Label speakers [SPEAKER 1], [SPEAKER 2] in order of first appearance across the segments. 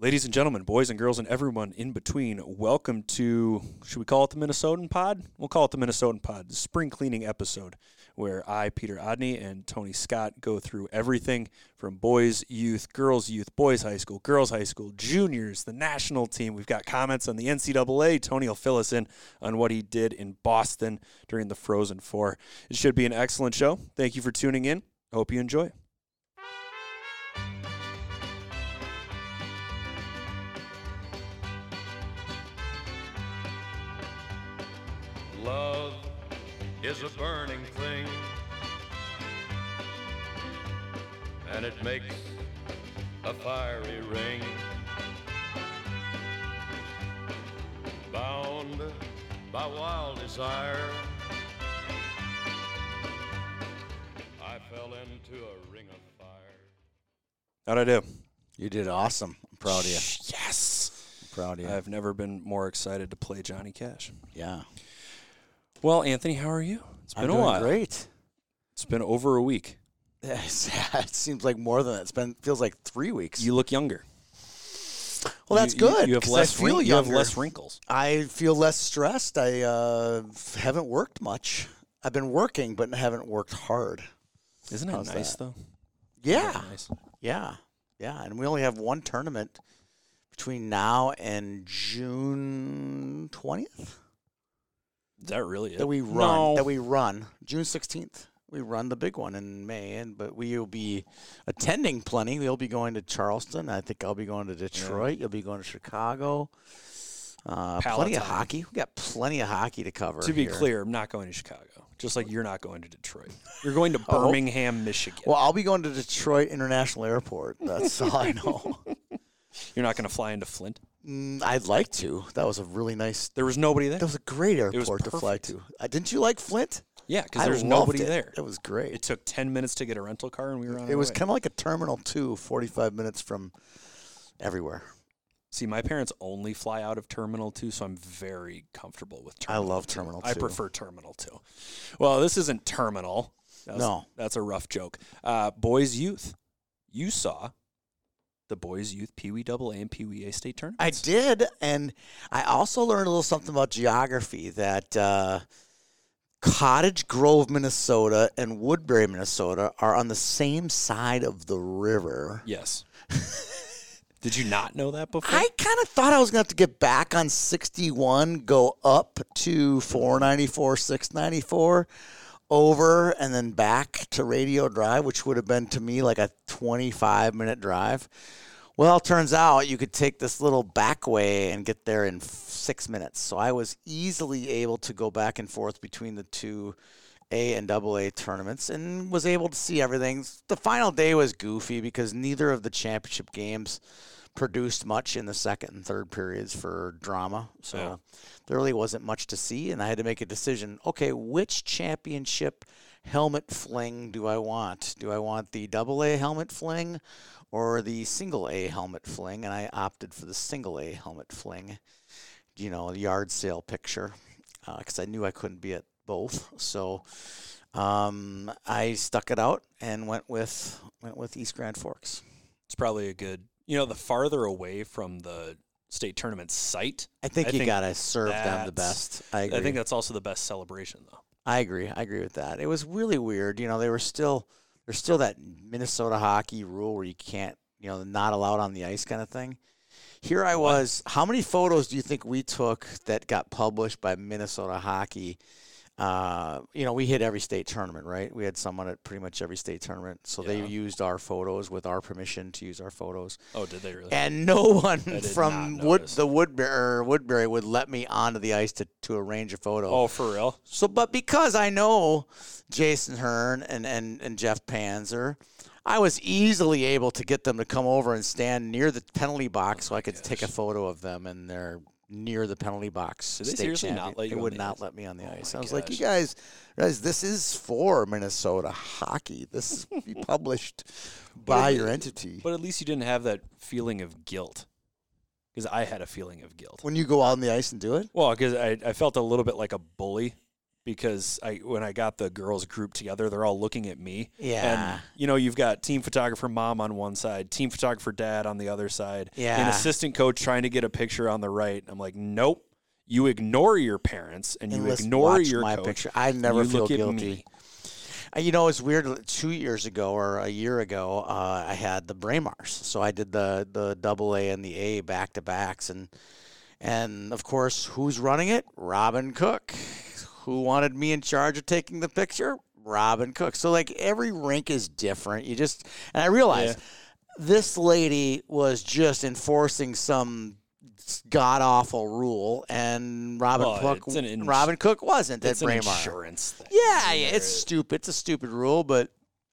[SPEAKER 1] Ladies and gentlemen, boys and girls, and everyone in between, welcome to, should we call it the Minnesotan Pod? We'll call it the Minnesotan Pod, the spring cleaning episode, where I, Peter Odney, and Tony Scott go through everything from boys, youth, girls, youth, boys, high school, girls, high school, juniors, the national team. We've got comments on the NCAA. Tony will fill us in on what he did in Boston during the Frozen Four. It should be an excellent show. Thank you for tuning in. Hope you enjoy.
[SPEAKER 2] Love is a burning thing, and it makes a fiery ring. Bound by wild desire, I fell into a ring of fire.
[SPEAKER 1] How'd I do?
[SPEAKER 3] You did awesome. I'm proud of you.
[SPEAKER 1] Yes.
[SPEAKER 3] I'm proud of you.
[SPEAKER 1] I've never been more excited to play Johnny Cash.
[SPEAKER 3] yeah.
[SPEAKER 1] Well, Anthony, how are you? It's been
[SPEAKER 3] I'm
[SPEAKER 1] a
[SPEAKER 3] doing
[SPEAKER 1] while.
[SPEAKER 3] Great.
[SPEAKER 1] It's been over a week.
[SPEAKER 3] Yes, it seems like more than that. It's been feels like three weeks.
[SPEAKER 1] You look younger.
[SPEAKER 3] well, that's
[SPEAKER 1] You- you-
[SPEAKER 3] good.
[SPEAKER 1] You, have
[SPEAKER 3] 'cause
[SPEAKER 1] less
[SPEAKER 3] I feel
[SPEAKER 1] wrin- you have
[SPEAKER 3] younger.
[SPEAKER 1] less wrinkles.
[SPEAKER 3] I feel less stressed. I uh, f- haven't worked much. I've been working, but haven't worked hard.
[SPEAKER 1] Isn't that
[SPEAKER 3] How's
[SPEAKER 1] nice
[SPEAKER 3] that?
[SPEAKER 1] though?
[SPEAKER 3] Yeah,
[SPEAKER 1] Nice.
[SPEAKER 3] yeah, yeah. And we only have one tournament between now and June twentieth.
[SPEAKER 1] Is that really it?
[SPEAKER 3] that we run
[SPEAKER 1] No.
[SPEAKER 3] that we run June sixteenth. We run the big one in May, and but we'll be attending plenty. We'll be going to Charleston. I think I'll be going to Detroit. You'll be going to Chicago. Uh, plenty
[SPEAKER 1] Palatine.
[SPEAKER 3] of hockey. We got plenty of hockey to cover.
[SPEAKER 1] to be
[SPEAKER 3] here.
[SPEAKER 1] clear, I'm not going to Chicago. Just like you're not going to Detroit. You're going to
[SPEAKER 3] Oh.
[SPEAKER 1] Birmingham, Michigan.
[SPEAKER 3] Well, I'll be going to Detroit International Airport. That's all I know.
[SPEAKER 1] you're not going to fly into Flint.
[SPEAKER 3] Mm, I'd like to. That was a really nice.
[SPEAKER 1] There was nobody there.
[SPEAKER 3] That was a great
[SPEAKER 1] was
[SPEAKER 3] airport to fly
[SPEAKER 1] perfect.
[SPEAKER 3] to. Uh, didn't you like Flint?
[SPEAKER 1] yeah, because
[SPEAKER 3] I
[SPEAKER 1] there's
[SPEAKER 3] loved
[SPEAKER 1] nobody
[SPEAKER 3] it.
[SPEAKER 1] there.
[SPEAKER 3] It was great.
[SPEAKER 1] It took 10 minutes to get a rental car, and we were on.
[SPEAKER 3] It
[SPEAKER 1] our
[SPEAKER 3] was
[SPEAKER 1] way.
[SPEAKER 3] kind of like a Terminal 2, 45 minutes from everywhere.
[SPEAKER 1] See, my parents only fly out of Terminal 2, so I'm very comfortable with
[SPEAKER 3] I
[SPEAKER 1] Terminal
[SPEAKER 3] love Terminal 2.
[SPEAKER 1] I prefer Terminal 2. Well, this isn't Terminal. That was-
[SPEAKER 3] No.
[SPEAKER 1] That's a rough joke. Uh, boys Youth. You saw the Boys Youth Pee Wee Double A and Pee Wee A State tournament.
[SPEAKER 3] I did, and I also learned a little something about geography that uh, Cottage Grove, Minnesota, and Woodbury, Minnesota, are on the same side of the river.
[SPEAKER 1] Yes. Did you not know that before?
[SPEAKER 3] I kind of thought I was going to have to get back on 61, go up to 494, 694, over, and then back to Radio Drive, which would have been to me like a 25 minute drive. Well, turns out you could take this little back way and get there in f- six minutes. So I was easily able to go back and forth between the two A and double A tournaments and was able to see everything. The final day was goofy because neither of the championship games produced much in the second and third periods for drama. So
[SPEAKER 1] Yeah.
[SPEAKER 3] there really wasn't much to see. And I had to make a decision okay, which championship helmet fling do I want? Do I want the double A helmet fling or the single A helmet fling? And I opted for the single A helmet fling, you know, the yard sale picture, because I knew I couldn't be at both. So. Um, I stuck it out and went with went with East Grand Forks.
[SPEAKER 1] It's probably a good, you know, the farther away from the state tournament site,
[SPEAKER 3] I think
[SPEAKER 1] I
[SPEAKER 3] you
[SPEAKER 1] think
[SPEAKER 3] gotta serve them the
[SPEAKER 1] that's-
[SPEAKER 3] best. I agree.
[SPEAKER 1] I think that's also the best celebration, though.
[SPEAKER 3] I agree. I agree with that. It was really weird. You know, they were still there's still that Minnesota hockey rule where you can't, you know, not allowed on the ice kind of thing. Here I was. How many photos do you think we took that got published by Minnesota Hockey? Uh, you know, we hit every state tournament, right? We had someone at pretty much every state tournament, so
[SPEAKER 1] Yeah.
[SPEAKER 3] they used our photos with our permission to use our photos
[SPEAKER 1] Oh, did they really?
[SPEAKER 3] and no one
[SPEAKER 1] did
[SPEAKER 3] from
[SPEAKER 1] not
[SPEAKER 3] Wood,
[SPEAKER 1] notice.
[SPEAKER 3] the Woodbury or Woodbury would let me onto the ice to, to arrange a photo.
[SPEAKER 1] oh, for real?
[SPEAKER 3] So, but because I know Jason Hearn and, and, and Jeff Panzer, I was easily able to get them to come over and stand near the penalty box so I could take a photo of them and they're near the penalty box.
[SPEAKER 1] Did they
[SPEAKER 3] state
[SPEAKER 1] seriously not
[SPEAKER 3] champion.
[SPEAKER 1] let you
[SPEAKER 3] They
[SPEAKER 1] on
[SPEAKER 3] would
[SPEAKER 1] the
[SPEAKER 3] not
[SPEAKER 1] ice?
[SPEAKER 3] let me on the
[SPEAKER 1] Oh
[SPEAKER 3] ice.
[SPEAKER 1] my
[SPEAKER 3] I was like, you
[SPEAKER 1] gosh.
[SPEAKER 3] guys, guys, this is for Minnesota hockey. This is be published by
[SPEAKER 1] it-
[SPEAKER 3] your entity.
[SPEAKER 1] But at least you didn't have that feeling of guilt. Because I had a feeling of guilt.
[SPEAKER 3] When you go out on the ice and do it,
[SPEAKER 1] Well, because I, I felt a little bit like a bully because I when I got the girls group together, they're all looking at me.
[SPEAKER 3] Yeah.
[SPEAKER 1] And you know, you've got team photographer mom on one side, team photographer dad on the other side, an
[SPEAKER 3] Yeah.
[SPEAKER 1] assistant coach trying to get a picture on the right. I'm like, nope. You ignore your parents and you
[SPEAKER 3] Let's
[SPEAKER 1] ignore
[SPEAKER 3] watch
[SPEAKER 1] your
[SPEAKER 3] my
[SPEAKER 1] coach.
[SPEAKER 3] picture. I never
[SPEAKER 1] You
[SPEAKER 3] feel
[SPEAKER 1] look at
[SPEAKER 3] guilty.
[SPEAKER 1] me.
[SPEAKER 3] And you know, it's weird. Two years ago or a year ago, uh, I had the Braemars, so I did the the double A and the A back to backs, and and of course, who's running it? Robin Cook. Who wanted me in charge of taking the picture? Robin Cook. So like every rink is different. You just and I realized this lady was just enforcing some god awful rule, and Robin
[SPEAKER 1] Well,
[SPEAKER 3] Cook.
[SPEAKER 1] it's an ins-
[SPEAKER 3] Robin Cook wasn't at
[SPEAKER 1] It's an
[SPEAKER 3] Braemar.
[SPEAKER 1] insurance thing.
[SPEAKER 3] Yeah, yeah, it's stupid. It's a stupid rule, but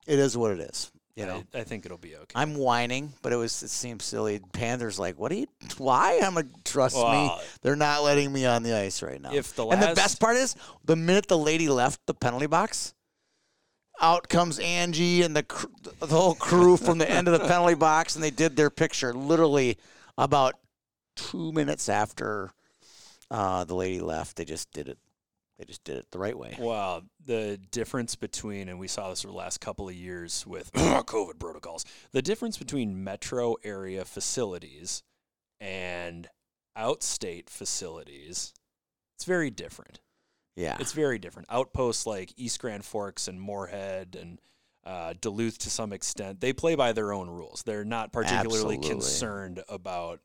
[SPEAKER 3] it is what it is. You know,
[SPEAKER 1] I, I think it'll be okay.
[SPEAKER 3] I'm whining, but it was it seems silly. Panthers like, what do you? Why? I'm a trust
[SPEAKER 1] Well,
[SPEAKER 3] me. They're not letting me on the ice right now.
[SPEAKER 1] if the
[SPEAKER 3] and the
[SPEAKER 1] last-
[SPEAKER 3] best part is, the minute the lady left the penalty box, out comes Angie and the cr- the whole crew from the end of the penalty box, and they did their picture literally about two minutes after uh, the lady left. They just did it. They just did it the right way.
[SPEAKER 1] Wow, the difference between, and we saw this for the last couple of years with COVID protocols, the difference between metro area facilities and outstate facilities, it's very different.
[SPEAKER 3] Yeah.
[SPEAKER 1] It's very different. Outposts like East Grand Forks and Moorhead and uh, Duluth to some extent, they play by their own rules. They're not particularly
[SPEAKER 3] Absolutely.
[SPEAKER 1] concerned about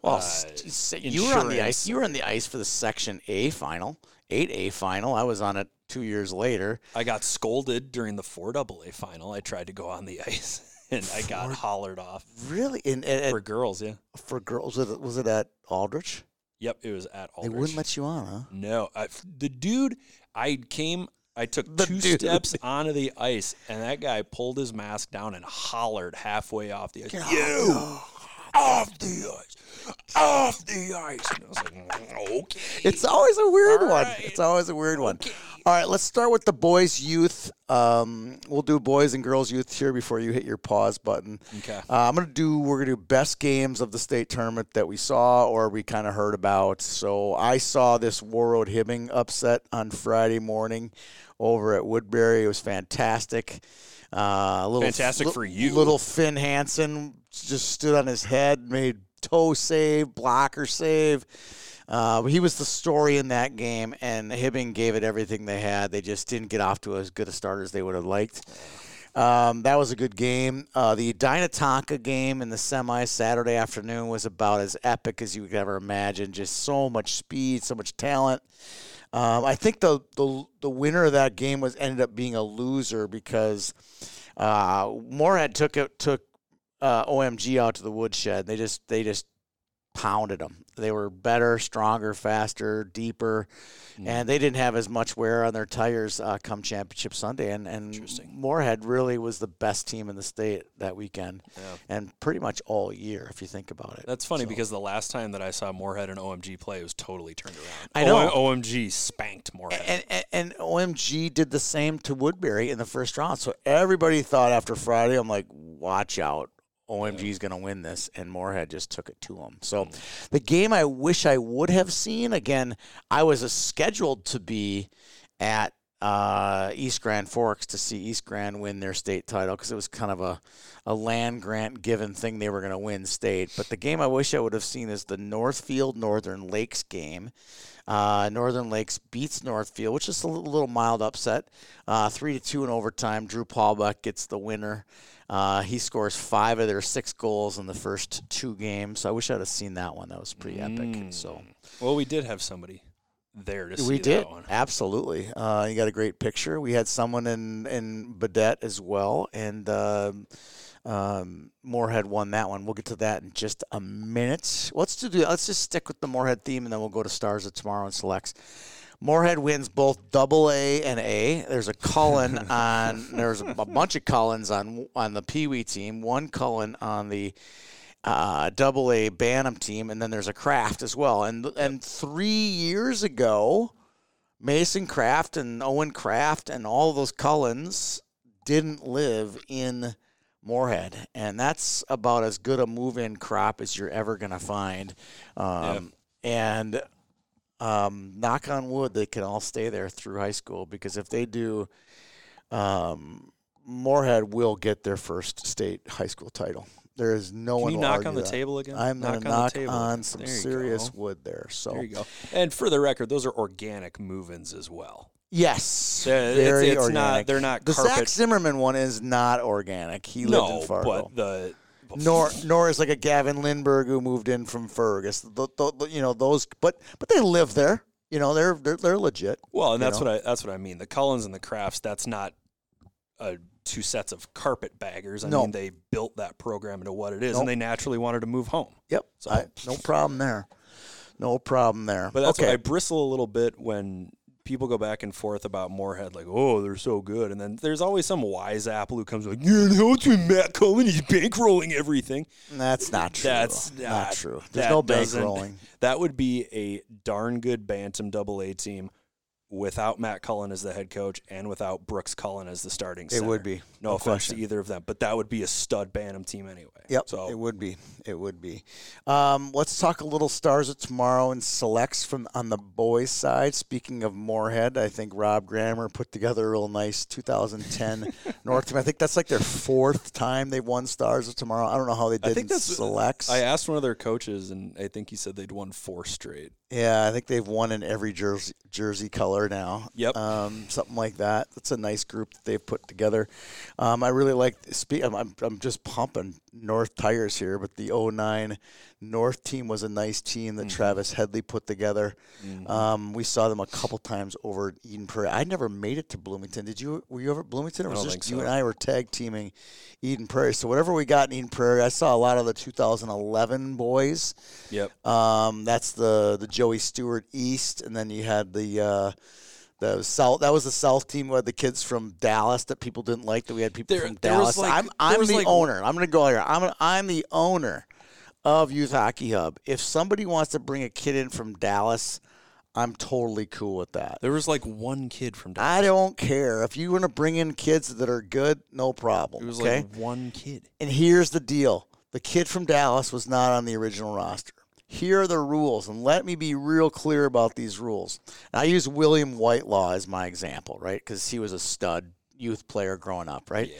[SPEAKER 3] Well,
[SPEAKER 1] uh,
[SPEAKER 3] st- s- you were on the
[SPEAKER 1] insurance.
[SPEAKER 3] ice. You were on the ice for the Section A final, eight A final. I was on it two years later.
[SPEAKER 1] I got scolded during the 4AA final. I tried to go on the ice and I got hollered off.
[SPEAKER 3] Really, and, and- and
[SPEAKER 1] For girls, yeah.
[SPEAKER 3] for, girls, was it, was it at Aldrich?
[SPEAKER 1] Yep, it was at Aldrich.
[SPEAKER 3] They wouldn't let you on, huh?
[SPEAKER 1] no, I, the dude, I came, I took
[SPEAKER 3] The
[SPEAKER 1] two
[SPEAKER 3] dude.
[SPEAKER 1] steps onto the ice, and that guy pulled his mask down and hollered halfway off the ice. you off the ice, off the ice. And I was like, okay.
[SPEAKER 3] It's always a weird
[SPEAKER 1] All
[SPEAKER 3] one.
[SPEAKER 1] right.
[SPEAKER 3] It's always a weird one. All right, let's start with the boys' youth. Um, we'll do boys and girls' youth here before you hit your pause button.
[SPEAKER 1] Okay.
[SPEAKER 3] Uh, I'm gonna do. We're gonna do best games of the state tournament that we saw or we kind of heard about. So I saw this Warroad Hibbing upset on Friday morning over at Woodbury. It was fantastic. Uh, a little
[SPEAKER 1] Fantastic for you.
[SPEAKER 3] Little Finn Hansen just stood on his head, made toe save, blocker save. Uh, he was the story in that game, and Hibbing gave it everything they had. They just didn't get off to as good a start as they would have liked. Um, that was a good game. Uh, the Dynatonka game in the semi Saturday afternoon was about as epic as you could ever imagine. Just so much speed, so much talent. Um, I think the, the the winner of that game was ended up being a loser because uh, Moorhead took it took uh, OMG out to the woodshed. They just they just pounded them. They were better, stronger, faster, deeper, and they didn't have as much wear on their tires uh, come championship Sunday. And and Moorhead really was the best team in the state that weekend, and pretty much all year if you think about it.
[SPEAKER 1] That's funny because the last time that I saw Moorhead and OMG play, it was totally turned around.
[SPEAKER 3] I know.
[SPEAKER 1] O- OMG spanked Moorhead.
[SPEAKER 3] and, and and OMG did the same to Woodbury in the first round. So everybody thought after Friday, I'm like, watch out. OMG is going to win this, and Moorhead just took it to him. So, the game I wish I would have seen again. I was uh, scheduled to be at uh, East Grand Forks to see East Grand win their state title because it was kind of a, a land grant given thing they were going to win state. But the game I wish I would have seen is the Northfield Northern Lakes game. Uh, Northern Lakes beats Northfield, which is a little, little mild upset, uh, three to two in overtime. Drew Paulbuck gets the winner. Uh, he scores five of their six goals in the first two games. I wish I'd have seen that one. That was pretty epic. So
[SPEAKER 1] well, we did have somebody there to see
[SPEAKER 3] we
[SPEAKER 1] that
[SPEAKER 3] did
[SPEAKER 1] one.
[SPEAKER 3] absolutely. Uh, you got a great picture. We had someone in in Bedette as well, and um, um, Moorhead won that one. We'll get to that in just a minute. Let's do. the- Let's just stick with the Moorhead theme, and then we'll go to Stars of Tomorrow and Selects. Moorhead wins both double A and A. There's a Cullen on. There's a bunch of Cullens on on the Pee Wee team. One Cullen on the uh, double A Bantam team, and then there's a Craft as well. And and three years ago, Mason Craft and Owen Craft and all those Cullens didn't live in Moorhead, and that's about as good a move-in crop as you're ever gonna find. Um, And um, knock on wood, they can all stay there through high school because if they do, um, Moorhead will get their first state high school title. There is no
[SPEAKER 1] Can
[SPEAKER 3] one.
[SPEAKER 1] you
[SPEAKER 3] will
[SPEAKER 1] knock
[SPEAKER 3] argue
[SPEAKER 1] on the
[SPEAKER 3] that.
[SPEAKER 1] table again?
[SPEAKER 3] I'm gonna
[SPEAKER 1] Knock on the
[SPEAKER 3] knock on,
[SPEAKER 1] table.
[SPEAKER 3] some
[SPEAKER 1] There you
[SPEAKER 3] serious
[SPEAKER 1] go.
[SPEAKER 3] wood there. So
[SPEAKER 1] There you go. And for the record, those are organic move-ins as well.
[SPEAKER 3] yes,
[SPEAKER 1] Yeah, it's-
[SPEAKER 3] very
[SPEAKER 1] it's
[SPEAKER 3] organic.
[SPEAKER 1] not- they're not
[SPEAKER 3] The Zach
[SPEAKER 1] carpet-
[SPEAKER 3] Zimmerman one is not organic. He
[SPEAKER 1] no,
[SPEAKER 3] lived in Fargo.
[SPEAKER 1] but the
[SPEAKER 3] nor nor is like a Gavin Lindberg who moved in from Fergus. Th th th- you know those, but but they live there. You know they're they're, they're legit.
[SPEAKER 1] well, and
[SPEAKER 3] you
[SPEAKER 1] that's
[SPEAKER 3] know?
[SPEAKER 1] what I that's what I mean. The Cullens and the Crafts. That's not uh two sets of carpet baggers. I
[SPEAKER 3] No.
[SPEAKER 1] mean, they built that program into what it is,
[SPEAKER 3] Nope.
[SPEAKER 1] and they naturally wanted to move home.
[SPEAKER 3] Yep,
[SPEAKER 1] So-
[SPEAKER 3] I- no problem there. No problem there.
[SPEAKER 1] But that's
[SPEAKER 3] okay.
[SPEAKER 1] why I bristle a little bit when people go back and forth about Moorhead, like, oh, they're so good. And then there's always some wise apple who comes like, yeah, no, it's when Matt Cullen is bankrolling everything.
[SPEAKER 3] that's not true.
[SPEAKER 1] That's
[SPEAKER 3] not,
[SPEAKER 1] not-
[SPEAKER 3] true. There's
[SPEAKER 1] that
[SPEAKER 3] no bank
[SPEAKER 1] doesn't-
[SPEAKER 3] rolling.
[SPEAKER 1] That would be a darn good Bantam double A team without Matt Cullen as the head coach and without Brooks Cullen as the starting
[SPEAKER 3] It
[SPEAKER 1] center.
[SPEAKER 3] would be
[SPEAKER 1] No,
[SPEAKER 3] no
[SPEAKER 1] offense
[SPEAKER 3] question.
[SPEAKER 1] to either of them, but that would be a stud Bantam team anyway.
[SPEAKER 3] Yep, it
[SPEAKER 1] So
[SPEAKER 3] would be. It would be. Um, let's talk a little stars of tomorrow and selects from on the boys' side. Speaking of Moorhead, I think Rob Grammer put together a real nice 2010 North team. I think that's like their fourth time they've won stars of tomorrow. I don't know how they did
[SPEAKER 1] I think
[SPEAKER 3] in
[SPEAKER 1] that's
[SPEAKER 3] selects.
[SPEAKER 1] I asked one of their coaches, and I think he said they'd won four straight.
[SPEAKER 3] yeah, I think they've won in every jersey jersey color now.
[SPEAKER 1] Yep.
[SPEAKER 3] um, something like that. That's a nice group that they've put together. Um, I really like. Spe- I'm, I'm I'm just pumping North tires here, but the 09 North team was a nice team
[SPEAKER 1] Mm-hmm.
[SPEAKER 3] that Travis Headley put together. Um, we saw them a couple times over at Eden Prairie. I never made it to Bloomington. Did you? Were you ever at Bloomington? Or was
[SPEAKER 1] don't
[SPEAKER 3] just
[SPEAKER 1] think
[SPEAKER 3] you
[SPEAKER 1] so.
[SPEAKER 3] and I were tag teaming Eden Prairie. So whatever we got in Eden Prairie, I saw a lot of the 2011 boys.
[SPEAKER 1] Yep.
[SPEAKER 3] Um, that's the the Joey Stewart East, and then you had the uh, the South. That was the South team. We had the kids from Dallas that people didn't like. That we had people
[SPEAKER 1] There-
[SPEAKER 3] from
[SPEAKER 1] there was
[SPEAKER 3] Dallas.
[SPEAKER 1] like-
[SPEAKER 3] I'm
[SPEAKER 1] there
[SPEAKER 3] I'm
[SPEAKER 1] was
[SPEAKER 3] the
[SPEAKER 1] like-
[SPEAKER 3] owner. I'm gonna go here. I'm I'm the owner of Youth Hockey Hub. If somebody wants to bring a kid in from Dallas, I'm totally cool with that.
[SPEAKER 1] There was like one kid from Dallas.
[SPEAKER 3] I don't care if you want to bring in kids that are good. No problem.
[SPEAKER 1] It was
[SPEAKER 3] okay.
[SPEAKER 1] like one kid.
[SPEAKER 3] And here's the deal the kid from Dallas was not on the original roster. Here are the rules, and let me be real clear about these rules. And I use William Whitelaw as my example, right? Because he was a stud youth player growing up, right?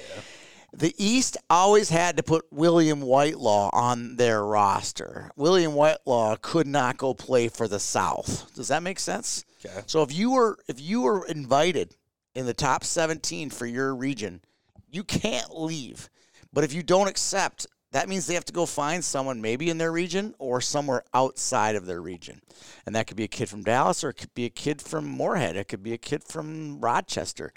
[SPEAKER 3] The East always had to put William Whitelaw on their roster. William Whitelaw could not go play for the South. Does that make sense?
[SPEAKER 1] Okay.
[SPEAKER 3] So if you were if you were invited in the top 17 for your region, you can't leave. But if you don't accept, that means they have to go find someone maybe in their region or somewhere outside of their region. And that could be a kid from Dallas or it could be a kid from Moorhead, it could be a kid from Rochester.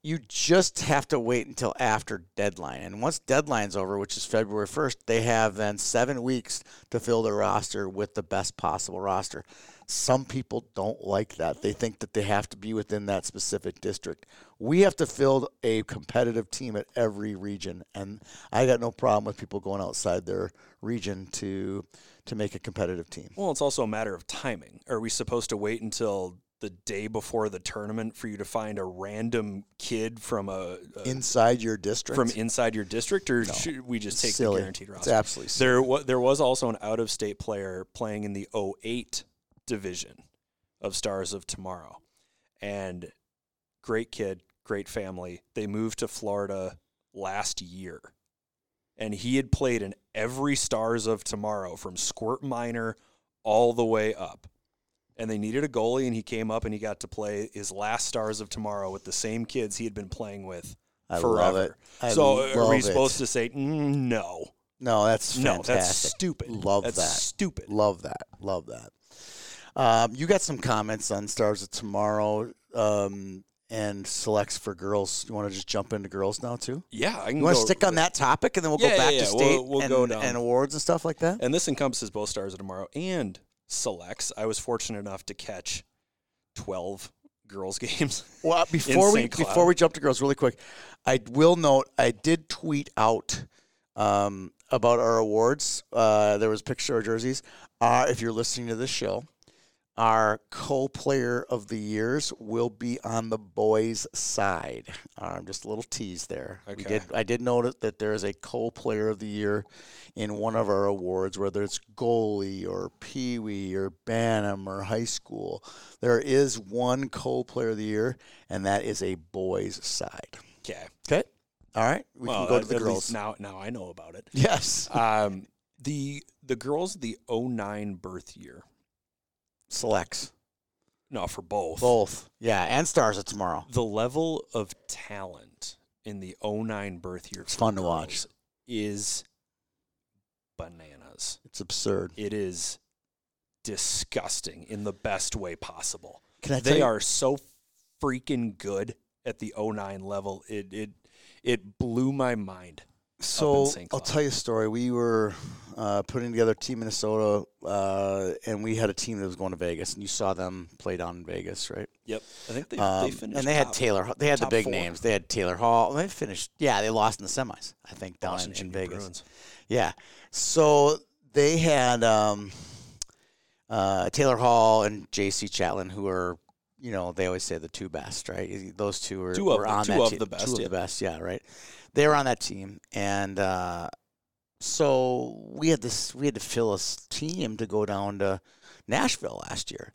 [SPEAKER 3] You just have to wait until after deadline. And once deadline's over, which is February 1st, they have then 7 weeks to fill their roster with the best possible roster. Some people don't like that. They think that they have to be within that specific district. We have to build a competitive team at every region, and I got no problem with people going outside their region to to make a competitive team.
[SPEAKER 1] Well, it's also a matter of timing. Are we supposed to wait until the day before the tournament for you to find a random kid from a, a
[SPEAKER 3] Inside your district,
[SPEAKER 1] from inside your district, or should we just take
[SPEAKER 3] Silly.
[SPEAKER 1] the guaranteed
[SPEAKER 3] It's
[SPEAKER 1] roster?
[SPEAKER 3] absolutely silly.
[SPEAKER 1] There, wa- there was also an out-of-state player playing in the 08 division of Stars of Tomorrow, and great kid, great family. They moved to Florida last year, and he had played in every Stars of Tomorrow from Squirt Minor all the way up. And they needed a goalie, and he came up and he got to play his last Stars of Tomorrow with the same kids he had been playing with
[SPEAKER 3] I
[SPEAKER 1] forever.
[SPEAKER 3] love it. I
[SPEAKER 1] so are
[SPEAKER 3] love
[SPEAKER 1] we
[SPEAKER 3] it.
[SPEAKER 1] supposed to say "Mm, no?
[SPEAKER 3] No, that's
[SPEAKER 1] No, that's
[SPEAKER 3] fantastic.
[SPEAKER 1] stupid.
[SPEAKER 3] Love
[SPEAKER 1] that's
[SPEAKER 3] that.
[SPEAKER 1] Stupid.
[SPEAKER 3] Love that. Love that. Um, you got some comments on Stars of Tomorrow um, and selects for girls. You want to just jump into girls now too?
[SPEAKER 1] Yeah, I can
[SPEAKER 3] You want
[SPEAKER 1] go-
[SPEAKER 3] to stick on that topic, and then we'll
[SPEAKER 1] Yeah,
[SPEAKER 3] go back
[SPEAKER 1] yeah,
[SPEAKER 3] to
[SPEAKER 1] yeah.
[SPEAKER 3] state
[SPEAKER 1] We'll- we'll
[SPEAKER 3] and,
[SPEAKER 1] go down.
[SPEAKER 3] and awards and stuff like that.
[SPEAKER 1] And this encompasses both Stars of Tomorrow and Selects. I was fortunate enough to catch twelve girls games.
[SPEAKER 3] Well, before we
[SPEAKER 1] St. Cloud.
[SPEAKER 3] before we jump to girls, really quick, I will note I did tweet out um, about our awards. Uh, there was a picture of jerseys. Uh, if you're listening to this show, Our co-player of the years will be on the boys' side. Um, just a little tease there. We
[SPEAKER 1] Okay.
[SPEAKER 3] did. I did notice that there is a co-player of the year in one of our awards, whether it's goalie or Pee Wee or Bantam or high school. There is one co-player of the year, and that is a boys' side.
[SPEAKER 1] Okay.
[SPEAKER 3] Okay. All right. We
[SPEAKER 1] well,
[SPEAKER 3] can go to
[SPEAKER 1] at-
[SPEAKER 3] the
[SPEAKER 1] at least
[SPEAKER 3] girls.
[SPEAKER 1] now. Now I know about it.
[SPEAKER 3] Yes.
[SPEAKER 1] Um, the the girls of the 09 birth year.
[SPEAKER 3] Selects.
[SPEAKER 1] No, for both.
[SPEAKER 3] Both. Yeah. And stars it tomorrow.
[SPEAKER 1] The level of talent in the 09 birth year.
[SPEAKER 3] It's
[SPEAKER 1] for
[SPEAKER 3] fun to
[SPEAKER 1] girls
[SPEAKER 3] watch.
[SPEAKER 1] Is bananas.
[SPEAKER 3] It's absurd.
[SPEAKER 1] It is disgusting in the best way possible.
[SPEAKER 3] Can I tell
[SPEAKER 1] they
[SPEAKER 3] you-
[SPEAKER 1] are so freaking good at the 09 level. It it it blew my mind.
[SPEAKER 3] So
[SPEAKER 1] St.
[SPEAKER 3] I'll
[SPEAKER 1] Cloud.
[SPEAKER 3] tell you a story. We were uh, putting together Team Minnesota, uh, and we had a team that was going to Vegas, and you saw them play down in Vegas, right?
[SPEAKER 1] Yep. I think they,
[SPEAKER 3] Um,
[SPEAKER 1] they finished
[SPEAKER 3] and they had
[SPEAKER 1] top.
[SPEAKER 3] Taylor. They had the
[SPEAKER 1] top
[SPEAKER 3] big
[SPEAKER 1] four.
[SPEAKER 3] names. They had Taylor Hall. They finished. Yeah, they lost in the semis. I think down
[SPEAKER 1] Boston
[SPEAKER 3] in,
[SPEAKER 1] Junior
[SPEAKER 3] in Vegas.
[SPEAKER 1] Bruins.
[SPEAKER 3] Yeah. So they had um, uh, Taylor Hall and J.C. Chatlin, who are, you know, they always say the two best, right? Those two are
[SPEAKER 1] Two of
[SPEAKER 3] were
[SPEAKER 1] the-
[SPEAKER 3] on
[SPEAKER 1] two
[SPEAKER 3] that
[SPEAKER 1] of
[SPEAKER 3] team.
[SPEAKER 1] the best,
[SPEAKER 3] Two of
[SPEAKER 1] yeah.
[SPEAKER 3] the best, yeah, right. They were on that team, and uh, so we had this. We had to fill a s- team to go down to Nashville last year,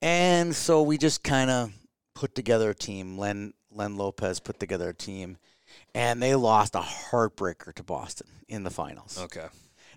[SPEAKER 3] and so we just kind of put together a team. Len Len Lopez put together a team, and they lost a heartbreaker to Boston in the finals.
[SPEAKER 1] Okay.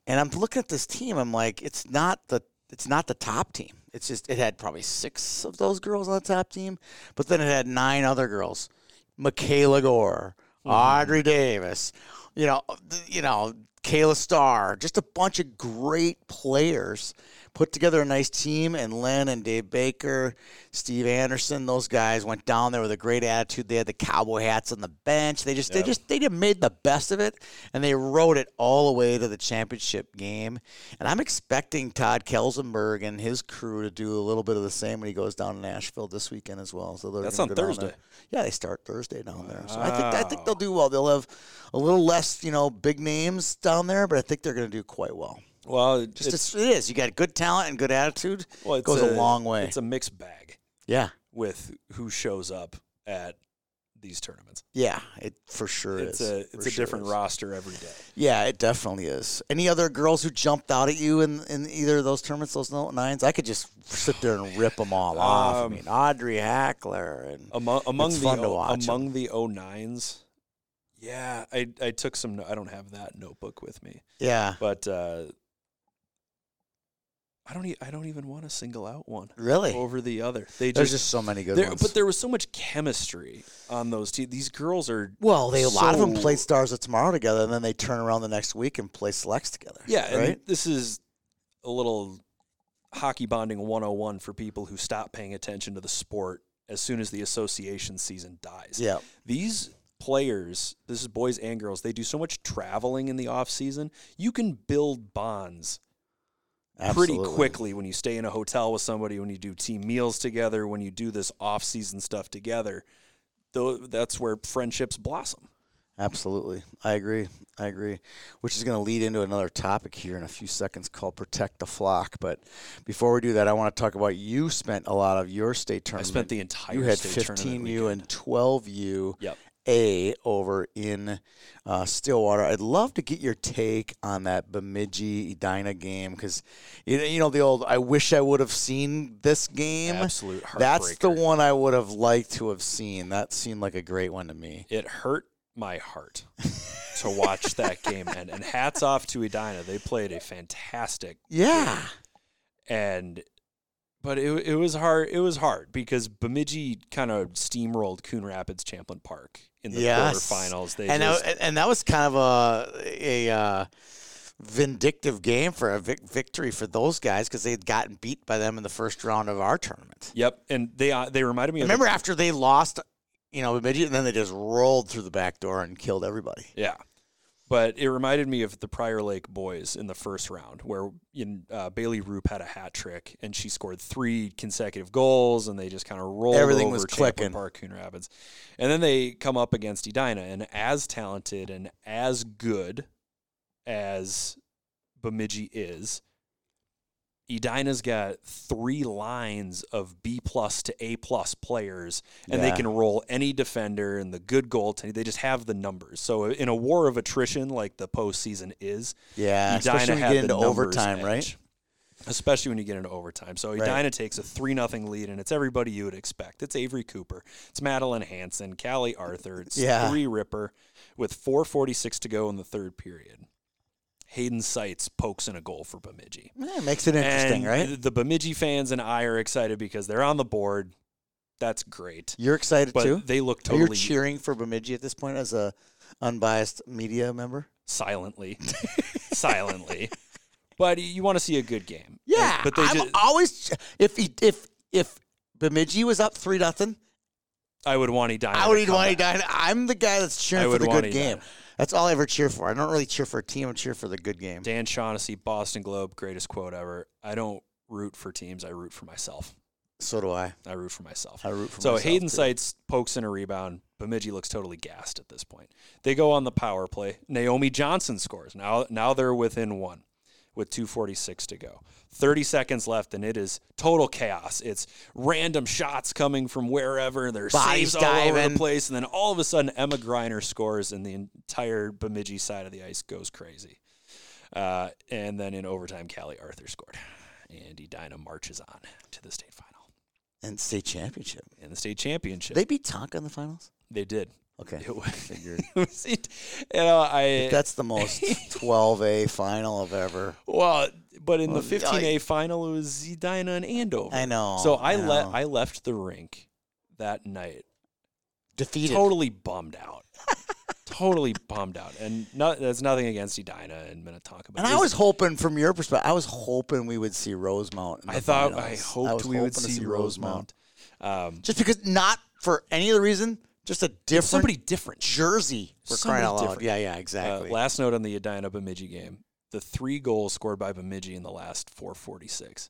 [SPEAKER 3] And I'm looking at this team. I'm like, it's not the it's not the top team. It's just it had probably six of those girls on the top team, but then it had nine other girls: Michaela Gore, Audrey Davis, you know, th- you know, Kayla Starr, just a bunch of great players. Put together a nice team, and Len and Dave Baker, Steve Anderson, those guys went down there with a great attitude. They had the cowboy hats on the bench. They just they
[SPEAKER 1] Yep.
[SPEAKER 3] just they just made the best of it and they rode it all the way to the championship game. And I'm expecting Todd Kelsenberg and his crew to do a little bit of the same when he goes down to Nashville this weekend as well. So they're
[SPEAKER 1] That's
[SPEAKER 3] gonna
[SPEAKER 1] on
[SPEAKER 3] go down
[SPEAKER 1] Thursday.
[SPEAKER 3] there. Yeah, they start Thursday down there. So I think I think they'll do well. They'll have a little less, you know, big names down there, but I think they're going to do quite well.
[SPEAKER 1] Well,
[SPEAKER 3] Just it's, it is. You got good talent and good attitude.
[SPEAKER 1] well,
[SPEAKER 3] it goes a, long way.
[SPEAKER 1] It's a mixed bag
[SPEAKER 3] yeah.
[SPEAKER 1] with who shows up at these tournaments.
[SPEAKER 3] Yeah, it for sure
[SPEAKER 1] It's
[SPEAKER 3] is.
[SPEAKER 1] a
[SPEAKER 3] For
[SPEAKER 1] it's a
[SPEAKER 3] sure
[SPEAKER 1] different
[SPEAKER 3] is.
[SPEAKER 1] roster every day.
[SPEAKER 3] Yeah, it definitely is. Any other girls who jumped out at you in, in either of those tournaments, those no- nines? I could just sit there and rip them all off. I
[SPEAKER 1] Um, Oh.
[SPEAKER 3] mean, Audrey Hackler and
[SPEAKER 1] Among among
[SPEAKER 3] It's
[SPEAKER 1] the
[SPEAKER 3] fun to
[SPEAKER 1] O-
[SPEAKER 3] watch 'em.
[SPEAKER 1] among the 09s. Yeah, I I took some no- I don't have that notebook with me.
[SPEAKER 3] yeah,
[SPEAKER 1] But uh I don't e- I don't even want to single out one
[SPEAKER 3] really.
[SPEAKER 1] over the other. They
[SPEAKER 3] There's
[SPEAKER 1] just,
[SPEAKER 3] just so many good
[SPEAKER 1] there,
[SPEAKER 3] ones.
[SPEAKER 1] but there was so much chemistry on those teams. These girls are
[SPEAKER 3] well, they a lot of them
[SPEAKER 1] so-
[SPEAKER 3] played Stars of Tomorrow together, and then they turn around the next week and play Selects together.
[SPEAKER 1] Yeah, and
[SPEAKER 3] right.
[SPEAKER 1] this is a little hockey bonding 101 for people who stop paying attention to the sport as soon as the association season dies.
[SPEAKER 3] Yeah,
[SPEAKER 1] These players, this is boys and girls, they do so much traveling in the off season. You can build bonds pretty
[SPEAKER 3] absolutely.
[SPEAKER 1] quickly when you stay in a hotel with somebody, when you do team meals together, when you do this off season stuff together. Though that's where friendships blossom.
[SPEAKER 3] Absolutely. I agree. I agree. Which is going to lead into another topic here in a few seconds called Protect the Flock. But before we do that, I want to talk about you spent a lot of your state
[SPEAKER 1] I
[SPEAKER 3] tournament.
[SPEAKER 1] spent the entire
[SPEAKER 3] You had
[SPEAKER 1] state tournament
[SPEAKER 3] 15U
[SPEAKER 1] weekend.
[SPEAKER 3] and 12U
[SPEAKER 1] Yep.
[SPEAKER 3] A over in uh, Stillwater. I'd love to get your take on that Bemidji Edina game because, you know, you know, the old I wish I would have seen this game.
[SPEAKER 1] Absolute
[SPEAKER 3] That's the
[SPEAKER 1] heartbreaker.
[SPEAKER 3] one I would have liked to have seen. That seemed like a great one to me.
[SPEAKER 1] it hurt my heart to watch that game and, and hats off to edina they played a fantastic
[SPEAKER 3] Yeah.
[SPEAKER 1] and but it, it was hard it was hard because bemidji kind of steamrolled coon rapids champlain park in the
[SPEAKER 3] Yes.
[SPEAKER 1] quarterfinals they
[SPEAKER 3] and
[SPEAKER 1] just,
[SPEAKER 3] that, and that was kind of a a uh, vindictive game for a vic- victory for those guys because they had gotten beat by them in the first round of our tournament.
[SPEAKER 1] yep and they uh, they reminded me of the-
[SPEAKER 3] Remember after they lost, you know, Bemidji, and then they just rolled through the back door and killed everybody.
[SPEAKER 1] yeah but it reminded me of the Prior Lake boys in the first round, where in, uh, Bailey Roop had a hat trick and she scored three consecutive goals, and they just kind of rolled
[SPEAKER 3] Everything
[SPEAKER 1] over
[SPEAKER 3] was
[SPEAKER 1] Champlain
[SPEAKER 3] clicking.
[SPEAKER 1] Park Coon Rapids, and then they come up against Edina, and as talented and as good as Bemidji is, Edina's got three lines of B plus to A plus players, and they
[SPEAKER 3] Yeah.
[SPEAKER 1] can roll any defender and the good goaltender. They just have the numbers. So in a war of attrition like the postseason is, Uh,
[SPEAKER 3] Yeah, especially when you
[SPEAKER 1] had
[SPEAKER 3] get
[SPEAKER 1] the
[SPEAKER 3] into
[SPEAKER 1] numbers
[SPEAKER 3] overtime,
[SPEAKER 1] edge.
[SPEAKER 3] right?
[SPEAKER 1] Especially when you get into overtime. So Edina takes a three nothing lead, and it's everybody you would expect. It's Avery Cooper, it's Madeline Hanson, Callie Arthur, it's
[SPEAKER 3] Yeah.
[SPEAKER 1] three Ripper, with four forty six to go in the third period. Hayden Sights pokes in a goal for Bemidji.
[SPEAKER 3] Yeah, it makes it interesting,
[SPEAKER 1] and
[SPEAKER 3] right?
[SPEAKER 1] th- The Bemidji fans and I are excited because they're on the board. That's great.
[SPEAKER 3] You're excited
[SPEAKER 1] But
[SPEAKER 3] too.
[SPEAKER 1] they look
[SPEAKER 3] Are you
[SPEAKER 1] totally
[SPEAKER 3] cheering for Bemidji at this point as a unbiased media member?
[SPEAKER 1] silently, silently. But y- you want to see a good game.
[SPEAKER 3] Yeah,
[SPEAKER 1] And- but they
[SPEAKER 3] I'm
[SPEAKER 1] just,
[SPEAKER 3] always if he, if if Bemidji was up three nothing,
[SPEAKER 1] I would want Edina.
[SPEAKER 3] I
[SPEAKER 1] to
[SPEAKER 3] would eat
[SPEAKER 1] come
[SPEAKER 3] want
[SPEAKER 1] back.
[SPEAKER 3] Edina. I'm the guy that's
[SPEAKER 1] I
[SPEAKER 3] cheering for
[SPEAKER 1] would
[SPEAKER 3] the
[SPEAKER 1] want
[SPEAKER 3] good
[SPEAKER 1] Edina.
[SPEAKER 3] game. That's all I ever cheer for. I don't really cheer for a team. I cheer for the good game.
[SPEAKER 1] Dan Shaughnessy, Boston Globe, greatest quote ever. I don't root for teams. I root for myself.
[SPEAKER 3] So do I.
[SPEAKER 1] I root for myself.
[SPEAKER 3] I root for
[SPEAKER 1] so
[SPEAKER 3] myself,
[SPEAKER 1] Hayden
[SPEAKER 3] too.
[SPEAKER 1] Sights pokes in a rebound. Bemidji looks totally gassed at this point. They go on the power play. Naomi Johnson scores. Now, now they're within one with 246 to go. 30 seconds left, and it is total chaos. It's random shots coming from wherever. There's
[SPEAKER 3] Bodies
[SPEAKER 1] saves all over the
[SPEAKER 3] diving.
[SPEAKER 1] place. And then all of a sudden, Emma Griner scores, and the entire Bemidji side of the ice goes crazy. Uh, and then in overtime, Callie Arthur scored. And Edina marches on to the state final
[SPEAKER 3] And state championship.
[SPEAKER 1] and the state championship.
[SPEAKER 3] They beat Tonka in the finals.
[SPEAKER 1] They did.
[SPEAKER 3] Okay,
[SPEAKER 1] It was, it was- it- you know, I
[SPEAKER 3] that's the most 12A final of ever.
[SPEAKER 1] well, but in
[SPEAKER 3] Well,
[SPEAKER 1] the 15A final, it was Edina and Andover.
[SPEAKER 3] I know,
[SPEAKER 1] So I
[SPEAKER 3] I
[SPEAKER 1] let
[SPEAKER 3] know.
[SPEAKER 1] I left the rink that night,
[SPEAKER 3] Defeated.
[SPEAKER 1] totally bummed out. totally bummed out, and not, that's nothing against Edina and Minnetonka. But
[SPEAKER 3] And
[SPEAKER 1] it
[SPEAKER 3] I was hoping, from your perspective, I was hoping we would see Rosemount. in the
[SPEAKER 1] I thought
[SPEAKER 3] finals.
[SPEAKER 1] I
[SPEAKER 3] was
[SPEAKER 1] hoped we would
[SPEAKER 3] hoping to
[SPEAKER 1] see Rosemount. Um,
[SPEAKER 3] just because not for any other reason, just a different
[SPEAKER 1] somebody different.
[SPEAKER 3] jersey. For
[SPEAKER 1] somebody
[SPEAKER 3] crying out loud.
[SPEAKER 1] different.
[SPEAKER 3] Yeah, yeah,
[SPEAKER 1] Uh,
[SPEAKER 3] exactly.
[SPEAKER 1] last note on the Edina Bemidji game: the three goals scored by Bemidji in the last 446.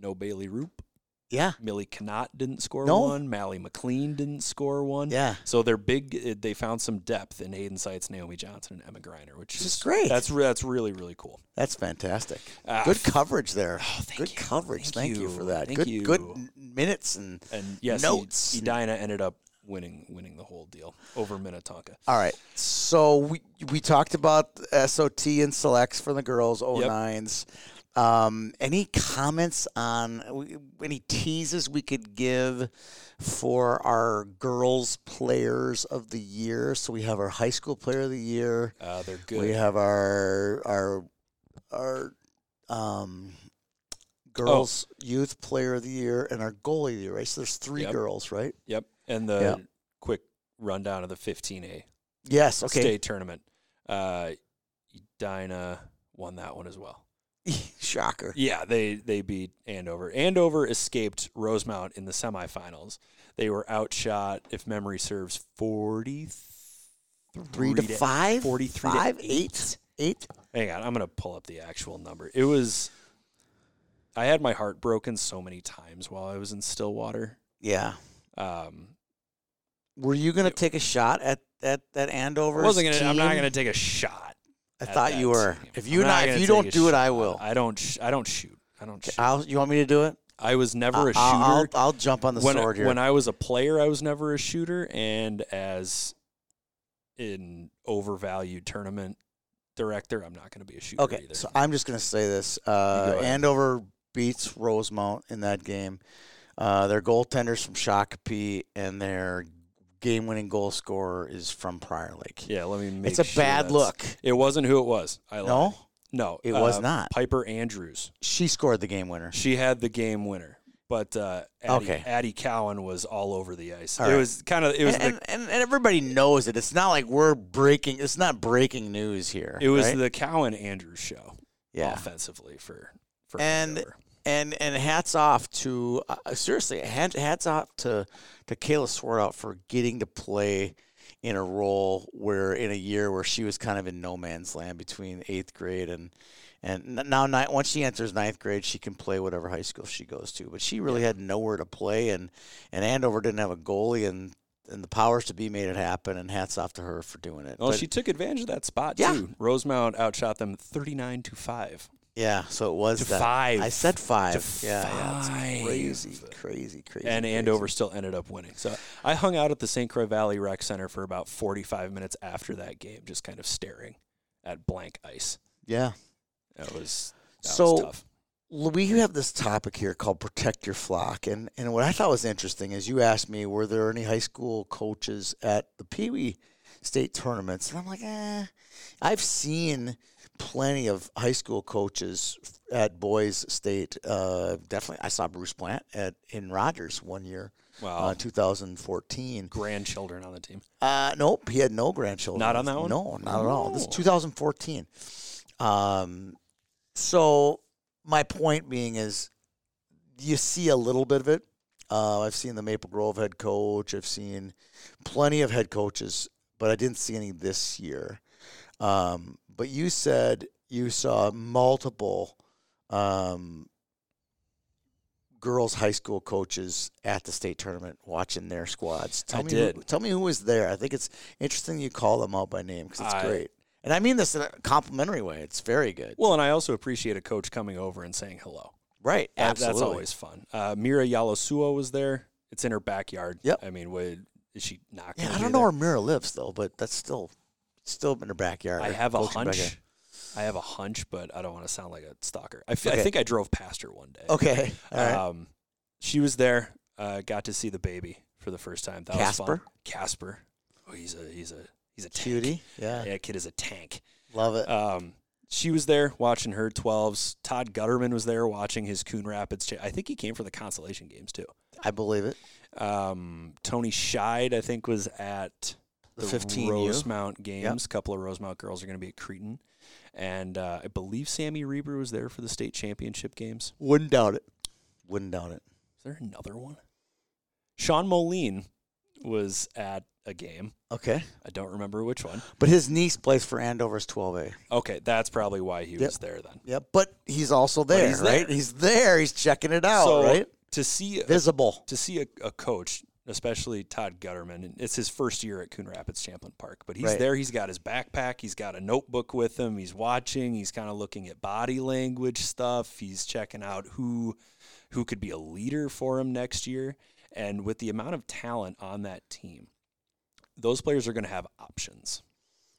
[SPEAKER 1] No Bailey Roop,
[SPEAKER 3] yeah,
[SPEAKER 1] Millie Knott didn't score
[SPEAKER 3] No.
[SPEAKER 1] one. Mally McLean didn't score one.
[SPEAKER 3] yeah.
[SPEAKER 1] So they're big. uh, They found some depth in Hayden Sites, Naomi Johnson, and Emma Griner, which
[SPEAKER 3] This
[SPEAKER 1] is
[SPEAKER 3] is great.
[SPEAKER 1] That's re- that's really really cool.
[SPEAKER 3] That's fantastic.
[SPEAKER 1] Ah,
[SPEAKER 3] good coverage there.
[SPEAKER 1] Oh, thank
[SPEAKER 3] good
[SPEAKER 1] you.
[SPEAKER 3] coverage.
[SPEAKER 1] Thank
[SPEAKER 3] Thank, you.
[SPEAKER 1] you.
[SPEAKER 3] for that.
[SPEAKER 1] Thank
[SPEAKER 3] good
[SPEAKER 1] you.
[SPEAKER 3] good n- minutes and
[SPEAKER 1] And yes,
[SPEAKER 3] Notes.
[SPEAKER 1] E- Edina ended up winning winning the whole deal over Minnetonka.
[SPEAKER 3] all right. So we we talked about SOT and selects for the girls, O
[SPEAKER 1] Yep.
[SPEAKER 3] nines. Um, any comments on w- any teases we could give for our girls players of the year? So we have our high school player of the year.
[SPEAKER 1] Uh, they're
[SPEAKER 3] We
[SPEAKER 1] good.
[SPEAKER 3] have our our our um,
[SPEAKER 1] Oh.
[SPEAKER 3] girls youth player of the year and our goalie of the year. Right, so there's three
[SPEAKER 1] Yep.
[SPEAKER 3] girls, right?
[SPEAKER 1] yep. And the
[SPEAKER 3] Yep.
[SPEAKER 1] quick rundown of the 15A.
[SPEAKER 3] Yes. Okay.
[SPEAKER 1] state tournament. Uh, Edina won that one as well.
[SPEAKER 3] Shocker.
[SPEAKER 1] Yeah, they they beat Andover. Andover escaped Rosemount in the semifinals. They were outshot, if memory serves, forty
[SPEAKER 3] Three to five.
[SPEAKER 1] 43 to
[SPEAKER 3] Five. Eight. Eight.
[SPEAKER 1] Hang on, I'm gonna pull up the actual number. It was. I had my heart broken so many times while I was in Stillwater.
[SPEAKER 3] Yeah.
[SPEAKER 1] Um,
[SPEAKER 3] Were you gonna take a shot at at that Andover?
[SPEAKER 1] I wasn't gonna. I'm not
[SPEAKER 3] team?
[SPEAKER 1] gonna take a shot.
[SPEAKER 3] I
[SPEAKER 1] at
[SPEAKER 3] thought
[SPEAKER 1] that
[SPEAKER 3] you were.
[SPEAKER 1] team.
[SPEAKER 3] If
[SPEAKER 1] I'm
[SPEAKER 3] you not,
[SPEAKER 1] gonna
[SPEAKER 3] if you
[SPEAKER 1] take
[SPEAKER 3] don't
[SPEAKER 1] a
[SPEAKER 3] do it,
[SPEAKER 1] shot.
[SPEAKER 3] I will.
[SPEAKER 1] I don't. Sh- I don't shoot. I don't shoot.
[SPEAKER 3] I'll, you want me to do it?
[SPEAKER 1] I was never a shooter.
[SPEAKER 3] I'll, I'll, I'll jump on the
[SPEAKER 1] when,
[SPEAKER 3] sword here.
[SPEAKER 1] when I was a player, I was never a shooter, and as an overvalued tournament director, I'm not going to be a shooter
[SPEAKER 3] Okay,
[SPEAKER 1] either.
[SPEAKER 3] so I'm just going to say this: uh,
[SPEAKER 1] ahead.
[SPEAKER 3] Andover beats Rosemount in that game. Uh, their goaltender's from Shakopee, and their game-winning goal scorer is from Prior Lake.
[SPEAKER 1] yeah, let me. Make
[SPEAKER 3] it's a
[SPEAKER 1] sure
[SPEAKER 3] bad
[SPEAKER 1] that's-
[SPEAKER 3] look.
[SPEAKER 1] It wasn't who it was. I lied.
[SPEAKER 3] No,
[SPEAKER 1] no, uh,
[SPEAKER 3] It was not.
[SPEAKER 1] Piper Andrews.
[SPEAKER 3] she scored the game winner.
[SPEAKER 1] Um, She had the game winner, but uh, Addie,
[SPEAKER 3] Okay.
[SPEAKER 1] Addie Cowan was all over the ice.
[SPEAKER 3] All
[SPEAKER 1] It
[SPEAKER 3] right.
[SPEAKER 1] was kind of it was
[SPEAKER 3] and,
[SPEAKER 1] the
[SPEAKER 3] and, and, and everybody knows it. It's not like we're breaking. It's not breaking news here.
[SPEAKER 1] it was
[SPEAKER 3] right?
[SPEAKER 1] the Cowan Andrews show
[SPEAKER 3] yeah.
[SPEAKER 1] offensively for for
[SPEAKER 3] And-
[SPEAKER 1] Andover.
[SPEAKER 3] and and hats off to uh, seriously hat- hats off to to Kayla Swartout for getting to play in a role where in a year where she was kind of in no man's land between eighth grade and and n- now ni- once she enters ninth grade she can play whatever high school she goes to but she really had nowhere to play and and Andover didn't have a goalie and and the powers to be made it happen and hats off to her for doing it
[SPEAKER 1] Well,
[SPEAKER 3] But
[SPEAKER 1] she took advantage of that spot
[SPEAKER 3] Yeah.
[SPEAKER 1] too. Rosemount outshot them thirty-nine to five.
[SPEAKER 3] Yeah, so it was
[SPEAKER 1] To
[SPEAKER 3] that.
[SPEAKER 1] five.
[SPEAKER 3] I said five.
[SPEAKER 1] To
[SPEAKER 3] yeah, yeah,
[SPEAKER 1] five.
[SPEAKER 3] it's crazy, crazy, crazy.
[SPEAKER 1] and
[SPEAKER 3] crazy.
[SPEAKER 1] Andover still ended up winning. So I hung out at the St. Croix Valley Rec Center for about 45 minutes after that game, just kind of staring at blank ice.
[SPEAKER 3] Yeah.
[SPEAKER 1] That was that was
[SPEAKER 3] So-
[SPEAKER 1] tough.
[SPEAKER 3] Well, we have this topic here called protect your flock, and and what I thought was interesting is you asked me were there any high school coaches at the Pee Wee state tournaments, and I'm like, eh, I've seen plenty of high school coaches at boys state. Uh, definitely, I saw Bruce Plant at in Rogers one year,
[SPEAKER 1] Wow.
[SPEAKER 3] uh, 2014.
[SPEAKER 1] Grandchildren on the team.
[SPEAKER 3] Uh, nope, he had no grandchildren.
[SPEAKER 1] Not on that one?
[SPEAKER 3] No, not at all. This is
[SPEAKER 1] No.
[SPEAKER 3] 2014. Um, so my point being is, you see a little bit of it. Uh, I've seen the Maple Grove head coach. I've seen plenty of head coaches, but I didn't see any this year. Um, but you said you saw multiple um, girls' high school coaches at the state tournament watching their squads. Tell
[SPEAKER 1] I
[SPEAKER 3] me, Who,
[SPEAKER 1] did.
[SPEAKER 3] tell me who was there. I think it's interesting you call them out by name because it's
[SPEAKER 1] I-
[SPEAKER 3] great, and I mean this in a complimentary way. It's very good,
[SPEAKER 1] Well, and I also appreciate a coach coming over and saying hello.
[SPEAKER 3] right?
[SPEAKER 1] That-
[SPEAKER 3] absolutely.
[SPEAKER 1] That's always fun. Uh, Mira Yalosuo was there. It's in her backyard.
[SPEAKER 3] Yep.
[SPEAKER 1] I mean, would, is she not going
[SPEAKER 3] Yeah,
[SPEAKER 1] to
[SPEAKER 3] I don't know where Mira lives though, but that's still still in her backyard.
[SPEAKER 1] I
[SPEAKER 3] her
[SPEAKER 1] have a
[SPEAKER 3] coaching
[SPEAKER 1] hunch.
[SPEAKER 3] backyard.
[SPEAKER 1] I have a hunch, but I don't want to sound like a stalker. I f I I
[SPEAKER 3] Okay.
[SPEAKER 1] think I drove past her one day.
[SPEAKER 3] Okay, all right.
[SPEAKER 1] Um, she was there. Uh, got to see the baby for the first time. That was
[SPEAKER 3] Casper?
[SPEAKER 1] fun. Casper. Oh, he's a he's a he's a tank.
[SPEAKER 3] cutie. Yeah,
[SPEAKER 1] Yeah, kid is a tank.
[SPEAKER 3] love it.
[SPEAKER 1] Um, she was there watching her 12s. Todd Gutterman was there watching his Coon Rapids. Cha- I think he came for the consolation games too.
[SPEAKER 3] I believe it.
[SPEAKER 1] Um, Tony Scheid, I think, was at
[SPEAKER 3] The 15 U.
[SPEAKER 1] Rosemount games. A couple of Rosemount girls are going to be at Creighton. And uh, I believe Sammy Reber was there for the state championship games.
[SPEAKER 3] Wouldn't doubt it. Wouldn't doubt it.
[SPEAKER 1] Is there another one? Sean Moline was at a game.
[SPEAKER 3] Okay,
[SPEAKER 1] I don't remember which one.
[SPEAKER 3] but his niece plays for Andover's 12A.
[SPEAKER 1] Okay, that's probably why he
[SPEAKER 3] Yep.
[SPEAKER 1] was there then.
[SPEAKER 3] Yeah, but he's also there,
[SPEAKER 1] he's there.
[SPEAKER 3] right? He's there. He's checking it out,
[SPEAKER 1] so
[SPEAKER 3] right?
[SPEAKER 1] to see a,
[SPEAKER 3] Visible.
[SPEAKER 1] to see a, a coach, especially Todd Gutterman, and it's his first year at Coon Rapids Champlin Park, but he's
[SPEAKER 3] Right.
[SPEAKER 1] there. He's got his backpack. He's got a notebook with him. He's watching. He's kind of looking at body language stuff. He's checking out who who could be a leader for him next year. And with the amount of talent on that team, those players are going to have options.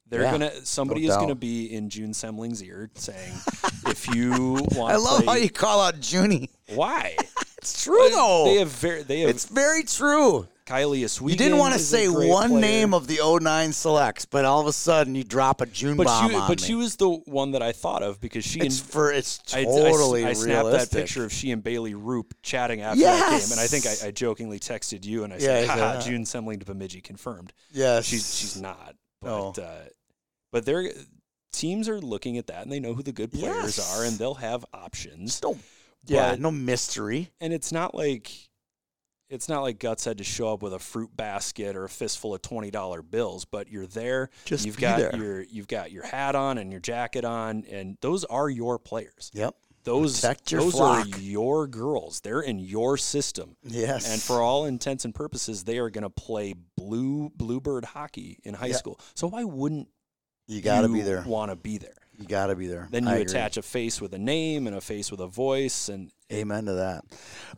[SPEAKER 1] They're
[SPEAKER 3] Yeah,
[SPEAKER 1] gonna somebody is
[SPEAKER 3] doubt.
[SPEAKER 1] gonna be in June Semling's ear saying, if you want,
[SPEAKER 3] I love
[SPEAKER 1] play,
[SPEAKER 3] how you call out Junie.
[SPEAKER 1] why
[SPEAKER 3] It's true though.
[SPEAKER 1] they have very they have
[SPEAKER 3] it's very true.
[SPEAKER 1] Kylie Oswego.
[SPEAKER 3] You didn't want to
[SPEAKER 1] is a
[SPEAKER 3] say
[SPEAKER 1] great
[SPEAKER 3] one
[SPEAKER 1] player.
[SPEAKER 3] name of the 09 selects, but all of a sudden you drop a June
[SPEAKER 1] but
[SPEAKER 3] bomb
[SPEAKER 1] she,
[SPEAKER 3] on
[SPEAKER 1] but
[SPEAKER 3] me.
[SPEAKER 1] she was the one that I thought of because she
[SPEAKER 3] it's
[SPEAKER 1] and
[SPEAKER 3] for it's
[SPEAKER 1] I- I-
[SPEAKER 3] totally
[SPEAKER 1] I, snapped
[SPEAKER 3] realistic.
[SPEAKER 1] that picture of she and Bailey Roop chatting after that game, and I think I, I jokingly texted you and I said,
[SPEAKER 3] Yeah,
[SPEAKER 1] "Ha
[SPEAKER 3] I said,
[SPEAKER 1] "Haha,
[SPEAKER 3] uh,
[SPEAKER 1] June Semling to Bemidji confirmed."
[SPEAKER 3] Yes,
[SPEAKER 1] She's she's not,
[SPEAKER 3] No.
[SPEAKER 1] but uh, but they're teams are looking at that and they know who the good players
[SPEAKER 3] Yes.
[SPEAKER 1] are and they'll have options.
[SPEAKER 3] no, yeah,
[SPEAKER 1] But-
[SPEAKER 3] no mystery.
[SPEAKER 1] and it's not like it's not like guts had to show up with a fruit basket or a fistful of twenty dollar bills, but you're there.
[SPEAKER 3] Just
[SPEAKER 1] you've
[SPEAKER 3] be
[SPEAKER 1] got
[SPEAKER 3] there.
[SPEAKER 1] your you've got your hat on and your jacket on, and those are your players.
[SPEAKER 3] Yep.
[SPEAKER 1] Those
[SPEAKER 3] Protect your
[SPEAKER 1] those
[SPEAKER 3] flock.
[SPEAKER 1] are your girls. They're in your system,
[SPEAKER 3] Yes.
[SPEAKER 1] and for all intents and purposes, they are going to play blue bluebird hockey in high
[SPEAKER 3] Yeah.
[SPEAKER 1] school. So why wouldn't
[SPEAKER 3] you gotta
[SPEAKER 1] you
[SPEAKER 3] be there.
[SPEAKER 1] Want to be there?
[SPEAKER 3] You gotta be there.
[SPEAKER 1] Then
[SPEAKER 3] I
[SPEAKER 1] you
[SPEAKER 3] agree.
[SPEAKER 1] attach a face with a name and a face with a voice, and
[SPEAKER 3] Amen to that.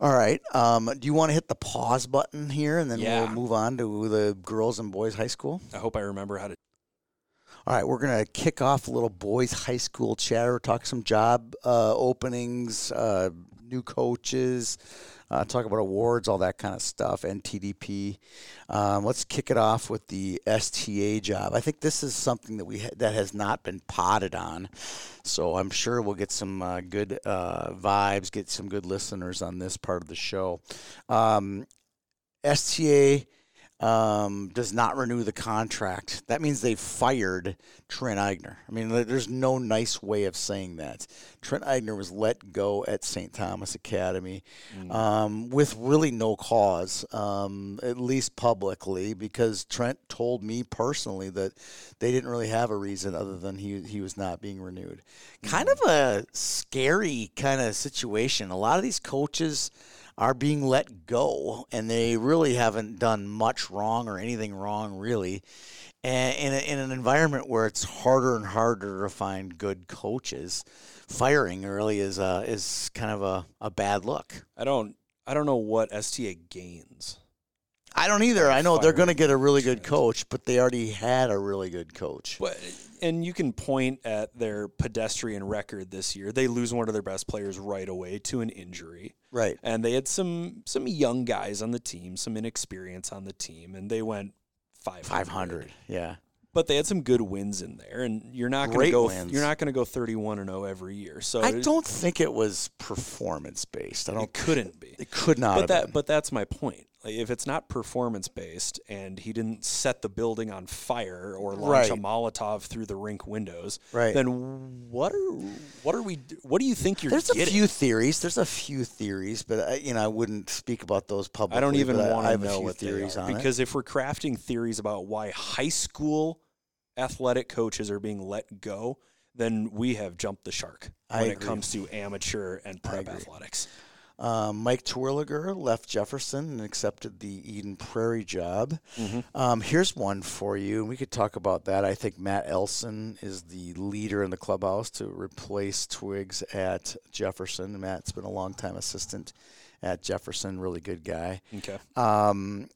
[SPEAKER 3] All right. Um, do you want to hit the pause button here, and then
[SPEAKER 1] Yeah.
[SPEAKER 3] we'll move on to the girls and boys high school?
[SPEAKER 1] I hope I remember how to.
[SPEAKER 3] All right, we're gonna kick off a little boys' high school chatter, talk some job uh, openings, uh, new coaches, uh, talk about awards, all that kind of stuff, and TDP. Um, let's kick it off with the STA job. I think this is something that we ha- that has not been potted on, so I'm sure we'll get some uh, good uh, vibes, get some good listeners on this part of the show. Um, STA um, does not renew the contract. That means they fired Trent Eigner. I mean, there- there's no nice way of saying that. Trent Eigner was let go at St. Thomas Academy um, with really no cause, um, at least publicly, because Trent told me personally that they didn't really have a reason other than he, he was not being renewed. Kind of a scary kind of situation. A lot of these coaches are being let go, and they really haven't done much wrong or anything wrong, really. And in, a, in an environment where it's harder and harder to find good coaches, firing early is uh, is kind of a, a bad look.
[SPEAKER 1] I don't I don't know what STA gains.
[SPEAKER 3] I don't either. I know they're
[SPEAKER 1] Firing
[SPEAKER 3] going to get a really good
[SPEAKER 1] coaches.
[SPEAKER 3] coach, but they already had a really good coach.
[SPEAKER 1] But and you can point at their pedestrian record this year. They lose one of their best players right away to an injury.
[SPEAKER 3] Right.
[SPEAKER 1] And they had some some young guys on the team, some inexperience on the team, and they went 500.
[SPEAKER 3] 500. Yeah.
[SPEAKER 1] But they had some good wins in there and you're not going
[SPEAKER 3] Great
[SPEAKER 1] to go
[SPEAKER 3] wins.
[SPEAKER 1] you're not going to go 31 and 0 every year. So
[SPEAKER 3] I
[SPEAKER 1] it-
[SPEAKER 3] don't think it was performance based. I
[SPEAKER 1] it
[SPEAKER 3] don't.
[SPEAKER 1] couldn't be.
[SPEAKER 3] It could not.
[SPEAKER 1] But
[SPEAKER 3] have
[SPEAKER 1] that
[SPEAKER 3] been.
[SPEAKER 1] but that's my point. Like, if it's not performance based and he didn't set the building on fire or launch a
[SPEAKER 3] Right.
[SPEAKER 1] Molotov through the rink windows,
[SPEAKER 3] Right.
[SPEAKER 1] then what are what are we what do you think you're
[SPEAKER 3] There's a
[SPEAKER 1] getting?
[SPEAKER 3] few theories. There's a few theories, but I, you know, I wouldn't speak about those publicly.
[SPEAKER 1] I don't even
[SPEAKER 3] but I-
[SPEAKER 1] want to
[SPEAKER 3] I have a
[SPEAKER 1] know
[SPEAKER 3] few
[SPEAKER 1] what
[SPEAKER 3] theories
[SPEAKER 1] they are
[SPEAKER 3] on it.
[SPEAKER 1] because if we're crafting theories about why high school athletic coaches are being let go, then we have jumped the shark
[SPEAKER 3] I
[SPEAKER 1] when it
[SPEAKER 3] agree.
[SPEAKER 1] comes to amateur and prep
[SPEAKER 3] agree.
[SPEAKER 1] athletics.
[SPEAKER 3] Um, Mike Terwilliger left Jefferson and accepted the Eden Prairie job.
[SPEAKER 1] Mm-hmm.
[SPEAKER 3] Um, here's one for you. We could talk about that. I think Matt Elson is the leader in the clubhouse to replace Twigs at Jefferson. Matt's been a longtime assistant at Jefferson, really good guy.
[SPEAKER 1] Okay.
[SPEAKER 3] Um,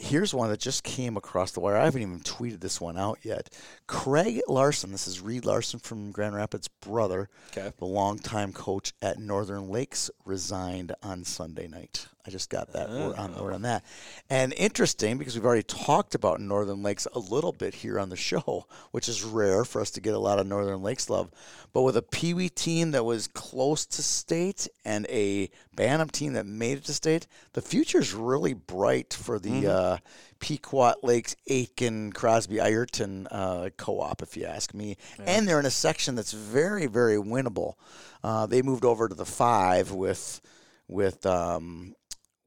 [SPEAKER 3] here's one that just came across the wire. I haven't even tweeted this one out yet. Craig Larson, this is Reed Larson from Grand Rapids' brother,
[SPEAKER 1] Okay.
[SPEAKER 3] the longtime coach at Northern Lakes, resigned on Sunday night. I just got that word, on the word on that. And interesting because we've already talked about Northern Lakes a little bit here on the show, which is rare for us to get a lot of Northern Lakes love. But with a Pee Wee team that was close to state and a Bantam team that made it to state, the future's really bright for the uh, Pequot Lakes, Aiken, Crosby, Ireton uh, co op, if you ask me. And they're in a section that's very, very winnable. Uh, they moved over to the five with. With um,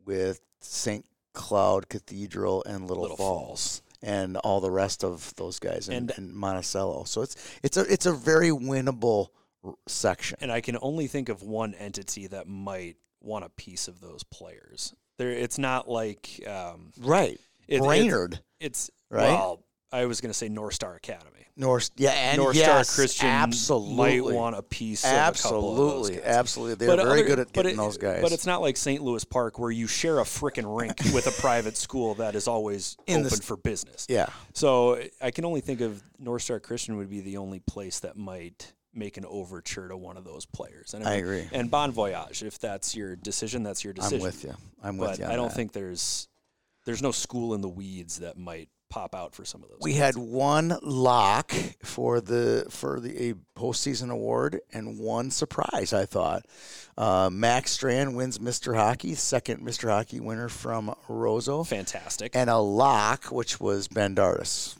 [SPEAKER 3] with St. Cloud Cathedral and Little,
[SPEAKER 1] Little
[SPEAKER 3] Falls. and all the rest of those guys in,
[SPEAKER 1] And-
[SPEAKER 3] in Monticello. So it's it's a it's a very winnable r- section.
[SPEAKER 1] and I can only think of one entity that might want a piece of those players. There, it's not like um,
[SPEAKER 3] Right.
[SPEAKER 1] it- it's-
[SPEAKER 3] Brainerd,
[SPEAKER 1] It's
[SPEAKER 3] Right?
[SPEAKER 1] well, I was going to say North Star Academy.
[SPEAKER 3] North yeah, and
[SPEAKER 1] North
[SPEAKER 3] yes,
[SPEAKER 1] Star Christian
[SPEAKER 3] absolutely.
[SPEAKER 1] might want a piece. of a couple of those
[SPEAKER 3] absolutely,
[SPEAKER 1] guys.
[SPEAKER 3] absolutely. They're very
[SPEAKER 1] other-
[SPEAKER 3] good at
[SPEAKER 1] but
[SPEAKER 3] getting
[SPEAKER 1] it-
[SPEAKER 3] those guys.
[SPEAKER 1] But it's not like St. Louis Park where you share a frickin' rink with a private school that is always
[SPEAKER 3] In the
[SPEAKER 1] open
[SPEAKER 3] s-
[SPEAKER 1] for business.
[SPEAKER 3] yeah,
[SPEAKER 1] So I can only think of North Star Christian would be the only place that might make an overture to one of those players. And
[SPEAKER 3] I
[SPEAKER 1] mean-
[SPEAKER 3] agree.
[SPEAKER 1] And Bon Voyage, if that's your decision, that's your decision.
[SPEAKER 3] I'm with you. I'm with
[SPEAKER 1] But
[SPEAKER 3] you. on
[SPEAKER 1] I don't
[SPEAKER 3] that.
[SPEAKER 1] think there's there's no school in the weeds that might pop out for some of those.
[SPEAKER 3] We had one lock for the for the a postseason award and one surprise. I thought uh, Max Strand wins Mr. Hockey, second Mr. Hockey winner from Roseau,
[SPEAKER 1] fantastic.
[SPEAKER 3] and a lock which was Ben Dardis.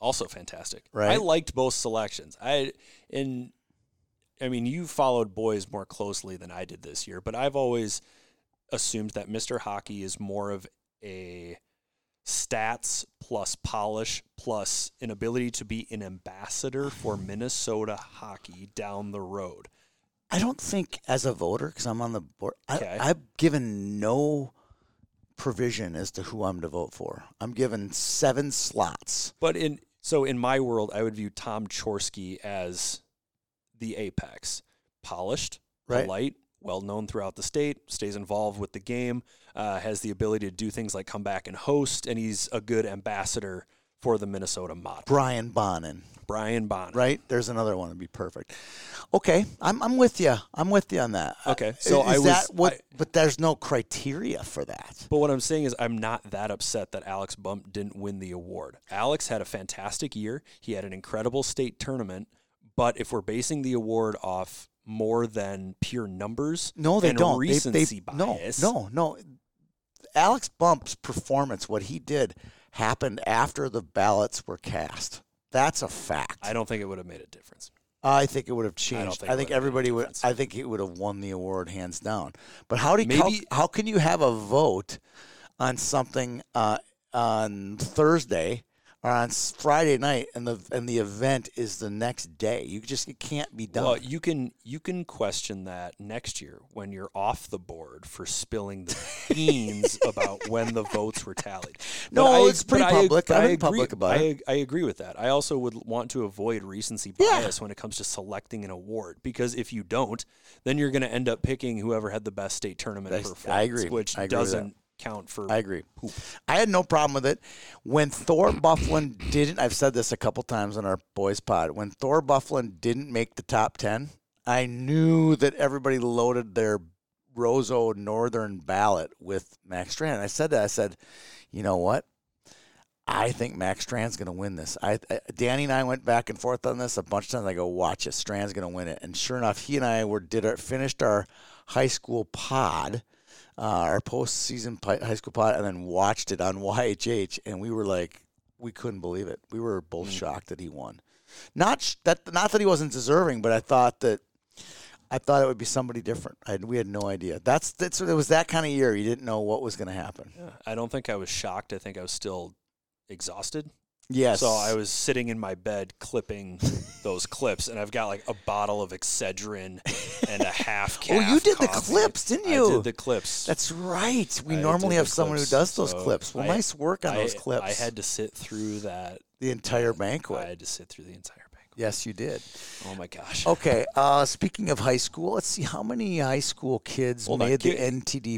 [SPEAKER 1] also fantastic. I
[SPEAKER 3] Right.
[SPEAKER 1] liked both selections. I and I mean you followed boys more closely than I did this year, but I've always assumed that Mr. Hockey is more of a stats plus polish plus an ability to be an ambassador for Minnesota hockey down the road.
[SPEAKER 3] I don't think as a voter because I'm on the board. I,
[SPEAKER 1] Okay.
[SPEAKER 3] I've given no provision as to who I'm to vote for. I'm given seven slots.
[SPEAKER 1] But in so in my world, I would view Tom Chorsky as the apex, polished,
[SPEAKER 3] Right.
[SPEAKER 1] polite, well known throughout the state, stays involved with the game, uh, has the ability to do things like come back and host, and he's a good ambassador for the Minnesota model.
[SPEAKER 3] Brian Bonin.
[SPEAKER 1] Brian Bonner.
[SPEAKER 3] right? There's another one that'd be perfect. Okay, I'm, I'm with you. I'm with you on that.
[SPEAKER 1] Okay,
[SPEAKER 3] Uh,
[SPEAKER 1] so
[SPEAKER 3] is
[SPEAKER 1] I
[SPEAKER 3] that
[SPEAKER 1] was-
[SPEAKER 3] what?
[SPEAKER 1] I-
[SPEAKER 3] but there's no criteria for that.
[SPEAKER 1] But what I'm saying is, I'm not that upset that Alex Bump didn't win the award. Alex had a fantastic year. He had an incredible state tournament. But if we're basing the award off more than pure numbers,
[SPEAKER 3] No, they
[SPEAKER 1] and
[SPEAKER 3] don't. They-
[SPEAKER 1] Recency
[SPEAKER 3] they,
[SPEAKER 1] bias,
[SPEAKER 3] No, no, no. Alex Bump's performance, what he did, happened after the ballots were cast. That's a fact.
[SPEAKER 1] I don't think it would have made a difference.
[SPEAKER 3] I think it would have changed.
[SPEAKER 1] think
[SPEAKER 3] I
[SPEAKER 1] it
[SPEAKER 3] think
[SPEAKER 1] would have made a
[SPEAKER 3] everybody would.
[SPEAKER 1] difference.
[SPEAKER 3] I think he would have won the award hands down. But how do you,
[SPEAKER 1] Maybe-
[SPEAKER 3] how, how can you have a vote on something uh, on Thursday are on s- Friday night, and the and the event is the next day. You just it can't be done.
[SPEAKER 1] Well, you can you can question that next year when you're off the board for spilling the beans about when the votes were tallied. But
[SPEAKER 3] No,
[SPEAKER 1] I-
[SPEAKER 3] it's pretty
[SPEAKER 1] but I-
[SPEAKER 3] public.
[SPEAKER 1] but
[SPEAKER 3] I've
[SPEAKER 1] I
[SPEAKER 3] been
[SPEAKER 1] agree-
[SPEAKER 3] public about
[SPEAKER 1] I,
[SPEAKER 3] it.
[SPEAKER 1] I agree with that. I also would want to avoid recency
[SPEAKER 3] Yeah.
[SPEAKER 1] bias when it comes to selecting an award because if you don't, then you're going to end up picking whoever had the best state tournament
[SPEAKER 3] I- I
[SPEAKER 1] performance,
[SPEAKER 3] agree.
[SPEAKER 1] which
[SPEAKER 3] I agree with that.
[SPEAKER 1] doesn't count for.
[SPEAKER 3] I agree. I had no problem with it. When Thor Bufflin didn't, I've said this a couple times on our boys pod. When Thor Bufflin didn't make the top ten, I knew that everybody loaded their Roseau Northern ballot with Max Strand. I said that. I said, you know what? I think Max Strand's going to win this. I, I Danny and I went back and forth on this a bunch of times. I go, watch it. Strand's going to win it. And sure enough, he and I were did our finished our high school pod, uh, our postseason pi- high school pod, and then watched it on YHH, and we were like, we couldn't believe it. We were both shocked that he won. Not sh- that not that he wasn't deserving, but I thought that. I thought it would be somebody different. I, we had no idea. That's that's it was that kind of year. You didn't know what was going to happen.
[SPEAKER 1] I don't think I was shocked. I think I was still exhausted.
[SPEAKER 3] Yes.
[SPEAKER 1] So I was sitting in my bed clipping those clips, and I've got like a bottle of Excedrin and a half
[SPEAKER 3] Oh,
[SPEAKER 1] calf.
[SPEAKER 3] you did the
[SPEAKER 1] coffee.
[SPEAKER 3] clips, didn't
[SPEAKER 1] I
[SPEAKER 3] you?
[SPEAKER 1] did the clips.
[SPEAKER 3] That's right. We
[SPEAKER 1] I
[SPEAKER 3] normally
[SPEAKER 1] did
[SPEAKER 3] have
[SPEAKER 1] the
[SPEAKER 3] someone
[SPEAKER 1] clips,
[SPEAKER 3] who does those
[SPEAKER 1] so
[SPEAKER 3] clips. Well,
[SPEAKER 1] I-
[SPEAKER 3] nice work on
[SPEAKER 1] I-
[SPEAKER 3] those clips.
[SPEAKER 1] I had to sit through that.
[SPEAKER 3] the entire
[SPEAKER 1] I
[SPEAKER 3] banquet.
[SPEAKER 1] had to sit through the entire banquet.
[SPEAKER 3] Yes, you did.
[SPEAKER 1] Oh my gosh.
[SPEAKER 3] Okay. Uh, speaking of high school, let's see how many high school kids
[SPEAKER 1] Hold on,
[SPEAKER 3] made the
[SPEAKER 1] gi-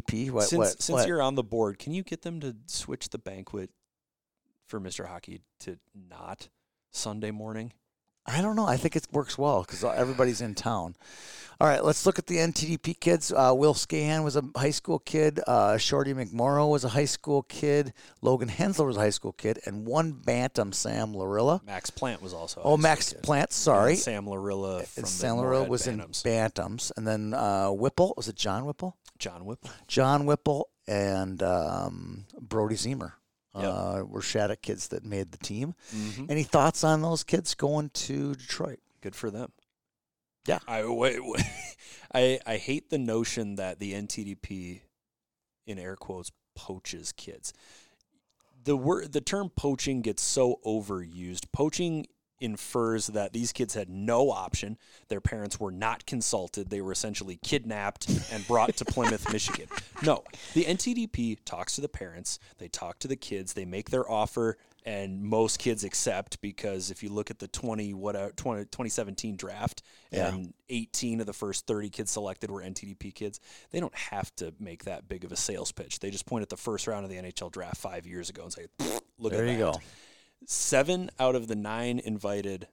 [SPEAKER 3] NTDP. What?
[SPEAKER 1] since
[SPEAKER 3] what?
[SPEAKER 1] since
[SPEAKER 3] what?
[SPEAKER 1] you're on the board, can you get them to switch the banquet for Mr. Hockey to not Sunday morning?
[SPEAKER 3] I don't know. I think it works well because everybody's in town. All right, let's look at the NTDP kids. Uh, Will Scahan was a high school kid. Uh, Shorty McMorrow was a high school kid. Logan Hensler was a high school kid, and one bantam, Sam Larilla.
[SPEAKER 1] Max Plant was also. a high
[SPEAKER 3] Oh,
[SPEAKER 1] school
[SPEAKER 3] Max
[SPEAKER 1] kid.
[SPEAKER 3] Plant.
[SPEAKER 1] And
[SPEAKER 3] Sorry,
[SPEAKER 1] Sam Larilla from
[SPEAKER 3] and
[SPEAKER 1] the
[SPEAKER 3] San Laurel
[SPEAKER 1] Moorhead
[SPEAKER 3] was
[SPEAKER 1] Bantams.
[SPEAKER 3] in Bantams, and then uh, Whipple was it John Whipple?
[SPEAKER 1] John Whip.
[SPEAKER 3] John Whipple and um, Brody Zemer
[SPEAKER 1] Yep.
[SPEAKER 3] uh, were Shattuck kids that made the team. Any thoughts on those kids going to Detroit?
[SPEAKER 1] good for them.
[SPEAKER 3] Yeah.
[SPEAKER 1] I wait, wait- I I hate the notion that the NTDP, in air quotes, poaches kids. The word the term poaching gets so overused. Poaching infers that these kids had no option. Their parents were not consulted. They were essentially kidnapped and brought to Plymouth, Michigan. No, the NTDP talks to the parents, they talk to the kids, they make their offer and most kids accept because if you look at the 20 what uh, 20, 2017 draft and 18 of the first 30 kids selected were NTDP kids, they don't have to make that big of a sales pitch. They just point at the first round of the NHL draft 5 years ago and say, "Look
[SPEAKER 3] There
[SPEAKER 1] at
[SPEAKER 3] you
[SPEAKER 1] that."
[SPEAKER 3] go.
[SPEAKER 1] seven out of the nine invited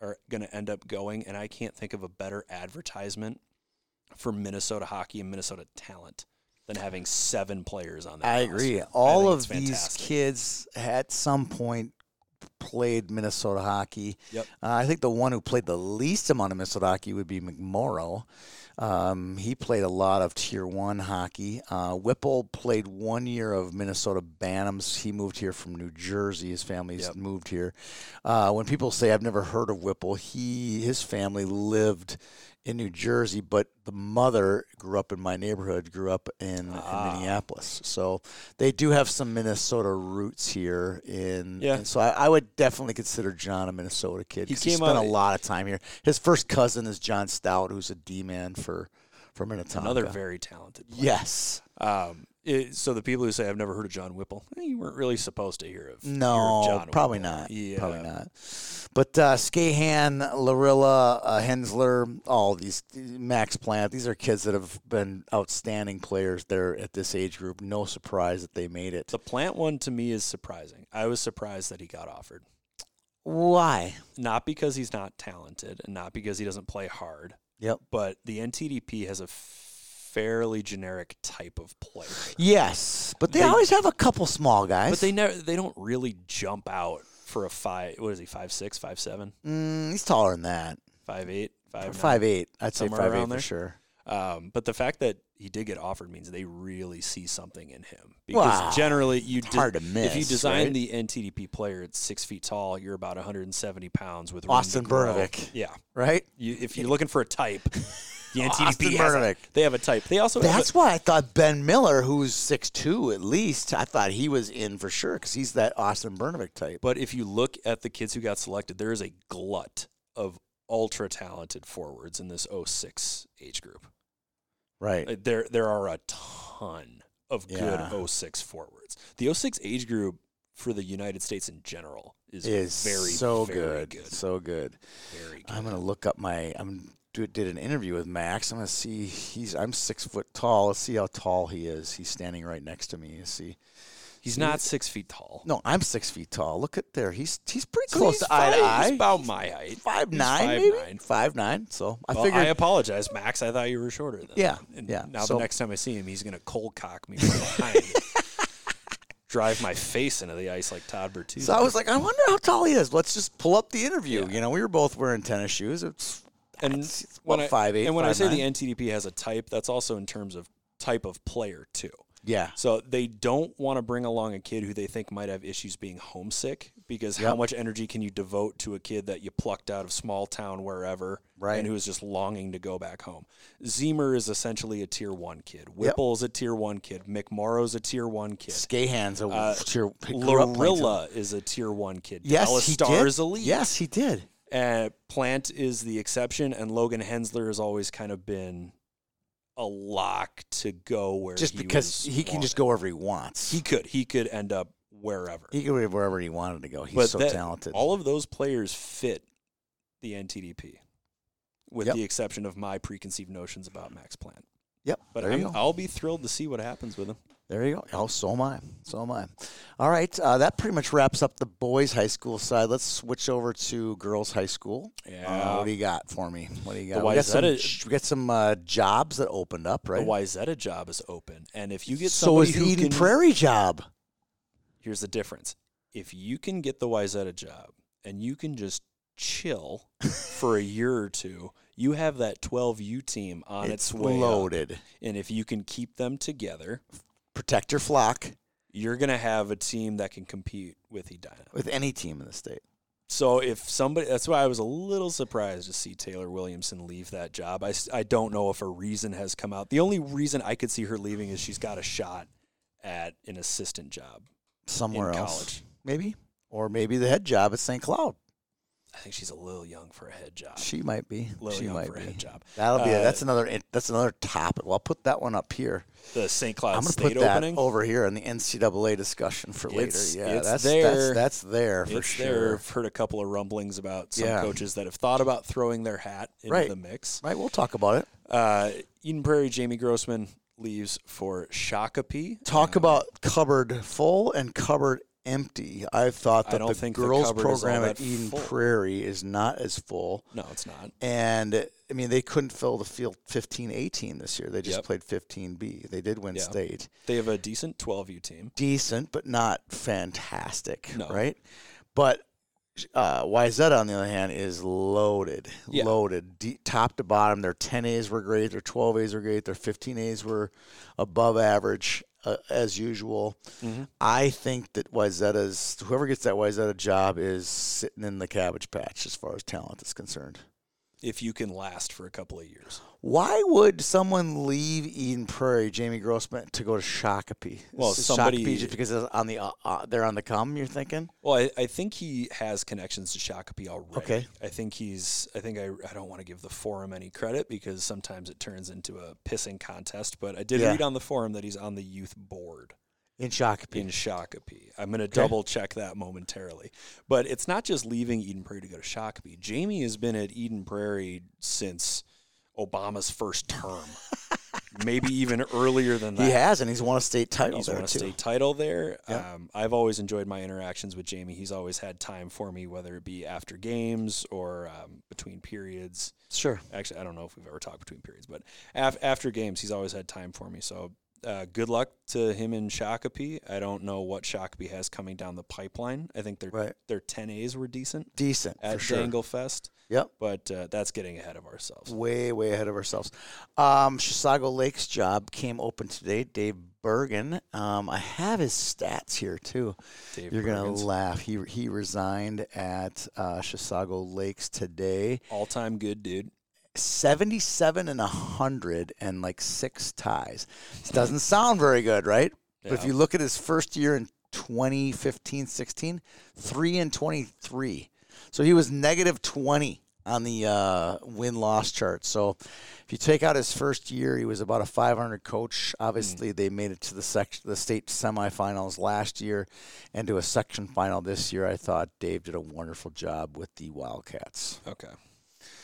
[SPEAKER 1] are going to end up going, and I can't think of a better advertisement for Minnesota hockey and Minnesota talent than having seven players on that.
[SPEAKER 3] I
[SPEAKER 1] roster.
[SPEAKER 3] agree.
[SPEAKER 1] I
[SPEAKER 3] All
[SPEAKER 1] think
[SPEAKER 3] of
[SPEAKER 1] it's
[SPEAKER 3] these
[SPEAKER 1] fantastic.
[SPEAKER 3] kids at some point played Minnesota hockey.
[SPEAKER 1] Yep.
[SPEAKER 3] Uh, I think the one who played the least amount of Minnesota hockey would be McMorrow. Um, he played a lot of Tier One hockey. Uh, Whipple played one year of Minnesota Bantams. He moved here from New Jersey. His family's
[SPEAKER 1] Yep.
[SPEAKER 3] moved here. Uh, when people say I've never heard of Whipple, he his family lived in New Jersey, but the mother grew up in my neighborhood. Grew up in,
[SPEAKER 1] Ah.
[SPEAKER 3] in Minneapolis, so they do have some Minnesota roots here. In
[SPEAKER 1] Yeah.
[SPEAKER 3] and so I, I would definitely consider John a Minnesota kid.
[SPEAKER 1] He
[SPEAKER 3] 'cause
[SPEAKER 1] came
[SPEAKER 3] spent
[SPEAKER 1] out-
[SPEAKER 3] a lot of time here. His first cousin is John Stout, who's a D man for for Minnetonka.
[SPEAKER 1] Another very talented. Player.
[SPEAKER 3] yes.
[SPEAKER 1] Um, it- so the people who say I've never heard of John Whipple, eh, you weren't really supposed to hear of.
[SPEAKER 3] No,
[SPEAKER 1] hear of John
[SPEAKER 3] probably
[SPEAKER 1] Whipple.
[SPEAKER 3] not.
[SPEAKER 1] Yeah.
[SPEAKER 3] Probably not. But uh, Skahan, Larilla, uh, Hensler, all these, Max Plant, these are kids that have been outstanding players there at this age group. No surprise that they made it.
[SPEAKER 1] The plant one to me is surprising. I was surprised that he got offered.
[SPEAKER 3] Why?
[SPEAKER 1] Not because he's not talented and not because he doesn't play hard,
[SPEAKER 3] Yep.
[SPEAKER 1] but the NTDP has a fairly generic type of player.
[SPEAKER 3] Yes, but they,
[SPEAKER 1] They-
[SPEAKER 3] always have a couple small guys.
[SPEAKER 1] But they never they don't really jump out for a five what is he, five six, five seven,
[SPEAKER 3] mm, he's taller than that.
[SPEAKER 1] five eight, five nine.
[SPEAKER 3] Five eight. I'd say
[SPEAKER 1] Somewhere
[SPEAKER 3] five eight
[SPEAKER 1] around
[SPEAKER 3] for
[SPEAKER 1] there.
[SPEAKER 3] sure.
[SPEAKER 1] Um, but the fact that he did get offered means they really see something in him because
[SPEAKER 3] Wow.
[SPEAKER 1] generally you
[SPEAKER 3] It's hard to
[SPEAKER 1] If you
[SPEAKER 3] miss,
[SPEAKER 1] design
[SPEAKER 3] right?
[SPEAKER 1] the NTDP player at six feet tall, you're about 170 pounds with room to
[SPEAKER 3] Austin
[SPEAKER 1] grow.
[SPEAKER 3] Bernovic.
[SPEAKER 1] Yeah,
[SPEAKER 3] Right?
[SPEAKER 1] you, if you're looking for a type, The
[SPEAKER 3] Oh, Austin
[SPEAKER 1] NTDP has
[SPEAKER 3] Murdoch.
[SPEAKER 1] a, they have a type. They also have a-
[SPEAKER 3] That's why I thought Ben Miller, who's 6'2 at least, I thought he was in for sure because he's that Austin Bernovic type.
[SPEAKER 1] But if you look at the kids who got selected, there is a glut of ultra talented forwards in this 06 age group.
[SPEAKER 3] Right.
[SPEAKER 1] Uh, There there are a ton of
[SPEAKER 3] Yeah.
[SPEAKER 1] good 06 forwards. The 06 age group for the United States in general is,
[SPEAKER 3] Is
[SPEAKER 1] very
[SPEAKER 3] so
[SPEAKER 1] very
[SPEAKER 3] good.
[SPEAKER 1] good.
[SPEAKER 3] So good.
[SPEAKER 1] Very good.
[SPEAKER 3] I'm gonna look up my. I'm do, did an interview with Max. I'm gonna see he's. I'm six foot tall. Let's see how tall he is. He's standing right next to me. You see?
[SPEAKER 1] He's not six feet tall.
[SPEAKER 3] No, I'm six feet tall. Look at there. He's he's pretty
[SPEAKER 1] So
[SPEAKER 3] close
[SPEAKER 1] he's
[SPEAKER 3] to eye to
[SPEAKER 1] five-
[SPEAKER 3] eye.
[SPEAKER 1] He's about my height.
[SPEAKER 3] five
[SPEAKER 1] He's
[SPEAKER 3] nine,
[SPEAKER 1] five
[SPEAKER 3] maybe
[SPEAKER 1] nine.
[SPEAKER 3] five nine. So I
[SPEAKER 1] Well,
[SPEAKER 3] figured
[SPEAKER 1] I apologize, Max. I thought you were shorter than
[SPEAKER 3] Yeah,
[SPEAKER 1] that. And
[SPEAKER 3] yeah.
[SPEAKER 1] Now
[SPEAKER 3] So-
[SPEAKER 1] the next time I see him, he's gonna cold cock me from behind. Drive my face into the ice like Todd Bertuzzi.
[SPEAKER 3] So I was like, I wonder how tall he is. Let's just pull up the interview. You know, we were both wearing tennis shoes. It's
[SPEAKER 1] and
[SPEAKER 3] That's- it's
[SPEAKER 1] when
[SPEAKER 3] about
[SPEAKER 1] I,
[SPEAKER 3] 5'8",,
[SPEAKER 1] and when I say
[SPEAKER 3] 5'9".
[SPEAKER 1] the NTDP has a type, that's also in terms of type of player too.
[SPEAKER 3] yeah,
[SPEAKER 1] So they don't want to bring along a kid who they think might have issues being homesick because how
[SPEAKER 3] Yep.
[SPEAKER 1] much energy can you devote to a kid that you plucked out of small town wherever
[SPEAKER 3] Right.
[SPEAKER 1] and who is just longing to go back home. Zemer is essentially a tier 1 kid. Whipple is a tier 1 kid. McMorrow's a tier 1 kid.
[SPEAKER 3] Skahan's a cheer. grew up playing tennis.
[SPEAKER 1] Uh, Lorilla is a tier 1 kid.
[SPEAKER 3] Yes,
[SPEAKER 1] Dallas
[SPEAKER 3] he
[SPEAKER 1] Star
[SPEAKER 3] did.
[SPEAKER 1] is elite.
[SPEAKER 3] Yes, he did.
[SPEAKER 1] Uh, Plant is the exception, and Logan Hensler has always kind of been a lock to go where
[SPEAKER 3] Just
[SPEAKER 1] he
[SPEAKER 3] because
[SPEAKER 1] was
[SPEAKER 3] he can just
[SPEAKER 1] wanted.
[SPEAKER 3] go wherever he wants.
[SPEAKER 1] He
[SPEAKER 3] He,
[SPEAKER 1] could. He could end up wherever.
[SPEAKER 3] could go wherever he wanted to go. He's
[SPEAKER 1] But
[SPEAKER 3] so
[SPEAKER 1] that-
[SPEAKER 3] talented.
[SPEAKER 1] All of those players fit the NTDP, with
[SPEAKER 3] Yep.
[SPEAKER 1] the exception of my preconceived notions about Max Plant.
[SPEAKER 3] yep.
[SPEAKER 1] But
[SPEAKER 3] there you
[SPEAKER 1] I'm,
[SPEAKER 3] go.
[SPEAKER 1] I'll be thrilled to see what happens with him.
[SPEAKER 3] There you go. Oh, so am I. So am I. All right. Uh, that pretty much wraps up the boys' high school side. Let's switch over to girls' high school. Uh,
[SPEAKER 1] Yeah.
[SPEAKER 3] what do you got for me? What do you got?
[SPEAKER 1] The
[SPEAKER 3] we got some,
[SPEAKER 1] Wayzata-
[SPEAKER 3] sh- we got some uh, jobs that opened up, right?
[SPEAKER 1] The Wyzetta job is open, and if you get
[SPEAKER 3] so
[SPEAKER 1] somebody
[SPEAKER 3] is the
[SPEAKER 1] who
[SPEAKER 3] Eden
[SPEAKER 1] can,
[SPEAKER 3] Prairie job.
[SPEAKER 1] here's the difference. If you can get the Wyzetta job and you can just chill for a year or two, you have that 12U team on its, way. up.
[SPEAKER 3] loaded.
[SPEAKER 1] And if you can keep them together,
[SPEAKER 3] Protect your flock
[SPEAKER 1] you're going to have a team that can compete with Edina.
[SPEAKER 3] with any team in the state.
[SPEAKER 1] So if somebody, that's why I was a little surprised to see Taylor Williamson leave that job. I, s- I don't know if a reason has come out. The only reason I could see her leaving is she's got a shot at an assistant job.
[SPEAKER 3] Somewhere
[SPEAKER 1] In
[SPEAKER 3] else.
[SPEAKER 1] college.
[SPEAKER 3] Maybe. Or maybe the head job at St. Cloud.
[SPEAKER 1] I think she's a little young for a head job.
[SPEAKER 3] She might be.
[SPEAKER 1] little
[SPEAKER 3] she
[SPEAKER 1] young
[SPEAKER 3] might
[SPEAKER 1] for a
[SPEAKER 3] be.
[SPEAKER 1] head job.
[SPEAKER 3] That'll be
[SPEAKER 1] Uh,
[SPEAKER 3] that's another in- that's another topic. Well, I'll put that one up here.
[SPEAKER 1] The St.
[SPEAKER 3] I'm
[SPEAKER 1] Cloud
[SPEAKER 3] gonna
[SPEAKER 1] State
[SPEAKER 3] put that
[SPEAKER 1] opening.
[SPEAKER 3] over here in the NCAA discussion for later.
[SPEAKER 1] It's-
[SPEAKER 3] yeah,
[SPEAKER 1] it's
[SPEAKER 3] that's,
[SPEAKER 1] there.
[SPEAKER 3] that's that's there for
[SPEAKER 1] it's
[SPEAKER 3] sure.
[SPEAKER 1] there. I've heard a couple of rumblings about some
[SPEAKER 3] Yeah.
[SPEAKER 1] coaches that have thought about throwing their hat into
[SPEAKER 3] Right.
[SPEAKER 1] the mix.
[SPEAKER 3] Right, we'll talk about it.
[SPEAKER 1] Uh, Eden Prairie, Jamie Grossman leaves for Shakopee.
[SPEAKER 3] Talk about cupboard full and cupboard empty. I've thought
[SPEAKER 1] I
[SPEAKER 3] that
[SPEAKER 1] don't
[SPEAKER 3] the
[SPEAKER 1] think the
[SPEAKER 3] girls
[SPEAKER 1] cupboard is all
[SPEAKER 3] program at
[SPEAKER 1] that
[SPEAKER 3] Eden
[SPEAKER 1] full.
[SPEAKER 3] Prairie is not as full.
[SPEAKER 1] No, it's not.
[SPEAKER 3] And I mean, they couldn't fill the field 15A team this year. They just
[SPEAKER 1] Yep.
[SPEAKER 3] played 15B. They did win
[SPEAKER 1] Yeah.
[SPEAKER 3] state.
[SPEAKER 1] They have a decent 12U team.
[SPEAKER 3] Decent, but not fantastic,
[SPEAKER 1] No.
[SPEAKER 3] right? But uh, YZ, on the other hand, is loaded,
[SPEAKER 1] Yeah.
[SPEAKER 3] loaded de- top to bottom. Their 10As were great. Their 12As were great. Their 15As were above average, uh, as usual.
[SPEAKER 1] Mm-hmm.
[SPEAKER 3] I think that YZ's, whoever gets that YZ job is sitting in the cabbage patch as far as talent is concerned.
[SPEAKER 1] if you can last for a couple of years.
[SPEAKER 3] Why would someone leave Eden Prairie, Jamie Grossman, to go to Shakopee?
[SPEAKER 1] Well,
[SPEAKER 3] Is
[SPEAKER 1] somebody-
[SPEAKER 3] Shakopee just because it's on the uh, uh, they're on the come. You're thinking
[SPEAKER 1] Well, I, I think he has connections to Shakopee already.
[SPEAKER 3] Okay.
[SPEAKER 1] I think he's. I think I. I don't want to give the forum any credit because sometimes it turns into a pissing contest. But I did
[SPEAKER 3] Yeah.
[SPEAKER 1] read on the forum that he's on the youth board
[SPEAKER 3] in Shakopee.
[SPEAKER 1] in Shakopee. I'm going to double check that momentarily. But it's not just leaving Eden Prairie to go to Shakopee. Jamie has been at Eden Prairie since Obama's first term, maybe even earlier than that.
[SPEAKER 3] he has, and he's won a state title
[SPEAKER 1] He's
[SPEAKER 3] there
[SPEAKER 1] won a
[SPEAKER 3] too.
[SPEAKER 1] state title there.
[SPEAKER 3] Yeah.
[SPEAKER 1] Um, I've always enjoyed my interactions with Jamie. He's always had time for me, whether it be after games or um, between periods.
[SPEAKER 3] Sure,
[SPEAKER 1] Actually, I don't know if we've ever talked between periods, but af- after games, he's always had time for me. So uh, good luck to him in Shakopee. I don't know what Shakopee has coming down the pipeline. I think their
[SPEAKER 3] Right.
[SPEAKER 1] their 10As were decent
[SPEAKER 3] decent for
[SPEAKER 1] at
[SPEAKER 3] sure.
[SPEAKER 1] Danglefest,
[SPEAKER 3] Yep,
[SPEAKER 1] but uh, that's getting ahead of ourselves.
[SPEAKER 3] way way ahead of ourselves. Um, Chisago Lake's job came open today. Dave Bergen. Um, I have his stats here too.
[SPEAKER 1] Dave
[SPEAKER 3] You're gonna
[SPEAKER 1] Bergen's
[SPEAKER 3] laugh. He he resigned at uh, Chisago Lakes today.
[SPEAKER 1] all-time good dude.
[SPEAKER 3] 77 and 100 and like six ties. This doesn't sound very good, right? But if
[SPEAKER 1] Yeah.
[SPEAKER 3] you look at his first year in 2015 16, 3 and 23. So he was negative 20 on the uh, win loss chart. So if you take out his first year, he was about a 500 coach. Obviously,
[SPEAKER 1] Hmm.
[SPEAKER 3] they made it to the section, the state semifinals last year and to a section final this year. I thought Dave did a wonderful job with the Wildcats.
[SPEAKER 1] Okay.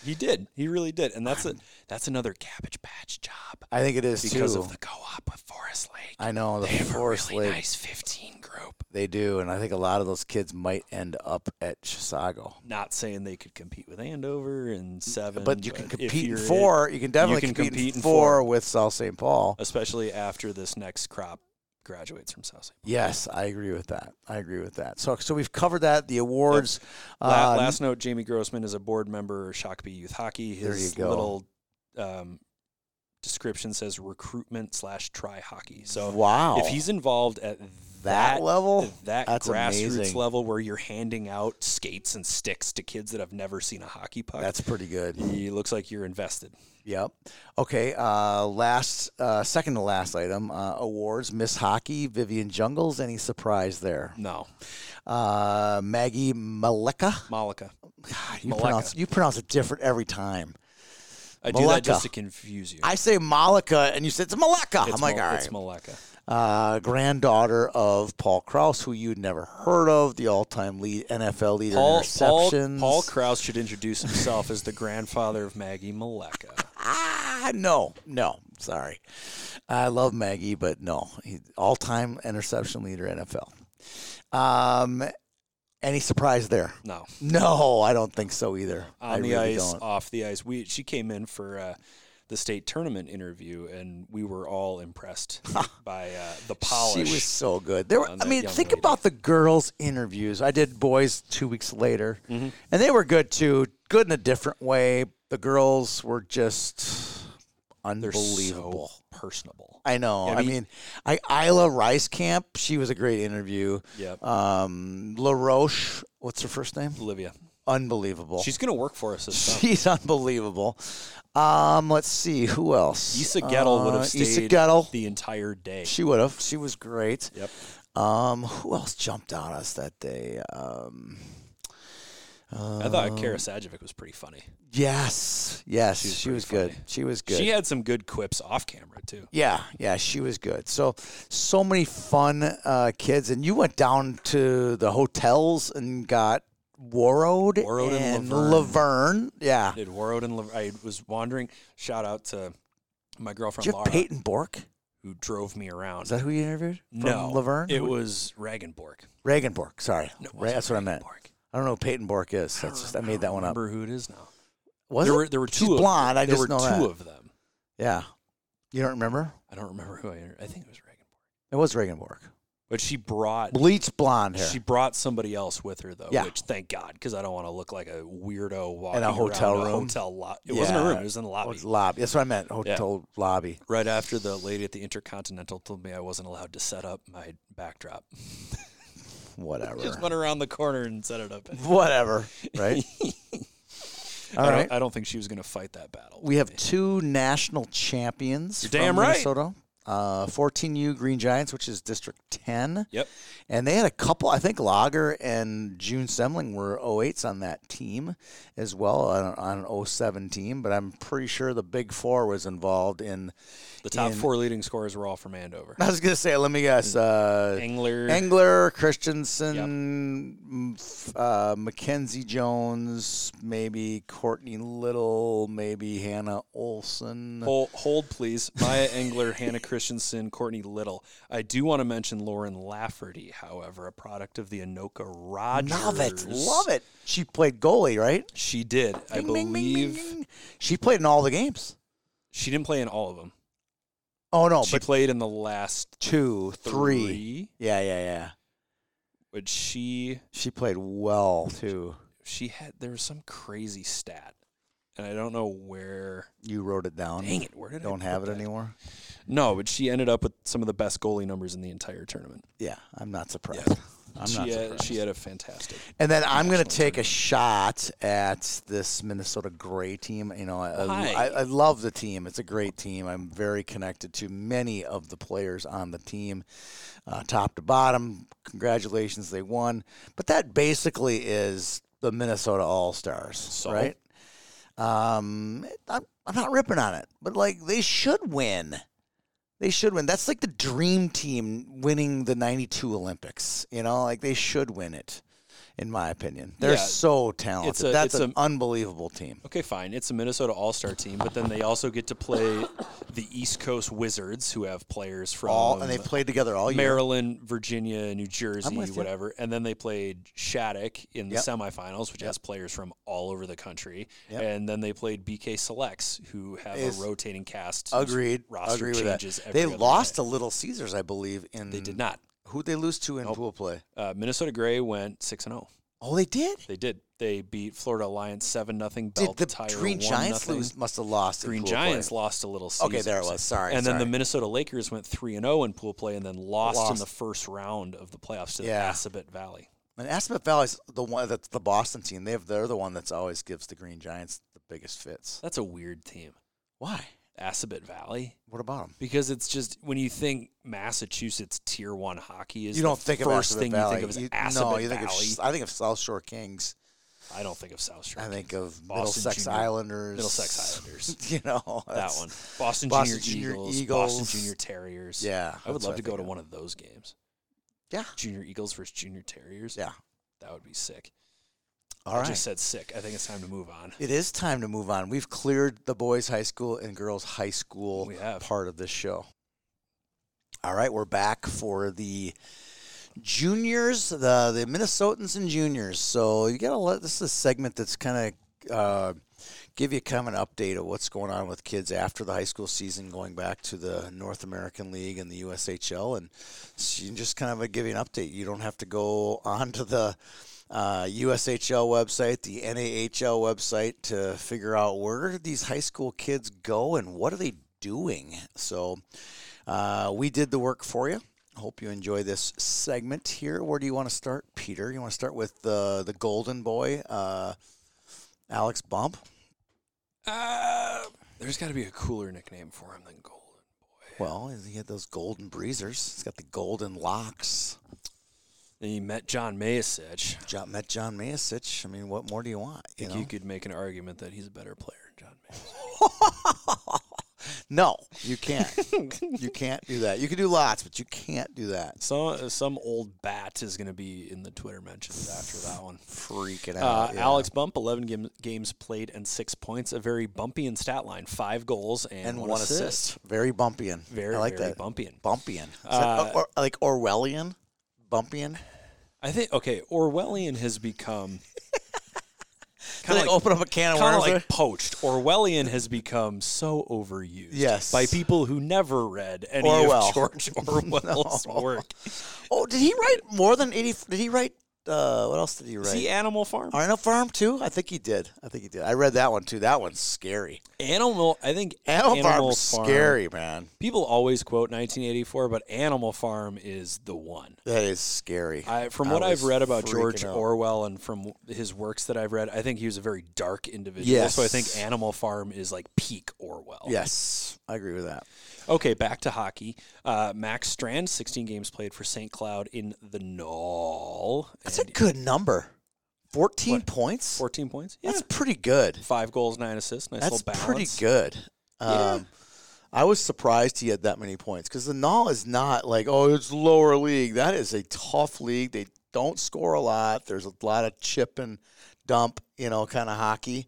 [SPEAKER 1] He did. He really did. And that's a that's another cabbage patch job
[SPEAKER 3] I think it is
[SPEAKER 1] because
[SPEAKER 3] too.
[SPEAKER 1] of the co-op with Forest Lake.
[SPEAKER 3] I know the
[SPEAKER 1] they have
[SPEAKER 3] Forest
[SPEAKER 1] a really
[SPEAKER 3] Lake.
[SPEAKER 1] nice 15 group.
[SPEAKER 3] They do, and I think a lot of those kids might end up at Chisago.
[SPEAKER 1] Not saying they could compete with Andover and seven,
[SPEAKER 3] But you can
[SPEAKER 1] if
[SPEAKER 3] compete in
[SPEAKER 1] you're it-
[SPEAKER 3] four. You can definitely
[SPEAKER 1] can
[SPEAKER 3] compete,
[SPEAKER 1] compete
[SPEAKER 3] in
[SPEAKER 1] in
[SPEAKER 3] four,
[SPEAKER 1] four.
[SPEAKER 3] with South St. Paul.
[SPEAKER 1] especially after this next crop graduates from South. St.
[SPEAKER 3] Yes, I agree with that. I agree with that. So, so we've covered that. The awards.
[SPEAKER 1] La-
[SPEAKER 3] uh,
[SPEAKER 1] last note: Jamie Grossman is a board member of Shakopee Youth Hockey.
[SPEAKER 3] There
[SPEAKER 1] His
[SPEAKER 3] you go.
[SPEAKER 1] little um, description says recruitment slash try hockey. So
[SPEAKER 3] wow.
[SPEAKER 1] if he's involved at that,
[SPEAKER 3] That level?
[SPEAKER 1] that
[SPEAKER 3] That's
[SPEAKER 1] grassroots
[SPEAKER 3] amazing.
[SPEAKER 1] level where you're handing out skates and sticks to kids that have never seen a hockey puck,
[SPEAKER 3] that's pretty good.
[SPEAKER 1] he looks like you're invested.
[SPEAKER 3] Yep. Okay. Uh, last, uh, second to last item. Uh, awards. Miss Hockey. Vivian Jungles. Any surprise there?
[SPEAKER 1] No,
[SPEAKER 3] Uh, Maggie Maleka.
[SPEAKER 1] Malika.
[SPEAKER 3] God, you
[SPEAKER 1] Maleka.
[SPEAKER 3] pronounce you pronounce it different every time.
[SPEAKER 1] I do that
[SPEAKER 3] Maleka.
[SPEAKER 1] just to confuse you.
[SPEAKER 3] I say Malika, and you say it's Malika.
[SPEAKER 1] It's
[SPEAKER 3] I'm like,
[SPEAKER 1] Mal-
[SPEAKER 3] all
[SPEAKER 1] It's
[SPEAKER 3] right.
[SPEAKER 1] Malika.
[SPEAKER 3] uh, granddaughter of Paul Kraus, who you'd never heard of, the all-time lead NFL leader in
[SPEAKER 1] Paul, Paul,
[SPEAKER 3] interceptions.
[SPEAKER 1] Paul Kraus should introduce himself as the grandfather of Maggie Maleka.
[SPEAKER 3] ah, no, no, sorry. I love Maggie, but no, he, all-time interception leader NFL. Um, any surprise there?
[SPEAKER 1] No.
[SPEAKER 3] No, I don't think so either.
[SPEAKER 1] on
[SPEAKER 3] I
[SPEAKER 1] the
[SPEAKER 3] really
[SPEAKER 1] ice,
[SPEAKER 3] don't.
[SPEAKER 1] off the ice. We she came in for uh, the state tournament interview, and we were all impressed by uh, the
[SPEAKER 3] She
[SPEAKER 1] polish.
[SPEAKER 3] was so good. There were, I
[SPEAKER 1] that
[SPEAKER 3] mean,
[SPEAKER 1] young
[SPEAKER 3] think
[SPEAKER 1] lady.
[SPEAKER 3] about the girls' interviews. I did boys two weeks later,
[SPEAKER 1] Mm-hmm.
[SPEAKER 3] and they were good too. Good in a different way. The girls were just
[SPEAKER 1] They're
[SPEAKER 3] unbelievable.
[SPEAKER 1] so personable.
[SPEAKER 3] I know.
[SPEAKER 1] I
[SPEAKER 3] I
[SPEAKER 1] mean-
[SPEAKER 3] mean, I, Isla Rice Camp. She was a great interview.
[SPEAKER 1] Yep.
[SPEAKER 3] Um, LaRoche. What's her first name?
[SPEAKER 1] Olivia,
[SPEAKER 3] Unbelievable.
[SPEAKER 1] she's gonna work for us this summer.
[SPEAKER 3] She's unbelievable. Um, let's see who else.
[SPEAKER 1] Issa Gettle would
[SPEAKER 3] Uh,
[SPEAKER 1] have
[SPEAKER 3] Issa
[SPEAKER 1] stayed
[SPEAKER 3] Gettle.
[SPEAKER 1] the entire day.
[SPEAKER 3] She would have. She was great.
[SPEAKER 1] Yep.
[SPEAKER 3] Um, who else jumped on us that day? Um,
[SPEAKER 1] I thought Kara Sajovic was pretty funny.
[SPEAKER 3] yes, yes, she was,
[SPEAKER 1] pretty
[SPEAKER 3] good.
[SPEAKER 1] funny.
[SPEAKER 3] She was good.
[SPEAKER 1] She had some good quips off camera too.
[SPEAKER 3] yeah, yeah, she was good. So, so many fun uh, kids, and you went down to the hotels and got Warroad,
[SPEAKER 1] Warroad and Laverne.
[SPEAKER 3] Laverne. Yeah,
[SPEAKER 1] Did Warroad and Lav- I was wandering. Shout out to my
[SPEAKER 3] did
[SPEAKER 1] girlfriend
[SPEAKER 3] you have
[SPEAKER 1] Laura,
[SPEAKER 3] Peyton Bork?
[SPEAKER 1] who drove me around.
[SPEAKER 3] Is that who you interviewed? From
[SPEAKER 1] no,
[SPEAKER 3] Laverne.
[SPEAKER 1] It was Ragenborg.
[SPEAKER 3] Reagan Bork. Sorry,
[SPEAKER 1] No, it
[SPEAKER 3] Ra- that's what I
[SPEAKER 1] wasn't
[SPEAKER 3] meant.
[SPEAKER 1] Ragenborg.
[SPEAKER 3] I don't know who Peyton Bork is. That's just, I made that one up.
[SPEAKER 1] Remember who it is now?
[SPEAKER 3] Was
[SPEAKER 1] there
[SPEAKER 3] it?
[SPEAKER 1] were there were two
[SPEAKER 3] She's
[SPEAKER 1] of
[SPEAKER 3] blonde. I
[SPEAKER 1] there
[SPEAKER 3] just
[SPEAKER 1] were
[SPEAKER 3] know
[SPEAKER 1] two
[SPEAKER 3] that.
[SPEAKER 1] of them.
[SPEAKER 3] Yeah, you don't remember?
[SPEAKER 1] I don't remember who I inter- I think it was Reagan.
[SPEAKER 3] It was Reagan Bork.
[SPEAKER 1] But she brought
[SPEAKER 3] Bleach blonde hair.
[SPEAKER 1] she brought somebody else with her though,
[SPEAKER 3] Yeah.
[SPEAKER 1] which thank God because I don't want to look like a weirdo walking
[SPEAKER 3] hotel
[SPEAKER 1] around
[SPEAKER 3] room?
[SPEAKER 1] A hotel lot. It wasn't a
[SPEAKER 3] Yeah.
[SPEAKER 1] room. It was in the
[SPEAKER 3] Oh,
[SPEAKER 1] lobby.
[SPEAKER 3] it's lobby. That's what I meant. Hotel lobby.
[SPEAKER 1] Right after the lady at the Intercontinental told me I wasn't allowed to set up my backdrop,
[SPEAKER 3] Whatever.
[SPEAKER 1] just went around the corner and set it up.
[SPEAKER 3] Whatever. Right. All
[SPEAKER 1] I,
[SPEAKER 3] right.
[SPEAKER 1] don't, I don't think she was going to fight that battle.
[SPEAKER 3] We have two national champions.
[SPEAKER 1] You're
[SPEAKER 3] from
[SPEAKER 1] damn right.
[SPEAKER 3] Minnesota. Uh, 14U Green Giants, which is District 10.
[SPEAKER 1] Yep.
[SPEAKER 3] And they had a couple, I think Lager and June Semling were 08s on that team as well, on, on an 07 team. But I'm pretty sure the Big Four was involved in.
[SPEAKER 1] The top
[SPEAKER 3] in-
[SPEAKER 1] four leading scorers were all from Andover.
[SPEAKER 3] I was going to say, let me guess. Uh,
[SPEAKER 1] Engler,
[SPEAKER 3] Engler, Christensen, m- f- uh, Mackenzie Jones, maybe Courtney Little, maybe Hannah Olson.
[SPEAKER 1] Hold, hold, please. Maya Engler, Hannah Christensen, Courtney Little. I do want to mention Lauren Lafferty, however, a product of the Anoka Rogers.
[SPEAKER 3] Love it, love it. She played goalie, right?
[SPEAKER 1] She did. I
[SPEAKER 3] Ding, ding,
[SPEAKER 1] believe
[SPEAKER 3] ding, ding, ding. she played in all the games.
[SPEAKER 1] she didn't play in all of them.
[SPEAKER 3] Oh no,
[SPEAKER 1] she
[SPEAKER 3] but
[SPEAKER 1] played in the last
[SPEAKER 3] two, three.
[SPEAKER 1] three,
[SPEAKER 3] Yeah, yeah, yeah.
[SPEAKER 1] but she
[SPEAKER 3] She played well too.
[SPEAKER 1] she had there was some crazy stat, and I don't know where.
[SPEAKER 3] You wrote it down.
[SPEAKER 1] Dang it! Where did I
[SPEAKER 3] Don't
[SPEAKER 1] put
[SPEAKER 3] have it
[SPEAKER 1] that?
[SPEAKER 3] anymore.
[SPEAKER 1] No, but she ended up with some of the best goalie numbers in the entire tournament.
[SPEAKER 3] Yeah, I'm not surprised. I'm not
[SPEAKER 1] she had,
[SPEAKER 3] surprised.
[SPEAKER 1] she had a fantastic.
[SPEAKER 3] And then I'm going to take a shot at this Minnesota Gray team. You know, I,
[SPEAKER 1] Why?
[SPEAKER 3] I, I love the team. It's a great team. I'm very connected to many of the players on the team, uh, top to bottom. Congratulations, they won. But that basically is the Minnesota All Stars, right? Um, I'm, I'm not ripping on it, but like they should win. They should win. That's like the dream team winning the 92 Olympics. You know, like they should win it, in my opinion. They're
[SPEAKER 1] Yeah.
[SPEAKER 3] so talented.
[SPEAKER 1] It's a-
[SPEAKER 3] That's
[SPEAKER 1] it's
[SPEAKER 3] an
[SPEAKER 1] a-
[SPEAKER 3] unbelievable team.
[SPEAKER 1] Okay, fine. It's a Minnesota All Star team, but then they also get to play the East Coast Wizards, who have players from
[SPEAKER 3] All And they played together all year.
[SPEAKER 1] Um, Maryland, Virginia, New Jersey,
[SPEAKER 3] with you.
[SPEAKER 1] whatever. And then they played Shattuck in the
[SPEAKER 3] Yep.
[SPEAKER 1] semifinals, which has players from all over the country.
[SPEAKER 3] Yep.
[SPEAKER 1] And then they played BK Selects, who have
[SPEAKER 3] Is-
[SPEAKER 1] a rotating cast. whose
[SPEAKER 3] Agreed.
[SPEAKER 1] Roster
[SPEAKER 3] Agree with that.
[SPEAKER 1] changes every
[SPEAKER 3] They
[SPEAKER 1] other
[SPEAKER 3] lost
[SPEAKER 1] day.
[SPEAKER 3] to Little Caesars, I believe. In
[SPEAKER 1] They did not.
[SPEAKER 3] Who they lose to in pool play?
[SPEAKER 1] Uh, Minnesota Gray went 6 and 0.
[SPEAKER 3] Oh, they did.
[SPEAKER 1] They did. They beat Florida Alliance 7 nothing.
[SPEAKER 3] Did the
[SPEAKER 1] Tire
[SPEAKER 3] Green
[SPEAKER 1] 1
[SPEAKER 3] Giants
[SPEAKER 1] nothing.
[SPEAKER 3] lose? Must have lost. in
[SPEAKER 1] Green
[SPEAKER 3] pool play.
[SPEAKER 1] Giants lost a little. Caesars.
[SPEAKER 3] Okay, there it was. Sorry,
[SPEAKER 1] And then
[SPEAKER 3] sorry.
[SPEAKER 1] the Minnesota Lakers went three and zero in pool play, and then lost, in
[SPEAKER 3] Lost.
[SPEAKER 1] the first round of the playoffs to
[SPEAKER 3] Yeah.
[SPEAKER 1] the Assabet Valley.
[SPEAKER 3] And Aspet Valley's the one that's the Boston team. They have they're the one that's always gives the Green Giants the biggest fits.
[SPEAKER 1] That's a weird team,
[SPEAKER 3] Why?
[SPEAKER 1] Assabet Valley,
[SPEAKER 3] What about them?
[SPEAKER 1] because it's just when you think Massachusetts Tier One hockey is
[SPEAKER 3] You don't
[SPEAKER 1] the
[SPEAKER 3] think
[SPEAKER 1] first
[SPEAKER 3] of Assabet
[SPEAKER 1] thing
[SPEAKER 3] Valley.
[SPEAKER 1] you think of
[SPEAKER 3] You-
[SPEAKER 1] is Assabet
[SPEAKER 3] no, you think
[SPEAKER 1] Valley.
[SPEAKER 3] of S- I think of South Shore Kings.
[SPEAKER 1] I don't think of South Shore.
[SPEAKER 3] I
[SPEAKER 1] Kings.
[SPEAKER 3] think of
[SPEAKER 1] Boston
[SPEAKER 3] Middlesex
[SPEAKER 1] Junior-
[SPEAKER 3] Islanders.
[SPEAKER 1] Middlesex Islanders.
[SPEAKER 3] you know
[SPEAKER 1] that
[SPEAKER 3] that's-
[SPEAKER 1] one. Boston, Junior
[SPEAKER 3] Boston Junior
[SPEAKER 1] Eagles, Boston
[SPEAKER 3] Eagles.
[SPEAKER 1] Junior Terriers.
[SPEAKER 3] Yeah,
[SPEAKER 1] I would
[SPEAKER 3] that's
[SPEAKER 1] love
[SPEAKER 3] what
[SPEAKER 1] to go
[SPEAKER 3] think
[SPEAKER 1] to
[SPEAKER 3] of.
[SPEAKER 1] one of those games.
[SPEAKER 3] Yeah,
[SPEAKER 1] Junior Eagles versus Junior Terriers.
[SPEAKER 3] yeah.
[SPEAKER 1] That would be sick.
[SPEAKER 3] All
[SPEAKER 1] I
[SPEAKER 3] right.
[SPEAKER 1] just said sick. I think it's time to move on.
[SPEAKER 3] It is time to move on. We've cleared the boys' high school and girls' high school
[SPEAKER 1] We have.
[SPEAKER 3] part of this show. All right, we're back for the juniors, the the Minnesotans and juniors. So you got to let this is a segment that's kind of uh, give you kind of an update of what's going on with kids after the high school season, going back to the North American League and the USHL, and so you just kind of give you an update. You don't have to go onto the uh, USHL website, the NAHL website to figure out where did these high school kids go and what are they doing. So uh, we did the work for you. Hope you enjoy this segment here. Where do you want to start, Peter? You want to start with the the Golden Boy, uh, Alex Bump.
[SPEAKER 1] Uh, there's got to be a cooler nickname for him than Golden Boy.
[SPEAKER 3] Well, he had those golden breezers. He's got the golden locks.
[SPEAKER 1] Then you met John Mayasich.
[SPEAKER 3] John, met John Mayasich. I mean, what more do you want?
[SPEAKER 1] I
[SPEAKER 3] You
[SPEAKER 1] think
[SPEAKER 3] know?
[SPEAKER 1] you could make an argument that he's a better player than John Mayasich.
[SPEAKER 3] No, you can't. you can't do that. You can do lots, but you can't do that. It's
[SPEAKER 1] Some uh, some old bat is going to be in the Twitter mentions after that one.
[SPEAKER 3] freaking
[SPEAKER 1] Uh,
[SPEAKER 3] out. Oh, yeah.
[SPEAKER 1] Alex Bump, 11 game, games played and six points. A very bumpy and stat line. Five goals and,
[SPEAKER 3] and
[SPEAKER 1] one, assist.
[SPEAKER 3] Very bumpying.
[SPEAKER 1] Very,
[SPEAKER 3] I like
[SPEAKER 1] very Uh,
[SPEAKER 3] that.
[SPEAKER 1] bumpy.
[SPEAKER 3] Bumpian. Is that or, or- like Orwellian? Bumpian?
[SPEAKER 1] I think, okay, Orwellian has become.
[SPEAKER 3] Did
[SPEAKER 1] kinda
[SPEAKER 3] I open eh? up a can of
[SPEAKER 1] kind of like
[SPEAKER 3] worms there?
[SPEAKER 1] poached. Orwellian has become so overused.
[SPEAKER 3] Yes.
[SPEAKER 1] By people who never read any
[SPEAKER 3] Orwell.
[SPEAKER 1] of George Orwell's work.
[SPEAKER 3] Oh, did he write more than 80? Did he write, uh, what else did he
[SPEAKER 1] Is
[SPEAKER 3] write?
[SPEAKER 1] he Animal Farm?
[SPEAKER 3] Arno Farm too? I think he did. I think he did. I read that one too. That one's scary.
[SPEAKER 1] Animal, I think
[SPEAKER 3] Animal,
[SPEAKER 1] Animal
[SPEAKER 3] Farm's scary, man.
[SPEAKER 1] People always quote 1984, but Animal Farm is the one.
[SPEAKER 3] That is scary.
[SPEAKER 1] I, from what I've
[SPEAKER 3] was
[SPEAKER 1] read about
[SPEAKER 3] freaking
[SPEAKER 1] George
[SPEAKER 3] out.
[SPEAKER 1] Orwell and from his works that I've read, I think he was a very dark individual.
[SPEAKER 3] Yes.
[SPEAKER 1] So I think Animal Farm is like peak Orwell.
[SPEAKER 3] Yes, I agree with that.
[SPEAKER 1] Okay, back to hockey. Uh, Max Strand, 16 games played for St. Cloud in the Knoll.
[SPEAKER 3] That's a
[SPEAKER 1] and
[SPEAKER 3] good number. 14
[SPEAKER 1] What?
[SPEAKER 3] points?
[SPEAKER 1] 14 points. Yeah.
[SPEAKER 3] That's pretty good.
[SPEAKER 1] Five goals, nine assists. Nice
[SPEAKER 3] That's
[SPEAKER 1] little balance.
[SPEAKER 3] pretty good. Um,
[SPEAKER 1] Yeah.
[SPEAKER 3] I was surprised he had that many points because the Nall is not like, oh, it's lower league. That is a tough league. They don't score a lot. There's a lot of chip and dump, you know, kind of hockey.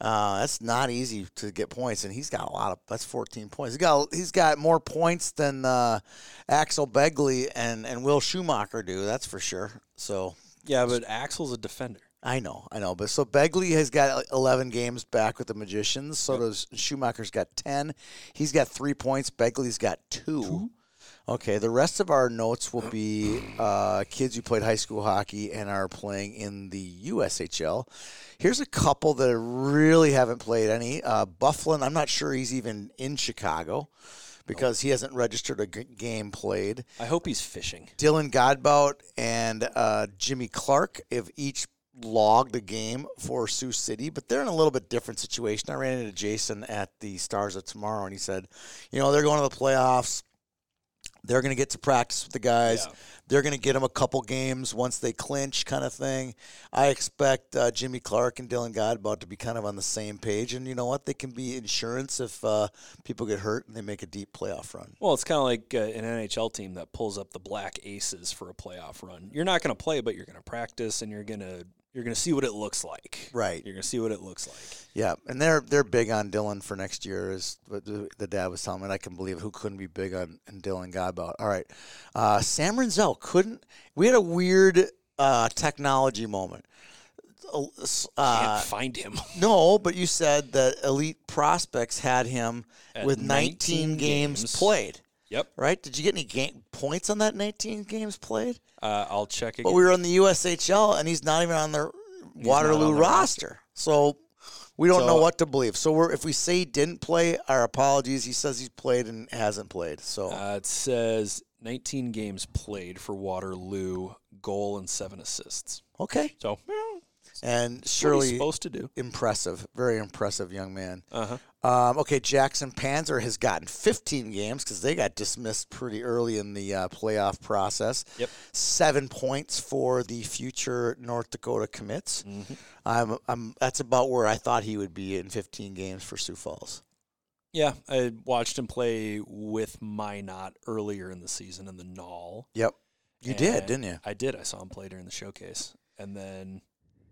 [SPEAKER 3] Uh, that's not easy to get points, and he's got a lot of. That's 14 points. He's got he's got more points than uh, Axel Begley and and Will Schumacher do. That's for sure. So
[SPEAKER 1] Yeah, but Axel's a defender.
[SPEAKER 3] I know, I know. But so Begley has got like, 11 games back with the Magicians. So does Schumacher's got 10. He's got three points. Begley's got two. Okay, the rest of our notes will be uh, kids who played high school hockey and are playing in the USHL. Here's a couple that really haven't played any. Uh, Bufflin, I'm not sure he's even in Chicago because he hasn't registered a g- game played.
[SPEAKER 1] I hope he's fishing.
[SPEAKER 3] Dylan Godbout and uh, Jimmy Clark have each logged a game for Sioux City, but they're in a little bit different situation. I ran into Jason at the Stars of Tomorrow, and he said, you know, they're going to the playoffs. They're going to get to practice with the guys.
[SPEAKER 1] Yeah.
[SPEAKER 3] They're going to get them a couple games once they clinch, kind of thing. I expect uh, Jimmy Clark and Dylan Godbout to be kind of on the same page. And you know what? They can be insurance if uh, people get hurt and they make a deep playoff run.
[SPEAKER 1] Well, it's kind of like uh, an NHL team that pulls up the black aces for a playoff run. You're not going to play, but you're going to practice, and you're going to you're going to see what it looks like.
[SPEAKER 3] Right.
[SPEAKER 1] You're going to see what it looks like.
[SPEAKER 3] Yeah, and they're they're big on Dylan for next year. Is what the, the dad was telling me. And I can believe who couldn't be big on, on Dylan Godbout. All right, uh, Sam Renzel couldn't. We had a weird uh, technology moment. Uh, s-
[SPEAKER 1] Can't
[SPEAKER 3] Uh,
[SPEAKER 1] find him.
[SPEAKER 3] no, but you said that elite prospects had him
[SPEAKER 1] At
[SPEAKER 3] with 19,
[SPEAKER 1] 19
[SPEAKER 3] games,
[SPEAKER 1] games.
[SPEAKER 3] played.
[SPEAKER 1] yep.
[SPEAKER 3] Right? Did you get any game points on that 19 games played?
[SPEAKER 1] Uh, I'll check again.
[SPEAKER 3] But we were on the USHL, and he's not even on the Waterloo
[SPEAKER 1] on the
[SPEAKER 3] roster. So we don't
[SPEAKER 1] So-
[SPEAKER 3] know what to believe. So we're, if we say he didn't play, our apologies. He says he's played and hasn't played. So
[SPEAKER 1] Uh, it says 19 games played for Waterloo, goal and seven assists.
[SPEAKER 3] okay,
[SPEAKER 1] So
[SPEAKER 3] and
[SPEAKER 1] surely
[SPEAKER 3] surely
[SPEAKER 1] supposed to do.
[SPEAKER 3] impressive, very impressive young man.
[SPEAKER 1] Uh-huh.
[SPEAKER 3] Um, okay, Jackson Panzer has gotten 15 games because they got dismissed pretty early in the uh, playoff process.
[SPEAKER 1] Yep.
[SPEAKER 3] Seven points for the future North Dakota commits.
[SPEAKER 1] Mm-hmm.
[SPEAKER 3] I'm, I'm, that's about where I thought he would be in 15 games for Sioux Falls.
[SPEAKER 1] Yeah, I watched him play with Minot earlier in the season in the Knoll.
[SPEAKER 3] Yep. You
[SPEAKER 1] and
[SPEAKER 3] did, didn't you?
[SPEAKER 1] I did. I saw him play during the showcase, and then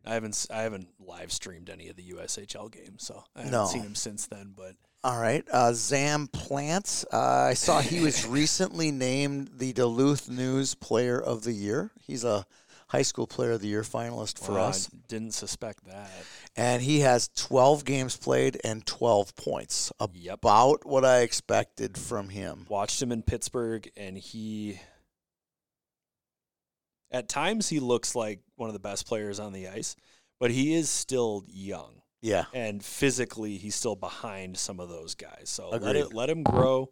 [SPEAKER 1] I haven't s- I haven't live streamed any of the USHL games, so I haven't
[SPEAKER 3] No.
[SPEAKER 1] seen him since then. But
[SPEAKER 3] All right. Uh, Zam Plants. Uh, I saw he was recently named the Duluth News Player of the Year. He's a high school player of the year finalist for
[SPEAKER 1] Wow, I
[SPEAKER 3] us.
[SPEAKER 1] didn't suspect that.
[SPEAKER 3] and he has 12 games played and 12 points. About
[SPEAKER 1] Yep.
[SPEAKER 3] what I expected from him.
[SPEAKER 1] Watched him in Pittsburgh, and he at times he looks like one of the best players on the ice, but he is still young.
[SPEAKER 3] Yeah.
[SPEAKER 1] and physically he's still behind some of those guys. So let
[SPEAKER 3] Agreed.
[SPEAKER 1] it, let him grow,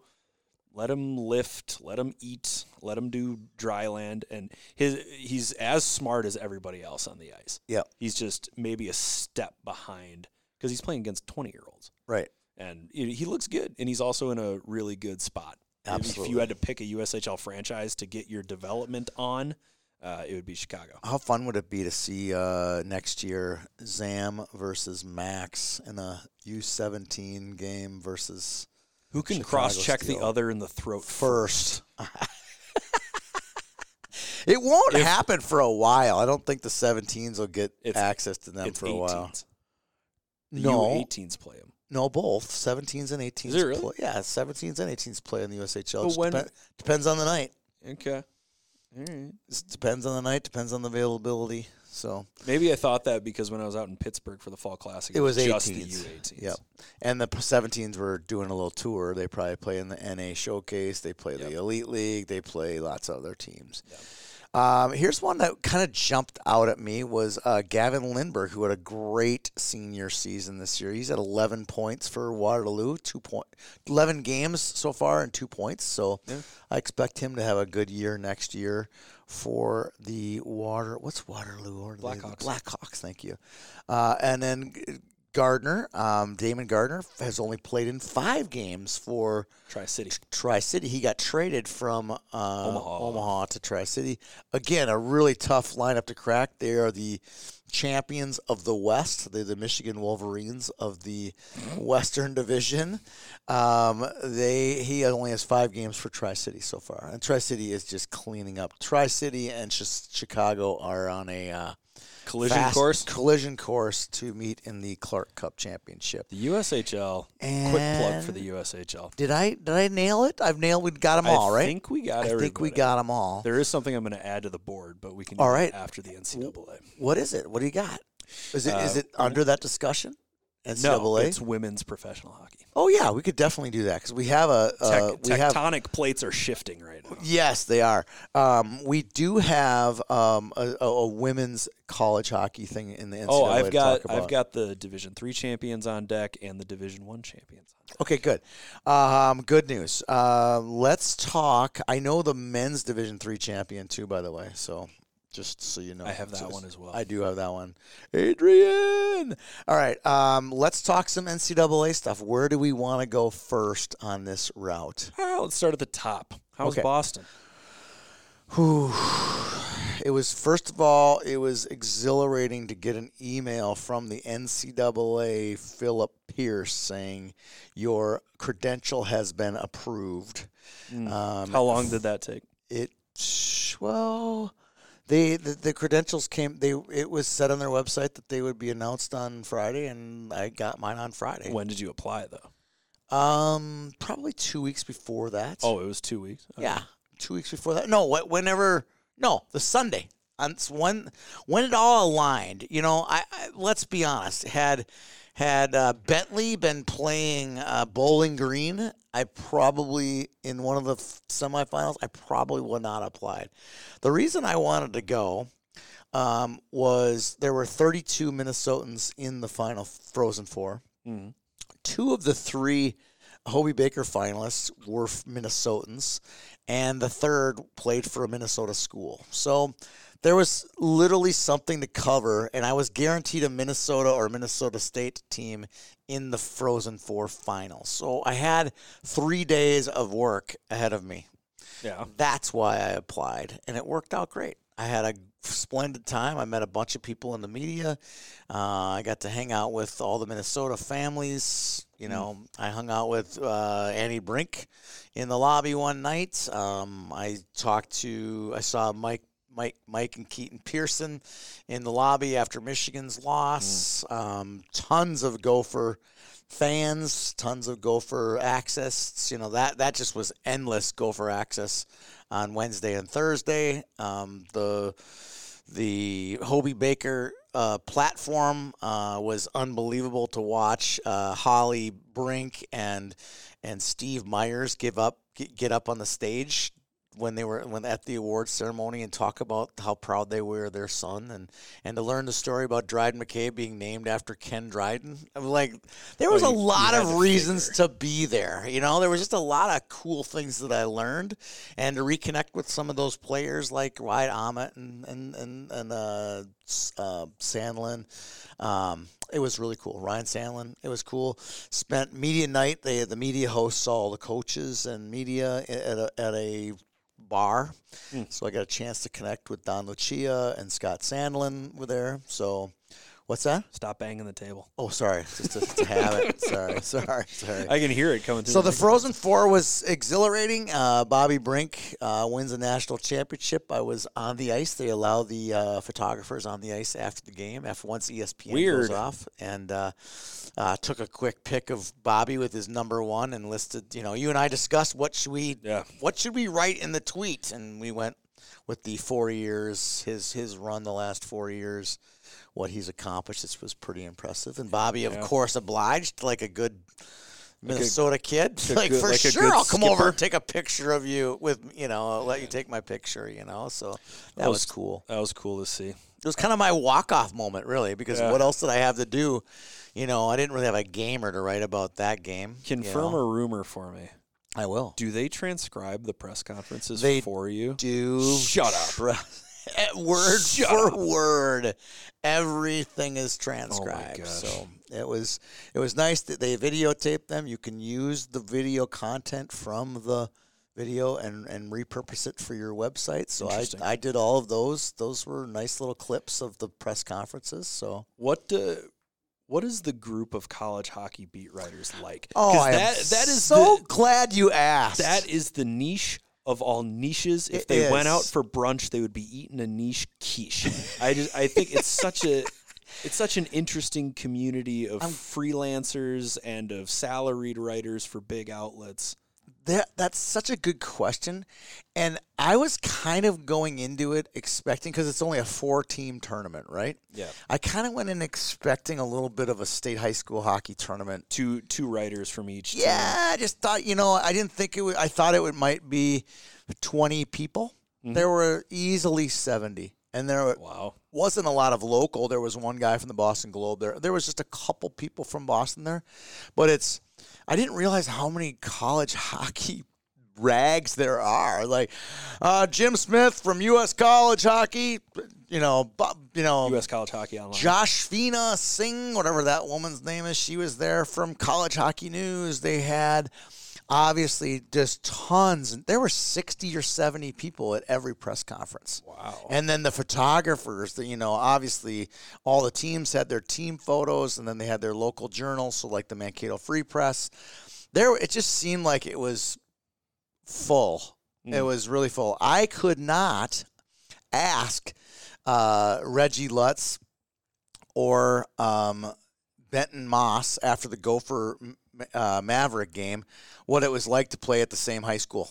[SPEAKER 1] let him lift, let him eat, let him do dry land, and his he's as smart as everybody else on the ice.
[SPEAKER 3] Yeah.
[SPEAKER 1] He's just maybe a step behind because he's playing against twenty year olds,
[SPEAKER 3] Right.
[SPEAKER 1] and he he looks good, and he's also in a really good spot. If- If
[SPEAKER 3] Absolutely.
[SPEAKER 1] you had to pick a USHL franchise to get your development on, uh, it would be Chicago.
[SPEAKER 3] How fun would it be to see uh, next year Zam versus Max in a U17 game versus
[SPEAKER 1] Who can
[SPEAKER 3] Chicago
[SPEAKER 1] cross check the
[SPEAKER 3] Steel.
[SPEAKER 1] other in the throat
[SPEAKER 3] first? it won't
[SPEAKER 1] If-
[SPEAKER 3] happen for a while. I don't think the 17s will get
[SPEAKER 1] It's-
[SPEAKER 3] access to them
[SPEAKER 1] It's
[SPEAKER 3] for a while.
[SPEAKER 1] 18s. The
[SPEAKER 3] No,
[SPEAKER 1] U18s play him.
[SPEAKER 3] no, both 17s and 18s.
[SPEAKER 1] it really?
[SPEAKER 3] play, yeah, 17s and 18s play in the USHL.
[SPEAKER 1] But
[SPEAKER 3] Just
[SPEAKER 1] when-
[SPEAKER 3] depen- depends on the night.
[SPEAKER 1] Okay. All right.
[SPEAKER 3] It depends on the night, depends on the availability. So
[SPEAKER 1] Maybe I thought that because when I was out in Pittsburgh for the fall classic,
[SPEAKER 3] it was
[SPEAKER 1] just the
[SPEAKER 3] 18s.
[SPEAKER 1] U18s.
[SPEAKER 3] Yep. And the 17s were doing a little tour. They probably play in the NA Showcase. They play the Elite League. They play lots of other teams. Um, here's one that kind of jumped out at me was uh, Gavin Lindberg, who had a great senior season this year. He's at 11 points for Waterloo, two point, 11 games so far and two points. So I expect him to have a good year next year for the Water. What's Waterloo? Or
[SPEAKER 1] Blackhawks.
[SPEAKER 3] Blackhawks. Thank you. Uh, and then Gardner, um, Damon Gardner, has only played in five games for
[SPEAKER 1] Tri City.
[SPEAKER 3] Tri City. He got traded from uh,
[SPEAKER 1] Omaha.
[SPEAKER 3] Omaha to Tri City. Again, a really tough lineup to crack. They are the champions of the West. They're the Michigan Wolverines of the Western Division. Um, they he only has five games for Tri City so far, and Tri City is just cleaning up. Tri City and Ch- Chicago are on a uh,
[SPEAKER 1] Collision
[SPEAKER 3] fast-
[SPEAKER 1] course.
[SPEAKER 3] collision course to meet in the Clark Cup Championship.
[SPEAKER 1] The USHL. Quick plug for
[SPEAKER 3] And-
[SPEAKER 1] the USHL.
[SPEAKER 3] Did I did I nail it? I've nailed. We got them all,
[SPEAKER 1] I
[SPEAKER 3] right?
[SPEAKER 1] think we got
[SPEAKER 3] I think we
[SPEAKER 1] everybody.
[SPEAKER 3] got them all.
[SPEAKER 1] There is something I'm going to add to the board, but we can do
[SPEAKER 3] All
[SPEAKER 1] that
[SPEAKER 3] right.
[SPEAKER 1] after the NCAA.
[SPEAKER 3] What is it? What do you got? Is it is
[SPEAKER 1] Uh,
[SPEAKER 3] it under that discussion?
[SPEAKER 1] No,
[SPEAKER 3] NCAA?
[SPEAKER 1] it's women's professional hockey.
[SPEAKER 3] oh yeah, we could definitely do that because we have a uh,
[SPEAKER 1] Tec-
[SPEAKER 3] we have
[SPEAKER 1] tectonic plates are shifting right now.
[SPEAKER 3] Yes, they are. Um, we do have um, a, a- a women's college hockey thing in the NCAA.
[SPEAKER 1] Oh, I've
[SPEAKER 3] to
[SPEAKER 1] got
[SPEAKER 3] talk about.
[SPEAKER 1] I've got the Division Three champions on deck and the Division One champions. on deck.
[SPEAKER 3] Okay, good. Um, good news. Uh, let's talk. I know the men's Division Three champion too, by the way. So just so you know,
[SPEAKER 1] I have that
[SPEAKER 3] Just-
[SPEAKER 1] one as well.
[SPEAKER 3] I do have that one. Adrian. All right. Um, let's talk some NCAA stuff. Where do we want to go first on this route?
[SPEAKER 1] Ah, let's start at the top. How's
[SPEAKER 3] Okay.
[SPEAKER 1] Boston?
[SPEAKER 3] Whew. It was first of all, it was exhilarating to get an email from the NCAA Philip Pierce saying your credential has been approved. Um,
[SPEAKER 1] How long did that take?
[SPEAKER 3] it well, they the, the credentials came. They it was said on their website that they would be announced on Friday, and I got mine on Friday.
[SPEAKER 1] When did you apply though?
[SPEAKER 3] Um, probably two weeks before that.
[SPEAKER 1] Oh, it was two weeks. Okay.
[SPEAKER 3] Yeah, two weeks before that. No, wh- whenever. No, the Sunday. On s- when when it all aligned. You know, I, I let's be honest. Had had uh, Bentley been playing uh, Bowling Green, I probably in one of the f- semifinals, I probably would not have applied. The reason I wanted to go um, was there were 32 Minnesotans in the final Frozen Four
[SPEAKER 1] Mhm.
[SPEAKER 3] two of the three Hobie Baker finalists were f- Minnesotans, and the third played for a Minnesota school. So there was literally something to cover, and I was guaranteed a Minnesota or Minnesota State team in the Frozen Four finals. So I had three days of work ahead of me.
[SPEAKER 1] Yeah.
[SPEAKER 3] That's why I applied, and it worked out great. I had a splendid time. I met a bunch of people in the media. Uh, I got to hang out with all the Minnesota families. You know, I hung out with uh, Annie Brink in the lobby one night. Um, I talked to, I saw Mike. Mike, Mike, and Keaton Pearson in the lobby after Michigan's loss. Um, tons of Gopher fans, tons of Gopher access. You know that that just was endless Gopher access on Wednesday and Thursday. Um, the the Hobie Baker uh, platform uh, was unbelievable to watch. Uh, Holly Brink and and Steve Myers give up get, get up on the stage when they were when at the awards ceremony and talk about how proud they were of their son and and to learn the story about Dryden McKay being named after Ken Dryden. I'm like there was
[SPEAKER 1] Oh,
[SPEAKER 3] a
[SPEAKER 1] you- you
[SPEAKER 3] lot
[SPEAKER 1] had
[SPEAKER 3] of
[SPEAKER 1] to
[SPEAKER 3] reasons
[SPEAKER 1] figure.
[SPEAKER 3] to be there. You know, there was just a lot of cool things that I learned and to reconnect with some of those players like Wyatt Ahmet and and and, and uh, S- uh, Sandlin. Um, it was really cool. Ryan Sandlin, it was cool. Spent media night. They the media hosts all the coaches and media at a, at a bar. So I got a chance to connect with Don Lucia and Scott Sandlin were there. So what's that?
[SPEAKER 1] Stop banging the table.
[SPEAKER 3] Oh, sorry, just a, it's a habit. Sorry, sorry, sorry.
[SPEAKER 1] I can hear it coming through.
[SPEAKER 3] So the Frozen Four was exhilarating. Uh, Bobby Brink uh, wins a national championship. I was on the ice. They allow the uh, photographers on the ice after the game, after once E ESPN
[SPEAKER 1] Weird.
[SPEAKER 3] goes off, and uh, uh, took a quick pic of Bobby with his number one and listed. You know, you and I discussed what should we,
[SPEAKER 1] Yeah.
[SPEAKER 3] what should we write in the tweet, and we went with the four years, his his run the last four years, what he's accomplished. This was pretty impressive, and Bobby, of course, obliged like a good. Minnesota kid,
[SPEAKER 1] a
[SPEAKER 3] like
[SPEAKER 1] good-
[SPEAKER 3] for
[SPEAKER 1] like a
[SPEAKER 3] sure,
[SPEAKER 1] good
[SPEAKER 3] I'll come over
[SPEAKER 1] skipper.
[SPEAKER 3] and take a picture of you with you know, I'll let you take my picture, you know. So that was
[SPEAKER 1] was-
[SPEAKER 3] cool.
[SPEAKER 1] that was cool to see.
[SPEAKER 3] It was kind of my walk off moment, really, because
[SPEAKER 1] Yeah.
[SPEAKER 3] what else did I have to do? You know, I didn't really have a gamer to write about that game. you
[SPEAKER 1] Confirm
[SPEAKER 3] know?
[SPEAKER 1] a rumor for me.
[SPEAKER 3] I will.
[SPEAKER 1] Do they transcribe the press conferences
[SPEAKER 3] They
[SPEAKER 1] for you?
[SPEAKER 3] do
[SPEAKER 1] Shut up.
[SPEAKER 3] tra- Eh, word
[SPEAKER 1] Shut
[SPEAKER 3] for
[SPEAKER 1] up.
[SPEAKER 3] word everything is transcribed
[SPEAKER 1] gosh.
[SPEAKER 3] so it was it was nice that they videotaped them you can use the video content from the video and and repurpose it for your website so i
[SPEAKER 1] Interesting.
[SPEAKER 3] i did all of those those were nice little clips of the press conferences so
[SPEAKER 1] What uh, what is the group of college hockey beat writers like? 'Cause
[SPEAKER 3] oh I am
[SPEAKER 1] that that is
[SPEAKER 3] so
[SPEAKER 1] the,
[SPEAKER 3] glad you asked
[SPEAKER 1] that is the niche of all niches. If
[SPEAKER 3] It
[SPEAKER 1] they went
[SPEAKER 3] is.
[SPEAKER 1] out for brunch, they would be eating a niche quiche. I just I think it's such a it's such an interesting community of freelancers and of salaried writers for big outlets.
[SPEAKER 3] that that's such a good question, and I was kind of going into it expecting because it's only a four-team tournament, right?
[SPEAKER 1] Yeah.
[SPEAKER 3] I kind of went in expecting a little bit of a state high school hockey tournament
[SPEAKER 1] Two two writers from each. team.
[SPEAKER 3] yeah, I just thought you know I didn't think it. Would, I thought it would might be twenty people.
[SPEAKER 1] Mm-hmm.
[SPEAKER 3] There were easily seventy, and there
[SPEAKER 1] Wow.
[SPEAKER 3] wasn't a lot of local. There was one guy from the Boston Globe there. There was just a couple people from Boston there, but it's I didn't realize how many college hockey rags there are. Like uh, Jim Smith from U.S. College Hockey, you know, Bob, you know,
[SPEAKER 1] U.S. college hockey online.
[SPEAKER 3] Josh Fina Singh, whatever that woman's name is, she was there from College Hockey News. They had obviously just tons. There were 60 or 70 people at every press conference.
[SPEAKER 1] Wow.
[SPEAKER 3] And then the photographers, that you know, obviously all the teams had their team photos and then they had their local journals, so like the Mankato Free Press. There it just seemed like it was full. It was really full. I could not ask uh, Reggie Lutz or um, Benton Moss after the Gopher uh, Maverick game what it was like to play at the same high school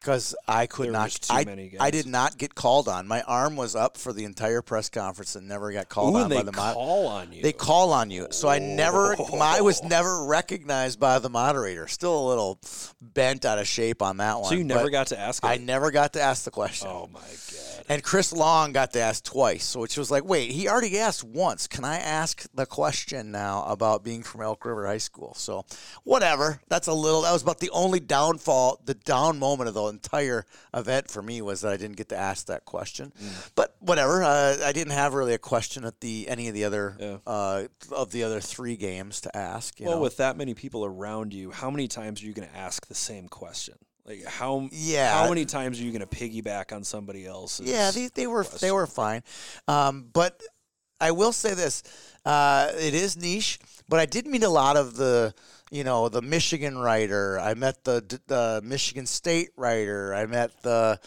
[SPEAKER 3] because I could
[SPEAKER 1] There were
[SPEAKER 3] not.
[SPEAKER 1] just too
[SPEAKER 3] I,
[SPEAKER 1] many guys.
[SPEAKER 3] I did not get called on. My arm was up for the entire press conference and never got called
[SPEAKER 1] Ooh,
[SPEAKER 3] on
[SPEAKER 1] and
[SPEAKER 3] by
[SPEAKER 1] they
[SPEAKER 3] the mod-
[SPEAKER 1] call on you.
[SPEAKER 3] They call on you, so I never. My, I was never recognized by the moderator. Still a little bent out of shape on that one.
[SPEAKER 1] so you never
[SPEAKER 3] but
[SPEAKER 1] got to ask.
[SPEAKER 3] I
[SPEAKER 1] it?
[SPEAKER 3] never got to ask the question.
[SPEAKER 1] oh my god.
[SPEAKER 3] And Chris Long got to ask twice, which was like, wait, he already asked once. Can I ask the question now about being from Elk River High School? So, whatever. That's a little, that was about the only downfall, the down moment of the entire event for me was that I didn't get to ask that question.
[SPEAKER 1] Mm.
[SPEAKER 3] But whatever. Uh, I didn't have really a question at the, any of the other,
[SPEAKER 1] Yeah.
[SPEAKER 3] uh, of the other three games to ask. You
[SPEAKER 1] Well,
[SPEAKER 3] know?
[SPEAKER 1] with that many people around you, how many times are you going to ask the same question? Like how
[SPEAKER 3] Yeah.
[SPEAKER 1] how many times are you going to piggyback on somebody else's?
[SPEAKER 3] Yeah, they, they were they were fine, um, but I will say this: uh, it is niche, but I did meet a lot of the you know the Michigan writer. I met the the Michigan State writer. I met the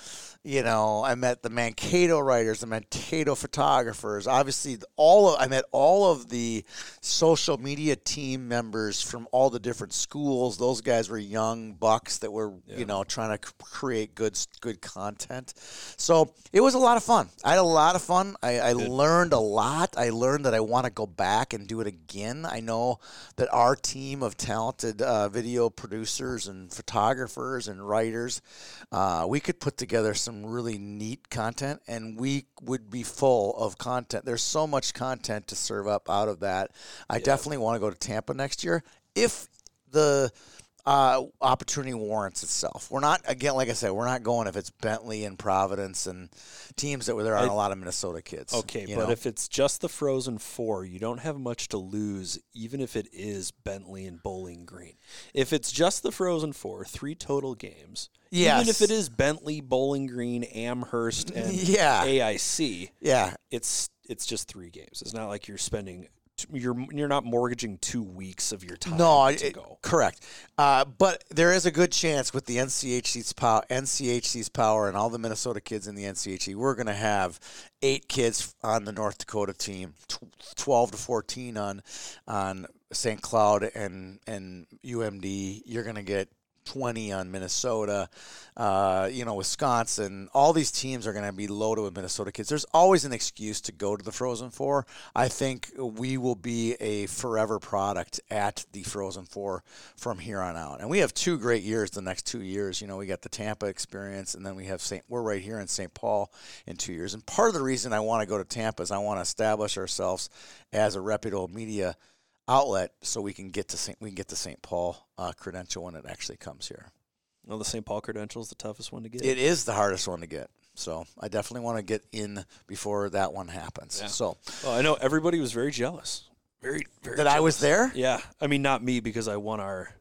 [SPEAKER 3] you know I met the Mankato writers, the Mankato photographers. Obviously, all of, I met all of the social media team members from all the different schools. Those guys were young bucks that were you know trying to c- create good s- good content. So it was a lot of fun. I had a lot of fun. I, I learned a lot. I learned that I want to go back and do it again. I know that our team of talented uh, video producers and photographers and writers, uh, we could put together some really neat content, and we would be full of content. There's so much content to serve up out of that. I definitely want to go to Tampa next year if the uh, opportunity warrants itself. We're not again, like I said, we're not going if it's Bentley and Providence and teams that were there aren't a lot of Minnesota kids.
[SPEAKER 1] Okay,
[SPEAKER 3] you
[SPEAKER 1] but
[SPEAKER 3] know?
[SPEAKER 1] if it's just the Frozen Four, you don't have much to lose, even if it is Bentley and Bowling Green. If it's just the Frozen Four, three total games, even
[SPEAKER 3] Yes.
[SPEAKER 1] if it is Bentley, Bowling Green, Amherst, and
[SPEAKER 3] Yeah.
[SPEAKER 1] AIC,
[SPEAKER 3] yeah,
[SPEAKER 1] it's it's just three games. It's not like you're spending t- you're you're not mortgaging two weeks of your time
[SPEAKER 3] no,
[SPEAKER 1] to
[SPEAKER 3] it-
[SPEAKER 1] go.
[SPEAKER 3] correct. Uh, but there is a good chance with the NCHC's power, NCHC's power, and all the Minnesota kids in the NCHC, E, we're going to have eight kids on the North Dakota team, tw- twelve to fourteen on on St. Cloud and and UMD. You're going to get 20 on Minnesota, uh, you know, Wisconsin. All these teams are going to be loaded with Minnesota kids. There's always an excuse to go to the Frozen Four. I think we will be a forever product at the Frozen Four from here on out. And we have two great years the next two years. You know, we got the Tampa experience, and then we have St. We're right here in St. Paul in two years. And part of the reason I want to go to Tampa is I want to establish ourselves as a reputable media outlet so we can get to St. We can get the St. Paul uh, credential when it actually comes here.
[SPEAKER 1] Well, the St. Paul credential is the toughest one to get.
[SPEAKER 3] It is the hardest one to get, so I definitely want to get in before that one happens. So
[SPEAKER 1] Well, I know everybody was very jealous. Very, very.
[SPEAKER 3] that I was there. Yeah.
[SPEAKER 1] yeah, I mean, not me because I won our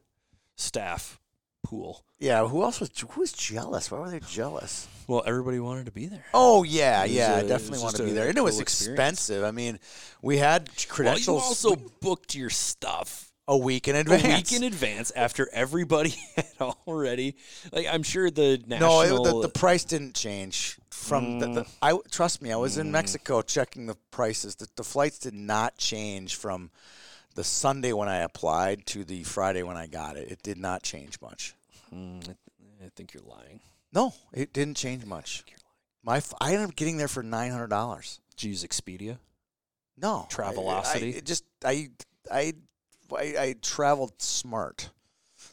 [SPEAKER 1] staff pool.
[SPEAKER 3] who else was who was jealous? Why were they jealous?
[SPEAKER 1] Well, everybody wanted to be there.
[SPEAKER 3] Oh yeah,
[SPEAKER 1] It was
[SPEAKER 3] yeah.
[SPEAKER 1] a-
[SPEAKER 3] I
[SPEAKER 1] it
[SPEAKER 3] definitely
[SPEAKER 1] was
[SPEAKER 3] want to
[SPEAKER 1] just
[SPEAKER 3] be
[SPEAKER 1] a
[SPEAKER 3] there, and it was
[SPEAKER 1] cool experience.
[SPEAKER 3] expensive. I mean, we had
[SPEAKER 1] well, you
[SPEAKER 3] credentials
[SPEAKER 1] also booked your stuff
[SPEAKER 3] a week in
[SPEAKER 1] a
[SPEAKER 3] advance.
[SPEAKER 1] week in advance after everybody had already. Like, I'm sure the
[SPEAKER 3] No, it,
[SPEAKER 1] national.
[SPEAKER 3] the, the price didn't change from the, the. I trust me, I was in Mexico checking the prices. The, the flights did not change from the Sunday when I applied to the Friday when I got it. It did not change much.
[SPEAKER 1] I think you're lying.
[SPEAKER 3] No, it didn't change much. My f- I ended up getting there for nine hundred dollars.
[SPEAKER 1] Geez, Expedia.
[SPEAKER 3] No, I-
[SPEAKER 1] Travelocity?
[SPEAKER 3] I, it just I, I I I traveled smart.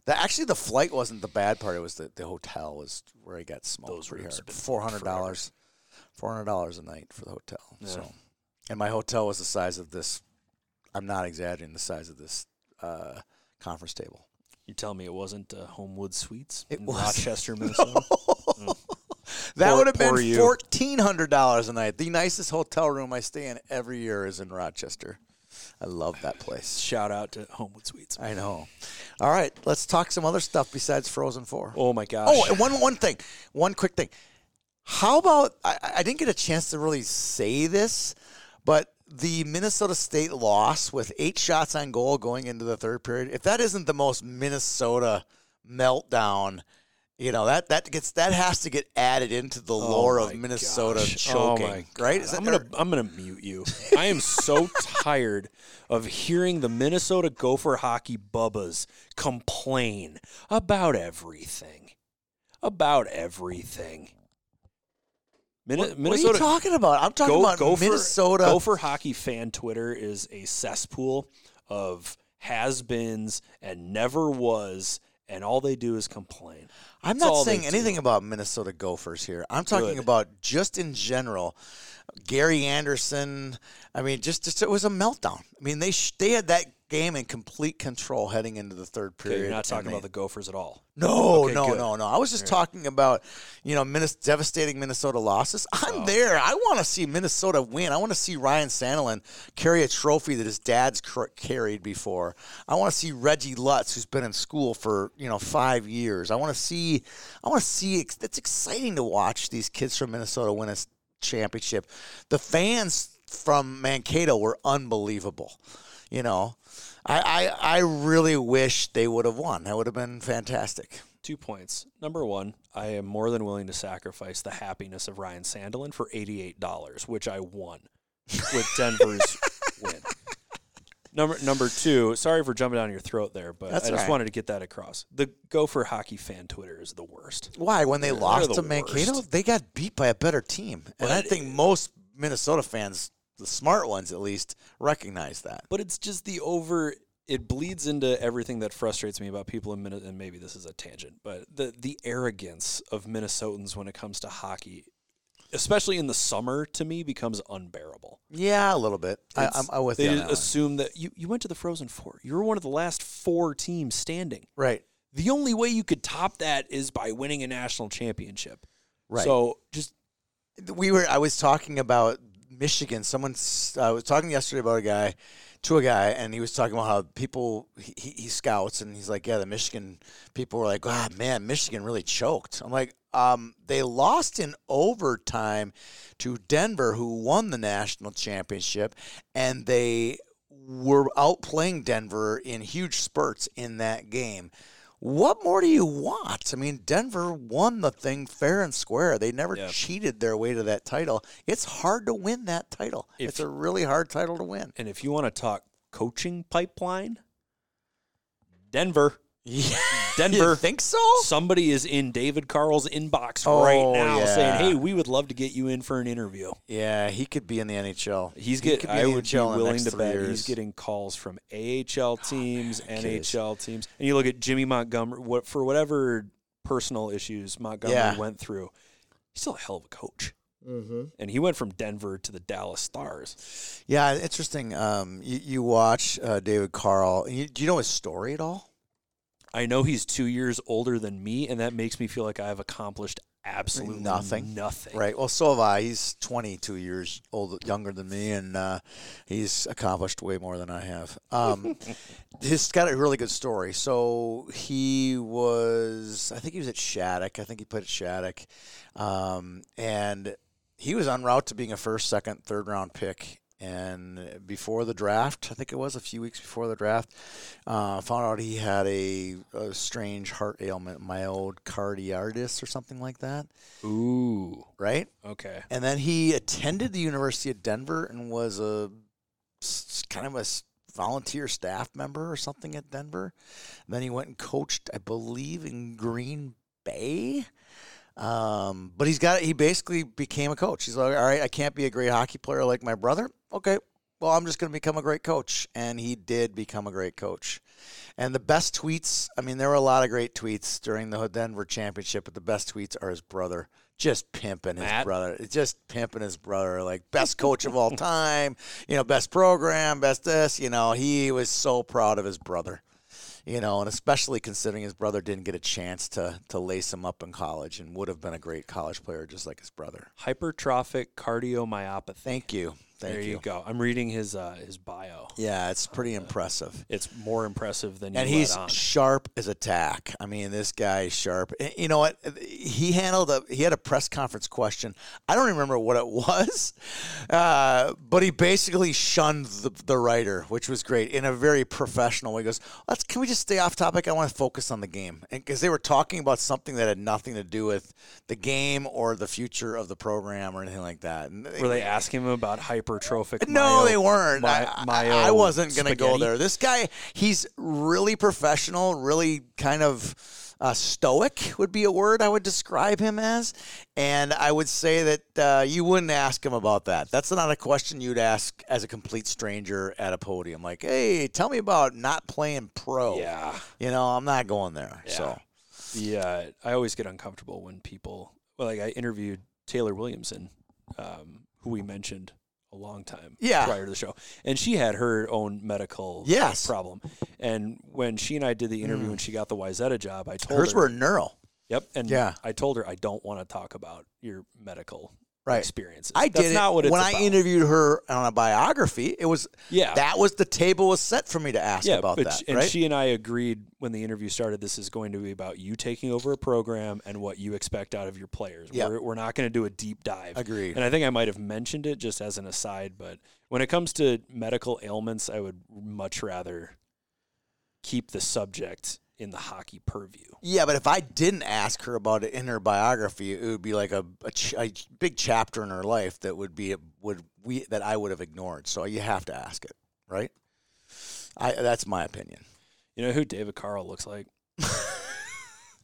[SPEAKER 3] The, actually, the flight wasn't the bad part. It was the, the hotel was where I got smoked
[SPEAKER 1] Those
[SPEAKER 3] pretty
[SPEAKER 1] rooms have
[SPEAKER 3] hard.
[SPEAKER 1] been
[SPEAKER 3] Four hundred dollars, four hundred dollars a night for the hotel.
[SPEAKER 1] Yeah.
[SPEAKER 3] So, and my hotel was the size of this. I'm not exaggerating. The size of this uh, conference table.
[SPEAKER 1] You tell me it wasn't uh, Homewood Suites
[SPEAKER 3] It
[SPEAKER 1] in
[SPEAKER 3] wasn't.
[SPEAKER 1] Rochester, Minnesota.
[SPEAKER 3] That
[SPEAKER 1] Poor-
[SPEAKER 3] would have
[SPEAKER 1] poor
[SPEAKER 3] been
[SPEAKER 1] you.
[SPEAKER 3] fourteen hundred dollars a night. The nicest hotel room I stay in every year is in Rochester. I love that place.
[SPEAKER 1] Shout out to Homewood Suites.
[SPEAKER 3] I know. All right, let's talk some other stuff besides Frozen Four.
[SPEAKER 1] Oh my gosh.
[SPEAKER 3] Oh, and one one thing, one quick thing. How about I, I didn't get a chance to really say this, but the Minnesota State loss with eight shots on goal going into the third period. If that isn't the most Minnesota meltdown, you know that that gets that has to get added into the lore
[SPEAKER 1] Oh my
[SPEAKER 3] of Minnesota
[SPEAKER 1] gosh. Oh
[SPEAKER 3] choking,
[SPEAKER 1] my
[SPEAKER 3] right?
[SPEAKER 1] God.
[SPEAKER 3] Is that-
[SPEAKER 1] I'm gonna
[SPEAKER 3] or-
[SPEAKER 1] I'm gonna mute you. I am so tired of hearing the Minnesota Gopher hockey bubbas complain about everything, about everything. Min-
[SPEAKER 3] what are you talking about? I'm talking
[SPEAKER 1] Go-
[SPEAKER 3] about
[SPEAKER 1] Gopher-
[SPEAKER 3] Minnesota.
[SPEAKER 1] Gopher hockey fan Twitter is a cesspool of has-beens and never was, and all they do is complain.
[SPEAKER 3] I'm
[SPEAKER 1] That's
[SPEAKER 3] not
[SPEAKER 1] all they
[SPEAKER 3] saying
[SPEAKER 1] do.
[SPEAKER 3] anything about Minnesota Gophers here. I'm talking
[SPEAKER 1] Good.
[SPEAKER 3] about just in general. Gary Anderson. I mean, just, just it was a meltdown. I mean, they sh- they had that game in complete control heading into the third
[SPEAKER 1] Okay,
[SPEAKER 3] period.
[SPEAKER 1] you're not
[SPEAKER 3] and
[SPEAKER 1] talking
[SPEAKER 3] they-
[SPEAKER 1] about the Gophers at all.
[SPEAKER 3] no,
[SPEAKER 1] Okay,
[SPEAKER 3] no,
[SPEAKER 1] good.
[SPEAKER 3] no, no. I was just talking about, you know, Minnes- devastating Minnesota losses. I'm there. I want to see Minnesota win. I want to see Ryan Sandlin carry a trophy that his dad's cr- carried before. I want to see Reggie Lutz, who's been in school for you know five years. I want to see. I want to see. ex- It's exciting to watch these kids from Minnesota win a s- championship. The fans from Mankato were unbelievable. You know, I, I, I really wish they would have won. That would have been fantastic.
[SPEAKER 1] Two points. Number one, I am more than willing to sacrifice the happiness of Ryan Sandelin for $88, which I won with Denver's win. Number number two, sorry for jumping down your throat there, but
[SPEAKER 3] That's
[SPEAKER 1] I just
[SPEAKER 3] all right.
[SPEAKER 1] wanted to get that across. The Gopher hockey fan Twitter is the worst.
[SPEAKER 3] Why? When they lost
[SPEAKER 1] the
[SPEAKER 3] to Mankato,
[SPEAKER 1] worst.
[SPEAKER 3] they got beat by a better team. and I think most Minnesota fans, the smart ones at least, recognize that.
[SPEAKER 1] But it's just the over. It bleeds into everything that frustrates me about people in Minnesota. And maybe this is a tangent, but the the arrogance of Minnesotans when it comes to hockey, especially in the summer, to me becomes unbearable.
[SPEAKER 3] Yeah, a little bit. I,
[SPEAKER 1] It's-
[SPEAKER 3] I'm, I'm with
[SPEAKER 1] they
[SPEAKER 3] you. on
[SPEAKER 1] just
[SPEAKER 3] that one.
[SPEAKER 1] assume that you, you went to the Frozen Four. You were one of the last four teams standing.
[SPEAKER 3] Right.
[SPEAKER 1] The only way you could top that is by winning a national championship.
[SPEAKER 3] Right.
[SPEAKER 1] So just
[SPEAKER 3] we were i was talking about michigan someone s- i was talking yesterday about a guy to a guy and he was talking about how people he, he he scouts and he's like yeah the michigan people were like ah man michigan really choked i'm like um, they lost in overtime to denver who won the national championship and they were outplaying denver in huge spurts in that game what more do you want? I mean, Denver won the thing fair and square. They never
[SPEAKER 1] Yeah.
[SPEAKER 3] cheated their way to that title. It's hard to win that title.
[SPEAKER 1] If-
[SPEAKER 3] it's a really hard title to win.
[SPEAKER 1] and if you want to talk coaching pipeline, Denver,
[SPEAKER 3] Yeah.
[SPEAKER 1] Denver.
[SPEAKER 3] think so?
[SPEAKER 1] Oh. somebody is in David Carl's inbox
[SPEAKER 3] Oh,
[SPEAKER 1] right now
[SPEAKER 3] yeah.
[SPEAKER 1] saying, "Hey, we would love to get you in for an interview."
[SPEAKER 3] Yeah, he could be in the NHL.
[SPEAKER 1] He's
[SPEAKER 3] He
[SPEAKER 1] get.
[SPEAKER 3] could be
[SPEAKER 1] I
[SPEAKER 3] in the
[SPEAKER 1] would be
[SPEAKER 3] NHL in the
[SPEAKER 1] willing
[SPEAKER 3] next
[SPEAKER 1] to
[SPEAKER 3] three
[SPEAKER 1] bet
[SPEAKER 3] years.
[SPEAKER 1] he's Oh, getting calls from AHL teams,
[SPEAKER 3] kid is-
[SPEAKER 1] NHL teams, and you look at Jimmy Montgomery. What for whatever personal issues Montgomery
[SPEAKER 3] Yeah.
[SPEAKER 1] went through, he's still a hell of a coach. Mm-hmm. And he went from Denver to the Dallas Stars.
[SPEAKER 3] Yeah, interesting. Um, you, you watch uh, David Carl. You, do you know his story at all?
[SPEAKER 1] I know he's two years older than me, and that makes me feel like I have accomplished absolutely
[SPEAKER 3] Nothing.
[SPEAKER 1] Nothing.
[SPEAKER 3] Right. Well, so have I. He's 22 years old, younger than me, and uh, he's accomplished way more than I have. Um, he's got a really good story. So he was, I think he was at Shattuck. I think he played at Shattuck, um, and he was en route to being a first, second, third round pick. And before the draft, I think it was a few weeks before the draft, uh, found out he had a, a strange heart ailment, myocarditis or something like that,
[SPEAKER 1] Ooh.
[SPEAKER 3] right?
[SPEAKER 1] Okay.
[SPEAKER 3] And then he attended the University of Denver and was a s- kind of a s- volunteer staff member or something at Denver. And then he went and coached, I believe, in Green Bay. Um, but he's got he basically became a coach. He's like, all right, I can't be a great hockey player like my brother. Okay, well, I'm just going to become a great coach, and he did become a great coach. And the best tweets, I mean, there were a lot of great tweets during the Denver championship, but the best tweets are his brother. Just pimping his
[SPEAKER 1] Matt.
[SPEAKER 3] brother. It's Just pimping his brother. Like, best coach of all time, you know, best program, best this. You know, he was so proud of his brother you know, and especially considering his brother didn't get a chance to to lace him up in college and would have been a great college player just like his brother.
[SPEAKER 1] Hypertrophic cardiomyopathy.
[SPEAKER 3] Thank you. Thank
[SPEAKER 1] there you. go. I'm reading his uh, his bio.
[SPEAKER 3] Yeah, it's pretty impressive.
[SPEAKER 1] It's more impressive than you
[SPEAKER 3] And he's
[SPEAKER 1] let on.
[SPEAKER 3] sharp as a tack. I mean, this guy is sharp. And You know what? He handled a he had a press conference question. I don't remember what it was, uh, but he basically shunned the, the writer, which was great in a very professional way. He goes, "Let's can we just stay off topic? I want to focus on the game." Because they were talking about something that had nothing to do with the game or the future of the program or anything like that. And
[SPEAKER 1] Were they asking him about hypertrophic?
[SPEAKER 3] no,
[SPEAKER 1] myo-
[SPEAKER 3] they weren't.
[SPEAKER 1] my-
[SPEAKER 3] I, I-
[SPEAKER 1] myo
[SPEAKER 3] I wasn't going to go
[SPEAKER 1] spaghetti?
[SPEAKER 3] there. This guy, he's really professional, really kind of uh, stoic would be a word I would describe him as. And I would say that uh, you wouldn't ask him about that. That's not a question you'd ask as a complete stranger at a podium. Like, hey, tell me about not playing pro.
[SPEAKER 1] Yeah.
[SPEAKER 3] You know, I'm not going there. So,
[SPEAKER 1] the uh, I always get uncomfortable when people well, like I interviewed Taylor Williamson, um, who we mentioned a long time
[SPEAKER 3] Yeah.
[SPEAKER 1] prior to the show, and she had her own medical
[SPEAKER 3] Yes. Mm.
[SPEAKER 1] problem. And when she and I did the interview, when she got the Wyzetta job, I told
[SPEAKER 3] hers
[SPEAKER 1] her
[SPEAKER 3] were neural.
[SPEAKER 1] Yep, and
[SPEAKER 3] Yeah.
[SPEAKER 1] I told her I don't want to talk about your medical
[SPEAKER 3] Right.
[SPEAKER 1] experiences.
[SPEAKER 3] I
[SPEAKER 1] That's
[SPEAKER 3] did
[SPEAKER 1] not
[SPEAKER 3] it
[SPEAKER 1] what it's
[SPEAKER 3] when I
[SPEAKER 1] about.
[SPEAKER 3] interviewed her on a biography. It was
[SPEAKER 1] Yeah.
[SPEAKER 3] that was the table was set for me to ask about
[SPEAKER 1] but
[SPEAKER 3] that,
[SPEAKER 1] sh- and
[SPEAKER 3] right?
[SPEAKER 1] she and I agreed when the interview started. This is going to be about you taking over a program and what you expect out of your players.
[SPEAKER 3] Yeah.
[SPEAKER 1] We're, we're not going to do a deep dive.
[SPEAKER 3] Agreed.
[SPEAKER 1] And I think I might have mentioned it just as an aside, but when it comes to medical ailments, I would much rather keep the subject in the hockey purview.
[SPEAKER 3] yeah, but if I didn't ask her about it in her biography, it would be like a, a, ch- a big chapter in her life that would be would we that I would have ignored. So you have to ask it, right? I that's my opinion.
[SPEAKER 1] You know who David Carl looks like?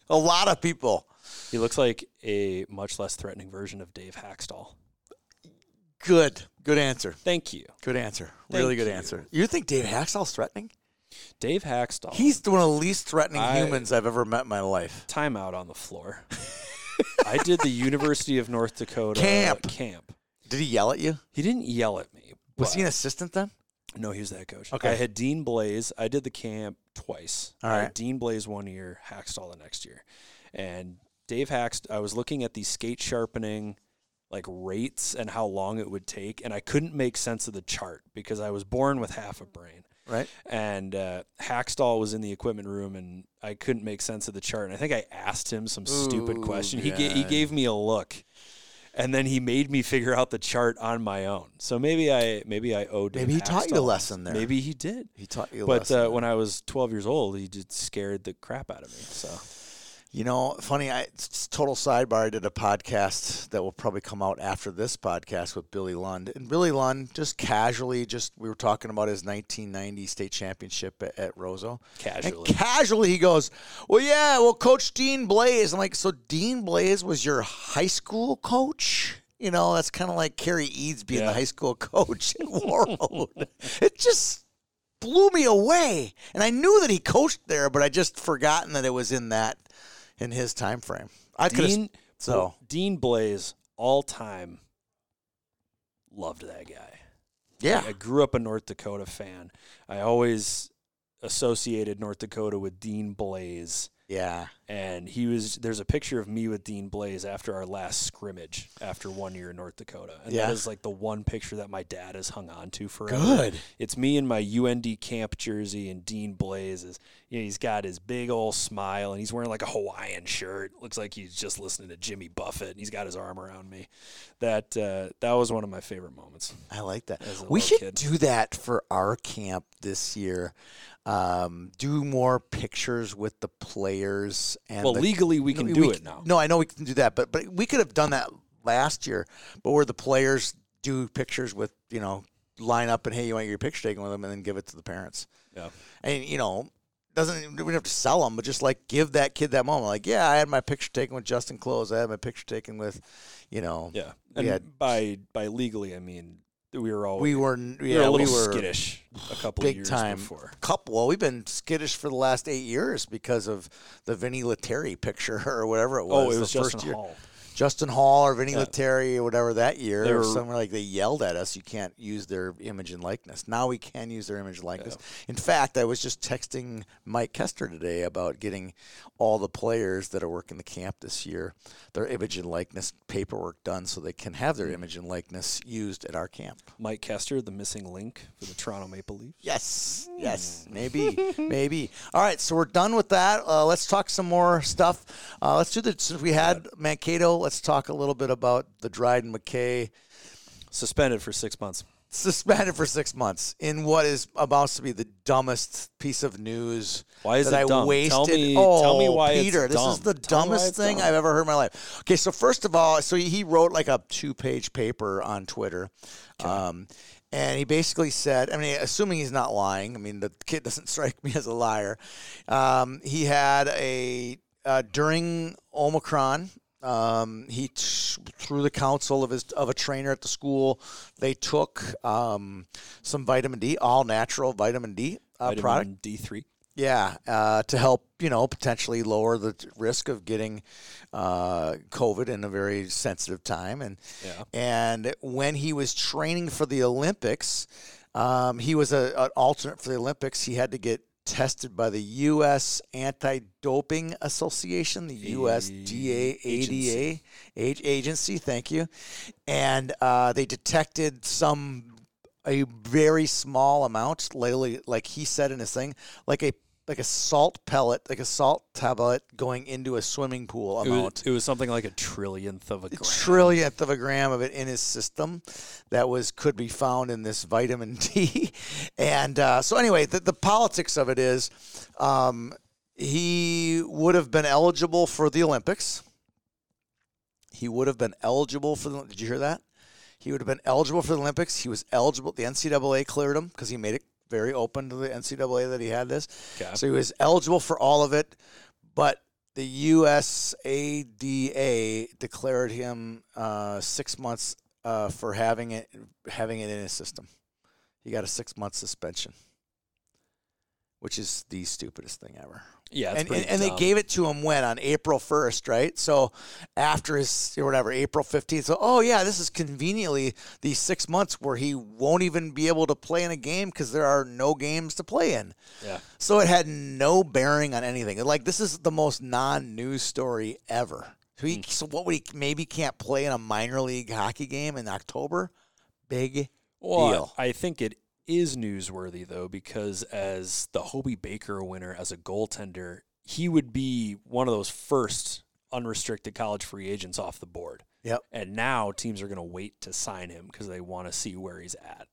[SPEAKER 3] A lot of people.
[SPEAKER 1] He looks like a much less threatening version of Dave Hackstall.
[SPEAKER 3] Good, good answer.
[SPEAKER 1] Thank you,
[SPEAKER 3] Good answer.
[SPEAKER 1] Thank
[SPEAKER 3] really good
[SPEAKER 1] you.
[SPEAKER 3] answer. You think Dave Haxall's threatening?
[SPEAKER 1] Dave Hackstall.
[SPEAKER 3] He's one of the least threatening
[SPEAKER 1] I-
[SPEAKER 3] humans I've ever met in my life.
[SPEAKER 1] timeout on the floor. I did the University of North Dakota
[SPEAKER 3] Camp.
[SPEAKER 1] camp.
[SPEAKER 3] Did he yell at you?
[SPEAKER 1] He didn't yell at me.
[SPEAKER 3] Was he
[SPEAKER 1] but-
[SPEAKER 3] an assistant then?
[SPEAKER 1] No, he was the head coach.
[SPEAKER 3] Okay.
[SPEAKER 1] I had Dean Blaze. I did the camp twice.
[SPEAKER 3] All
[SPEAKER 1] I had
[SPEAKER 3] right.
[SPEAKER 1] Dean Blaze one year, Hackstall the next year. And Dave Hackst, I was looking at the skate sharpening like rates and how long it would take, and I couldn't make sense of the chart because I was born with half a brain.
[SPEAKER 3] Right.
[SPEAKER 1] And uh, Hackstall was in the equipment room, and I couldn't make sense of the chart. And I think I asked him some stupid
[SPEAKER 3] Ooh,
[SPEAKER 1] question. He ga- he
[SPEAKER 3] yeah.
[SPEAKER 1] gave me a look, and then he made me figure out the chart on my own. So maybe I maybe I owed
[SPEAKER 3] Maybe he taught you a lesson there.
[SPEAKER 1] Maybe he did.
[SPEAKER 3] He taught you a
[SPEAKER 1] But
[SPEAKER 3] lesson.
[SPEAKER 1] uh, when I was 12 years old, he just scared the crap out of me. So
[SPEAKER 3] You know, funny, I, it's- it's total sidebar. I did a podcast that will probably come out after this podcast with Billy Lund. And Billy Lund, just casually, just we were talking about his 1990 state championship at, at Roseau.
[SPEAKER 1] Casually.
[SPEAKER 3] And casually, he goes, Well, yeah, well, Coach Dean Blaze. I'm like, So Dean Blaze was your high school coach? You know, that's kind of like Kerry Eads being
[SPEAKER 1] Yeah.
[SPEAKER 3] the high school coach at Warroad. it just blew me away. And I knew that he coached there, but I just forgotten that it was in that in his time frame. I could have
[SPEAKER 1] Dean
[SPEAKER 3] so
[SPEAKER 1] Dean Blaze all time loved that guy.
[SPEAKER 3] yeah.
[SPEAKER 1] I grew up a North Dakota fan. I always associated North Dakota with Dean Blaze.
[SPEAKER 3] Yeah.
[SPEAKER 1] And he was there's a picture of me with Dean Blaze after our last scrimmage after one year in North Dakota. And
[SPEAKER 3] Yeah.
[SPEAKER 1] that is like the one picture that my dad has hung on to forever.
[SPEAKER 3] Good.
[SPEAKER 1] It's me in my UND camp jersey and Dean Blaze is you know, he's got his big old smile and he's wearing like a Hawaiian shirt. Looks like he's just listening to Jimmy Buffett and he's got his arm around me. That uh, that was one of my favorite moments.
[SPEAKER 3] I like that.
[SPEAKER 1] As a
[SPEAKER 3] We
[SPEAKER 1] little
[SPEAKER 3] should
[SPEAKER 1] kid.
[SPEAKER 3] do that for our camp this year. Um, do more pictures with the players and
[SPEAKER 1] Well,
[SPEAKER 3] the-
[SPEAKER 1] legally we can
[SPEAKER 3] No,
[SPEAKER 1] do it now.
[SPEAKER 3] No, I know we can do that, but but we could have done that last year, but where the players do pictures with you know line up and hey, you want your picture taken with them, and then give it to the parents.
[SPEAKER 1] Yeah.
[SPEAKER 3] And you know, doesn't we have to sell them, but just like give that kid that moment. Like, yeah, I had my picture taken with Justin Close. I had my picture taken with, you know,
[SPEAKER 1] Yeah.
[SPEAKER 3] we
[SPEAKER 1] And
[SPEAKER 3] had-
[SPEAKER 1] by by legally, I mean we were all
[SPEAKER 3] we were
[SPEAKER 1] we
[SPEAKER 3] yeah
[SPEAKER 1] were a
[SPEAKER 3] we
[SPEAKER 1] little
[SPEAKER 3] were
[SPEAKER 1] skittish a couple of
[SPEAKER 3] big
[SPEAKER 1] years
[SPEAKER 3] time.
[SPEAKER 1] before.
[SPEAKER 3] Couple. Well, we've been skittish for the last eight years because of the Vinny Letteri picture or whatever it was.
[SPEAKER 1] Oh, it
[SPEAKER 3] the
[SPEAKER 1] was
[SPEAKER 3] first
[SPEAKER 1] Justin
[SPEAKER 3] year.
[SPEAKER 1] Hall.
[SPEAKER 3] Justin Hall or Vinny
[SPEAKER 1] Yeah.
[SPEAKER 3] Letteri or whatever that year.
[SPEAKER 1] They
[SPEAKER 3] or
[SPEAKER 1] were-
[SPEAKER 3] somewhere like they yelled at us. You can't use their image and likeness. Now we can use their image and likeness. In fact, I was just texting Mike Kester today about getting all the players that are working the camp this year their image and likeness paperwork done so they can have
[SPEAKER 1] Mm.
[SPEAKER 3] their image and likeness used at our camp.
[SPEAKER 1] Mike Kester, the missing link for the Toronto Maple Leafs.
[SPEAKER 3] Yes,
[SPEAKER 1] Hmm.
[SPEAKER 3] yes, maybe, maybe. All right, so we're done with that. Uh, let's talk some more stuff. Uh, let's do the since we had Mankato. Let's talk a little bit about the Dryden McKay
[SPEAKER 1] Suspended for six months.
[SPEAKER 3] suspended for six months in what is about to be the dumbest piece of news
[SPEAKER 1] Why is
[SPEAKER 3] that
[SPEAKER 1] it
[SPEAKER 3] I
[SPEAKER 1] dumb?
[SPEAKER 3] wasted.
[SPEAKER 1] Tell me-
[SPEAKER 3] oh,
[SPEAKER 1] tell me why it's
[SPEAKER 3] Peter, this is
[SPEAKER 1] dumb.
[SPEAKER 3] the
[SPEAKER 1] Tell me why
[SPEAKER 3] dumbest
[SPEAKER 1] it's
[SPEAKER 3] thing
[SPEAKER 1] dumb.
[SPEAKER 3] I've ever heard in my life. Okay, so first of all, so he wrote like a two-page paper on Twitter. Um, and he basically said, I mean, assuming he's not lying, I mean, the kid doesn't strike me as a liar. Um, he had a, uh, during Omicron, um, he t- through the counsel of his of a trainer at the school, they took um, some vitamin D, all natural vitamin D uh,
[SPEAKER 1] Vitamin
[SPEAKER 3] product.
[SPEAKER 1] D3.
[SPEAKER 3] Yeah, uh, to help you know potentially lower the t- risk of getting uh, COVID in a very sensitive time, and
[SPEAKER 1] Yeah.
[SPEAKER 3] and when he was training for the Olympics, um, he was a, an alternate for the Olympics. He had to get tested by the U.S. Anti-Doping Association, the USDA ADA
[SPEAKER 1] Agency.
[SPEAKER 3] age agency. Thank you, and uh, they detected some a very small amount, literally, like he said in his thing, like a like a salt pellet, like a salt tablet going into a swimming pool
[SPEAKER 1] It was,
[SPEAKER 3] amount,
[SPEAKER 1] it was something like a trillionth of a
[SPEAKER 3] a
[SPEAKER 1] gram.
[SPEAKER 3] trillionth of a gram of it in his system, that was could be found in this vitamin D, and uh, so anyway, the, the politics of it is, um, he would have been eligible for the Olympics. He would have been eligible for the. Did you hear that? He would have been eligible for the Olympics. He was eligible. The NCAA cleared him because he made it very open to the NCAA that he had this.
[SPEAKER 1] Okay.
[SPEAKER 3] So he was eligible for all of it, but the USADA declared him uh, six months uh, for having it having it in his system. He got a six month suspension, which is the stupidest thing ever
[SPEAKER 1] yeah, it's
[SPEAKER 3] and,
[SPEAKER 1] pretty
[SPEAKER 3] and, and they
[SPEAKER 1] dumb.
[SPEAKER 3] gave it to him when on April 1st, right? So after his or whatever, April 15th. So, oh yeah, this is conveniently these six months where he won't even be able to play in a game because there are no games to play in.
[SPEAKER 1] Yeah.
[SPEAKER 3] So it had no bearing on anything. Like this is the most non-news story ever. So,
[SPEAKER 1] Hmm.
[SPEAKER 3] he, so what would he maybe can't play in a minor league hockey game in October? Big
[SPEAKER 1] Well,
[SPEAKER 3] deal.
[SPEAKER 1] I think it is newsworthy though because as the Hobie Baker winner as a goaltender, he would be one of those first unrestricted college free agents off the board.
[SPEAKER 3] Yep.
[SPEAKER 1] And now teams are going to wait to sign him because they want to see where he's at.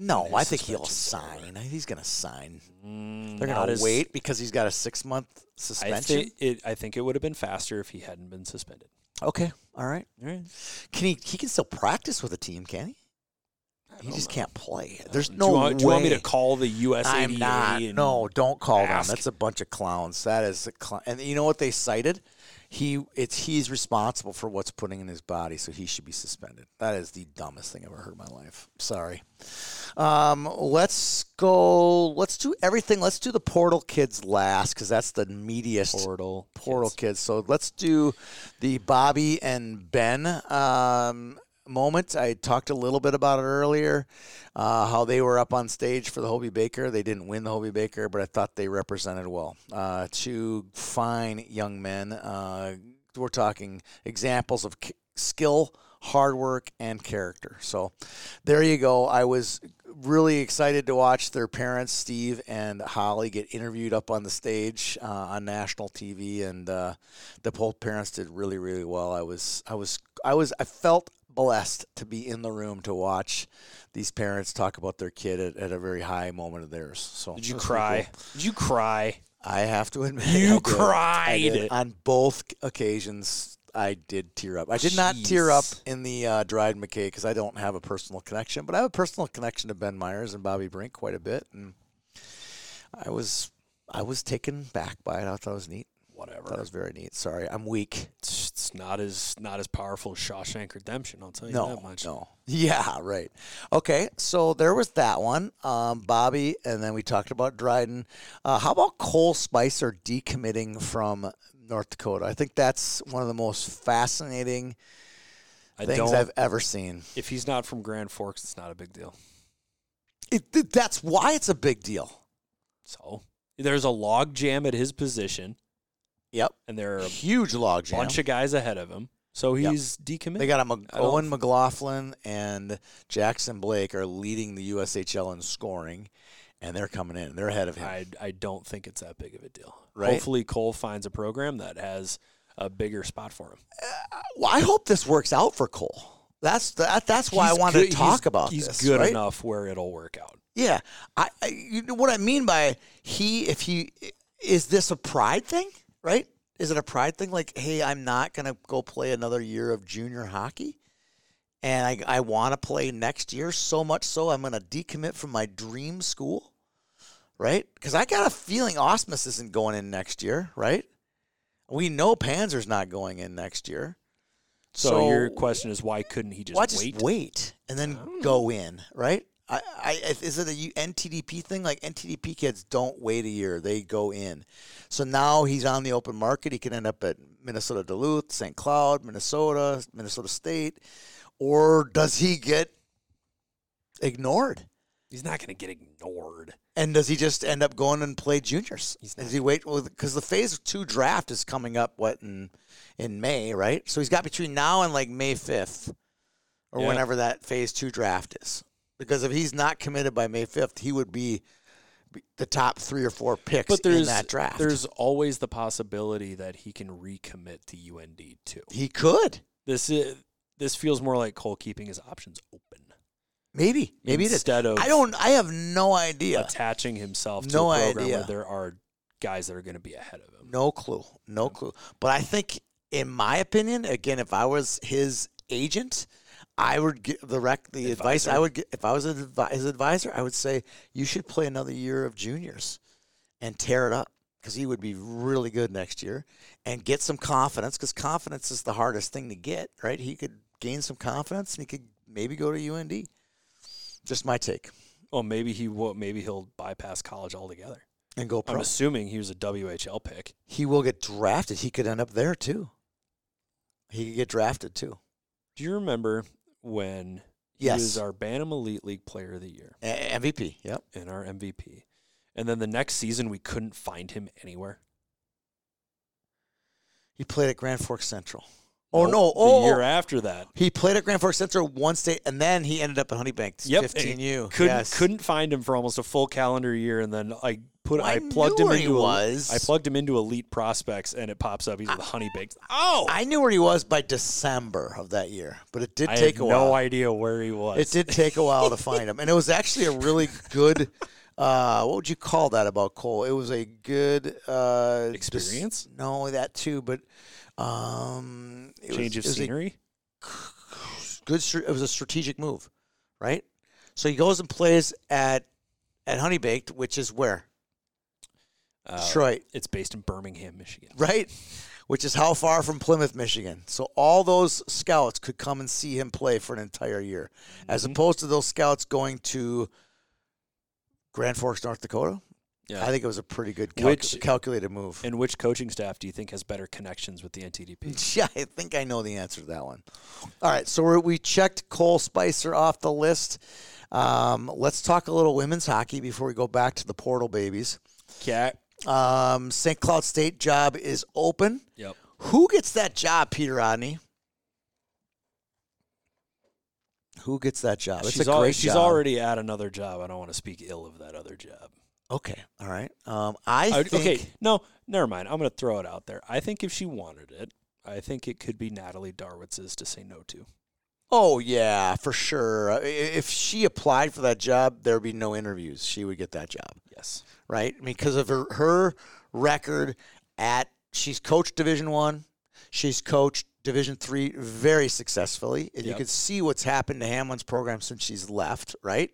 [SPEAKER 3] No,
[SPEAKER 1] His
[SPEAKER 3] I think he'll
[SPEAKER 1] suspension's
[SPEAKER 3] sign. I think he's gonna sign.
[SPEAKER 1] Mm,
[SPEAKER 3] They're
[SPEAKER 1] not
[SPEAKER 3] gonna
[SPEAKER 1] as-
[SPEAKER 3] wait because he's got a six month
[SPEAKER 1] I
[SPEAKER 3] suspension.
[SPEAKER 1] think it. I think it would have been faster if he hadn't been suspended.
[SPEAKER 3] Okay, all right.
[SPEAKER 1] All right.
[SPEAKER 3] Can he? He can still practice with a team, can he? He just can't play. There's
[SPEAKER 1] do
[SPEAKER 3] no
[SPEAKER 1] you want,
[SPEAKER 3] way.
[SPEAKER 1] do you want me to call the USADA?
[SPEAKER 3] I'm not.
[SPEAKER 1] and-
[SPEAKER 3] No, don't call
[SPEAKER 1] ask?
[SPEAKER 3] them. That's a bunch of clowns. That is a clown. And you know what they cited? He it's he's responsible for what's putting in his body, so he should be suspended. That is the dumbest thing I've ever heard in my life. Sorry. Um, let's go. Let's do everything. Let's do the portal kids last because that's the meatiest
[SPEAKER 1] portal.
[SPEAKER 3] portal
[SPEAKER 1] kids.
[SPEAKER 3] kids. So let's do the Bobby and Ben um, moment. I talked a little bit about it earlier, uh, how they were up on stage for the Hobie Baker. They didn't win the Hobie Baker, but I thought they represented well. Uh, two fine young men. Uh, we're talking examples of k- skill, hard work, and character. So there you go. I was really excited to watch their parents, Steve and Holly, get interviewed up on the stage uh, on national TV, and uh, the both parents did really, really well. I was, I was, I was, I felt blessed to be in the room to watch these parents talk about their kid at, at a very high moment of theirs. So
[SPEAKER 1] Did you
[SPEAKER 3] it was pretty
[SPEAKER 1] cry?
[SPEAKER 3] cool.
[SPEAKER 1] Did you cry?
[SPEAKER 3] I have to admit,
[SPEAKER 1] You
[SPEAKER 3] I did. I
[SPEAKER 1] cried.
[SPEAKER 3] did. on both occasions. I did tear up. I did not tear up
[SPEAKER 1] Jeez.
[SPEAKER 3] in the uh, Dryden McKay because I don't have a personal connection, but I have a personal connection to Ben Myers and Bobby Brink quite a bit, and I was I was taken back by it. I thought it was neat.
[SPEAKER 1] Whatever.
[SPEAKER 3] That was very neat. Sorry, I'm weak.
[SPEAKER 1] It's, it's not as not as powerful as Shawshank Redemption. I'll tell you
[SPEAKER 3] No,
[SPEAKER 1] that much.
[SPEAKER 3] no. Yeah, right. Okay, so there was that one, um, Bobby, and then we talked about Dryden. Uh, how about Cole Spicer decommitting from North Dakota? I think that's one of the most fascinating
[SPEAKER 1] I
[SPEAKER 3] things
[SPEAKER 1] don't.
[SPEAKER 3] I've ever seen.
[SPEAKER 1] if he's not from Grand Forks, it's not a big deal.
[SPEAKER 3] It, th- that's why it's a big deal.
[SPEAKER 1] So there's a log jam at his position,
[SPEAKER 3] Yep,
[SPEAKER 1] and there are a
[SPEAKER 3] huge log jam.
[SPEAKER 1] bunch of guys ahead of him. So
[SPEAKER 3] Yep.
[SPEAKER 1] he's decommitted.
[SPEAKER 3] They got a Mc-
[SPEAKER 1] I don't-
[SPEAKER 3] Owen McLaughlin and Jackson Blake are leading the USHL in scoring, and they're coming in. They're ahead of him.
[SPEAKER 1] I, I don't think it's that big of a deal.
[SPEAKER 3] Right.
[SPEAKER 1] Hopefully, Cole finds a program that has a bigger spot for him.
[SPEAKER 3] Well, I hope this works out for Cole. That's that, that's why
[SPEAKER 1] He's
[SPEAKER 3] I wanted
[SPEAKER 1] good-
[SPEAKER 3] to
[SPEAKER 1] he's-
[SPEAKER 3] talk about
[SPEAKER 1] He's
[SPEAKER 3] this.
[SPEAKER 1] good
[SPEAKER 3] right?
[SPEAKER 1] enough where it'll work out.
[SPEAKER 3] Yeah, I, I you know what I mean by he if he is this a pride thing, right? Is it a pride thing? Like, hey, I'm not gonna go play another year of junior hockey, and I I want to play next year so much so I'm gonna decommit from my dream school, right? Because I got a feeling Osmus isn't going in next year, right? We know Panzer's not going in next year.
[SPEAKER 1] So,
[SPEAKER 3] So-
[SPEAKER 1] your question is why couldn't he just
[SPEAKER 3] Why just
[SPEAKER 1] wait? Oh.
[SPEAKER 3] wait, and then go in, right? I, I, if- is it a U- NTDP thing? Like NTDP kids don't wait a year; they go in. So now he's on the open market. He could end up at Minnesota Duluth, St. Cloud, Minnesota, Minnesota State, or does he get ignored?
[SPEAKER 1] He's not going to get ignored.
[SPEAKER 3] And does he just end up going and play juniors? Does he wait? Well, because the phase two draft is coming up what in in May, right? So he's got between now and like May fifth, or
[SPEAKER 1] Yeah.
[SPEAKER 3] whenever that phase two draft is. Because if he's not committed by May fifth, he would be be the top three or four picks
[SPEAKER 1] But there's
[SPEAKER 3] in that draft.
[SPEAKER 1] there's always the possibility that he can recommit to UND too.
[SPEAKER 3] he could
[SPEAKER 1] This is this feels more like Cole keeping his options open
[SPEAKER 3] maybe maybe it is.
[SPEAKER 1] instead of
[SPEAKER 3] I don't. I have no idea.
[SPEAKER 1] attaching himself to
[SPEAKER 3] No
[SPEAKER 1] a program
[SPEAKER 3] idea.
[SPEAKER 1] where there are guys that are going to be ahead of him.
[SPEAKER 3] No clue. No clue. But I think, in my opinion, again, if I was his agent, I would give the rec the advice I
[SPEAKER 1] Advisor.
[SPEAKER 3] would get if I was his advi- his advisor. I would say you should play another year of juniors and tear it up because he would be really good next year and get some confidence because confidence is the hardest thing to get. Right? He could gain some confidence and he could maybe go to UND. Just my take
[SPEAKER 1] Well, Oh, maybe he will. Maybe he'll bypass college altogether.
[SPEAKER 3] and go
[SPEAKER 1] I'm
[SPEAKER 3] pro.
[SPEAKER 1] assuming he was a WHL pick.
[SPEAKER 3] He will get drafted. He could end up there too. He could get drafted too.
[SPEAKER 1] Do you remember when he was
[SPEAKER 3] Yes.
[SPEAKER 1] our Bantam Elite League Player of the Year
[SPEAKER 3] A- MVP. Yep.
[SPEAKER 1] and our MVP? And then the next season, we couldn't find him anywhere.
[SPEAKER 3] He played at Grand Forks Central. Oh,
[SPEAKER 1] Nope.
[SPEAKER 3] no. Oh,
[SPEAKER 1] the year after that,
[SPEAKER 3] he played at Grand Forks Central one state, and then he ended up at Honeybank.
[SPEAKER 1] Yep,
[SPEAKER 3] 15U.
[SPEAKER 1] couldn't
[SPEAKER 3] Yes.
[SPEAKER 1] couldn't find him for almost a full calendar year, and then I put
[SPEAKER 3] Well,
[SPEAKER 1] I,
[SPEAKER 3] I
[SPEAKER 1] plugged
[SPEAKER 3] knew
[SPEAKER 1] him
[SPEAKER 3] where he
[SPEAKER 1] into
[SPEAKER 3] was.
[SPEAKER 1] I plugged him into Elite Prospects, and it pops up. He's with Honey Baked. Oh,
[SPEAKER 3] I knew where he was by December of that year, but it did
[SPEAKER 1] I
[SPEAKER 3] take
[SPEAKER 1] had
[SPEAKER 3] a
[SPEAKER 1] no
[SPEAKER 3] while.
[SPEAKER 1] idea where he was.
[SPEAKER 3] It did take a while to find him, and it was actually a really good. Uh, what would you call that about Cole? It was a good uh, dis-
[SPEAKER 1] Experience?
[SPEAKER 3] no, that too, but um, it
[SPEAKER 1] change
[SPEAKER 3] was,
[SPEAKER 1] of
[SPEAKER 3] it was a
[SPEAKER 1] scenery.
[SPEAKER 3] good. str- It was a strategic move, right? So he goes and plays at at Honeybaked, which is where
[SPEAKER 1] Uh,
[SPEAKER 3] Detroit,
[SPEAKER 1] It's based in Birmingham, Michigan.
[SPEAKER 3] right? Which is how far from Plymouth, Michigan. So all those scouts could come and see him play for an entire year, as
[SPEAKER 1] Mm-hmm.
[SPEAKER 3] opposed to those scouts going to Grand Forks, North Dakota.
[SPEAKER 1] Yeah.
[SPEAKER 3] I think it was a pretty good calc-
[SPEAKER 1] Which-
[SPEAKER 3] calculated move.
[SPEAKER 1] And which coaching staff do you think has better connections with the NTDP?
[SPEAKER 3] Yeah, I think I know the answer to that one. All right, so we're, we checked Cole Spicer off the list. Um, let's talk a little women's hockey before we go back to the portal babies.
[SPEAKER 1] Cat.
[SPEAKER 3] Um, St. Cloud State job is open.
[SPEAKER 1] Yep.
[SPEAKER 3] Who gets that job, Peter Rodney? Who gets that job? It's
[SPEAKER 1] she's
[SPEAKER 3] a
[SPEAKER 1] al-
[SPEAKER 3] great
[SPEAKER 1] she's
[SPEAKER 3] job.
[SPEAKER 1] already at another job. I don't want to speak ill of that other job.
[SPEAKER 3] okay. All right. Um, I
[SPEAKER 1] I-
[SPEAKER 3] think
[SPEAKER 1] okay, no, never mind. I'm going to throw it out there. I think if she wanted it, I think it could be Natalie Darwitz's to say no to.
[SPEAKER 3] Oh yeah, for sure. I- If she applied for that job, there'd be no interviews. She would get that job.
[SPEAKER 1] Yes.
[SPEAKER 3] right? Because of her, her record at she's coached Division One, she's coached Division three very successfully, and you
[SPEAKER 1] Yep.
[SPEAKER 3] could see what's happened to Hamlin's program since she's left. Right,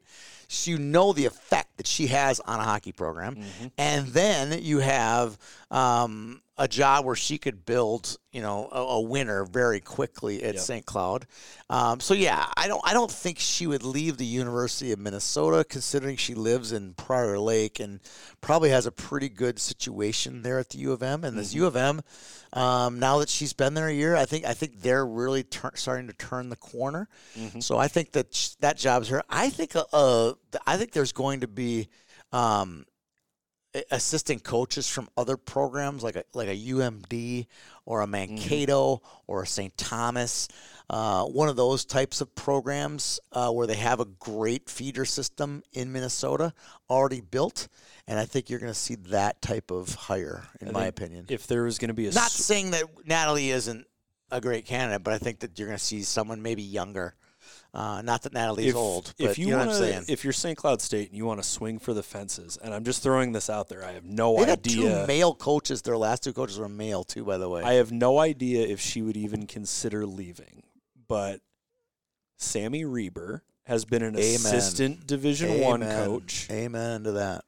[SPEAKER 3] so you know the effect that she has on a hockey program, and then you have um, a job where she could build, you know, a, a winner very quickly at St. Cloud. Um, so yeah, I don't, I don't think she would leave the University of Minnesota, considering she lives in Prior Lake and probably has a pretty good situation there at the U of M. And this U of M, um, now that she's been there a year, I think, I think they're really tur starting to turn the corner. So I think that sh- that job's her. I think, uh, uh, I think there's going to be. Um, assistant coaches from other programs like a, like a UMD
[SPEAKER 1] Mm-hmm.
[SPEAKER 3] or a Mankato or a St. Thomas, uh, one of those types of programs uh, where they have a great feeder system in Minnesota already built. And I think you're going to see that type of hire, in my opinion.
[SPEAKER 1] If there was going to be a
[SPEAKER 3] Not
[SPEAKER 1] s-
[SPEAKER 3] saying that Natalie isn't a great candidate, but I think that you're going to see someone maybe younger. Uh, not that Natalie's
[SPEAKER 1] if,
[SPEAKER 3] old, but
[SPEAKER 1] if
[SPEAKER 3] you,
[SPEAKER 1] you,
[SPEAKER 3] know
[SPEAKER 1] wanna,
[SPEAKER 3] what I'm saying.
[SPEAKER 1] if you're St. Cloud State and you want to swing for the fences, and I'm just throwing this out there, I have no
[SPEAKER 3] They've had two
[SPEAKER 1] idea.
[SPEAKER 3] male coaches. Their last two coaches were male, too, by the way.
[SPEAKER 1] I have no idea if she would even consider leaving, but Sammy Reber has been an
[SPEAKER 3] Amen.
[SPEAKER 1] assistant Division One
[SPEAKER 3] Amen.
[SPEAKER 1] coach.
[SPEAKER 3] Amen to that.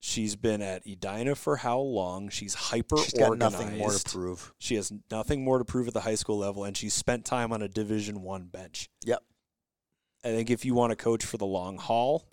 [SPEAKER 1] She's been at Edina for how long? She's hyper
[SPEAKER 3] She's got
[SPEAKER 1] organized.
[SPEAKER 3] nothing more to prove.
[SPEAKER 1] She has nothing more to prove at the high school level, and she spent time on a Division One bench.
[SPEAKER 3] Yep.
[SPEAKER 1] I think if you want to coach for the long haul,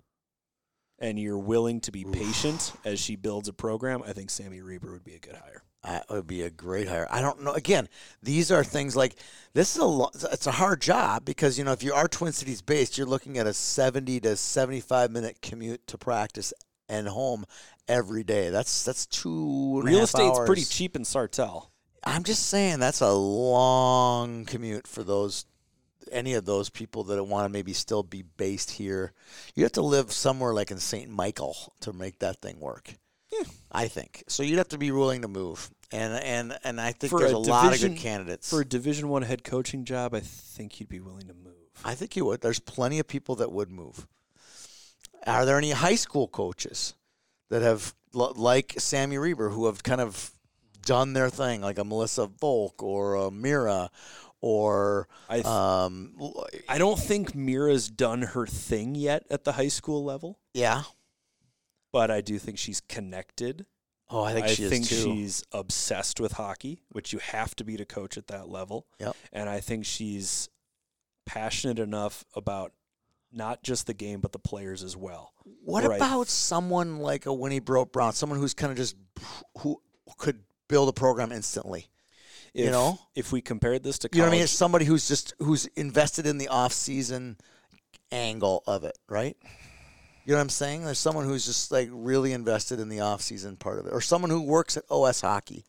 [SPEAKER 1] and you're willing to be patient as she builds a program, I think Sammy Reber would be a good hire.
[SPEAKER 3] I, it would be a great hire. I don't know. Again, these are things like this is a lo- it's a hard job because you know if you are Twin Cities based, you're looking at a 70 to 75 minute commute to practice and home every day. That's that's two and a
[SPEAKER 1] Real
[SPEAKER 3] half
[SPEAKER 1] estate's pretty
[SPEAKER 3] hours.
[SPEAKER 1] cheap in Sartell.
[SPEAKER 3] I'm just saying that's a long commute for those any of those people that want to maybe still be based here. You have to live somewhere like in St. Michael to make that thing work. I think. So you'd have to be willing to move. And and and I think
[SPEAKER 1] For
[SPEAKER 3] there's
[SPEAKER 1] a
[SPEAKER 3] a, lot of good
[SPEAKER 1] division-
[SPEAKER 3] candidates.
[SPEAKER 1] For a Division One head coaching job, I think you'd be willing to move.
[SPEAKER 3] I think you would. There's plenty of people that would move. Are there any high school coaches that have, l- like Sammy Reber, who have kind of done their thing, like a Melissa Volk or a Mira or
[SPEAKER 1] I th-
[SPEAKER 3] um, l-
[SPEAKER 1] I don't think Mira's done her thing yet at the high school level,
[SPEAKER 3] yeah.
[SPEAKER 1] but I do think she's connected.
[SPEAKER 3] Oh, I think
[SPEAKER 1] I
[SPEAKER 3] she
[SPEAKER 1] think
[SPEAKER 3] is too.
[SPEAKER 1] she's obsessed with hockey, which you have to be to coach at that level.
[SPEAKER 3] Yep.
[SPEAKER 1] And I think she's passionate enough about not just the game, but the players as well.
[SPEAKER 3] What
[SPEAKER 1] where I-
[SPEAKER 3] about someone like a Winnie Broke Brown, someone who's kind of just who could build a program instantly?
[SPEAKER 1] If,
[SPEAKER 3] You know?
[SPEAKER 1] if we compared this to college,
[SPEAKER 3] You know what I mean? It's somebody who's just who's invested in the off season angle of it, right? You know what I'm saying? There's someone who's just like really invested in the off season part of it, or someone who works at OS hockey.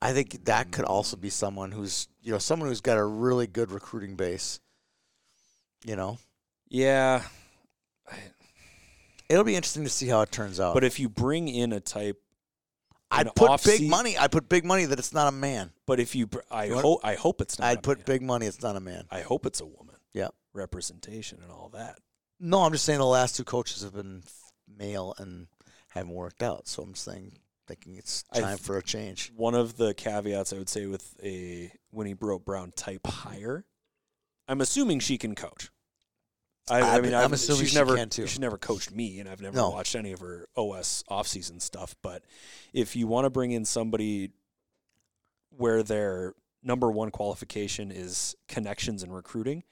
[SPEAKER 3] I think that could also be someone who's you know someone who's got a really good recruiting base. You know,
[SPEAKER 1] yeah.
[SPEAKER 3] it'll be interesting to see how it turns out.
[SPEAKER 1] But if you bring in a type, an
[SPEAKER 3] I'd put big
[SPEAKER 1] off-sea-
[SPEAKER 3] money. I put big money that it's not a man.
[SPEAKER 1] but if you, br- I
[SPEAKER 3] What?
[SPEAKER 1] hope, I hope it's not. a
[SPEAKER 3] I'd put
[SPEAKER 1] man.
[SPEAKER 3] big money. It's not a man.
[SPEAKER 1] I hope it's a woman
[SPEAKER 3] Yeah.
[SPEAKER 1] representation and all that.
[SPEAKER 3] No, I'm just saying the last two coaches have been male and haven't worked out. So I'm saying thinking it's
[SPEAKER 1] I
[SPEAKER 3] time
[SPEAKER 1] th-
[SPEAKER 3] for a change.
[SPEAKER 1] One of the caveats I would say with a Winnie Broke Brown type hire, I'm assuming she can coach. I, I
[SPEAKER 3] I-
[SPEAKER 1] mean,
[SPEAKER 3] I'm
[SPEAKER 1] I've-
[SPEAKER 3] assuming
[SPEAKER 1] she's
[SPEAKER 3] she
[SPEAKER 1] never
[SPEAKER 3] can, too.
[SPEAKER 1] she's never coached me, and I've never
[SPEAKER 3] No.
[SPEAKER 1] watched any of her OS offseason stuff. But if you want to bring in somebody where their number one qualification is connections and recruiting,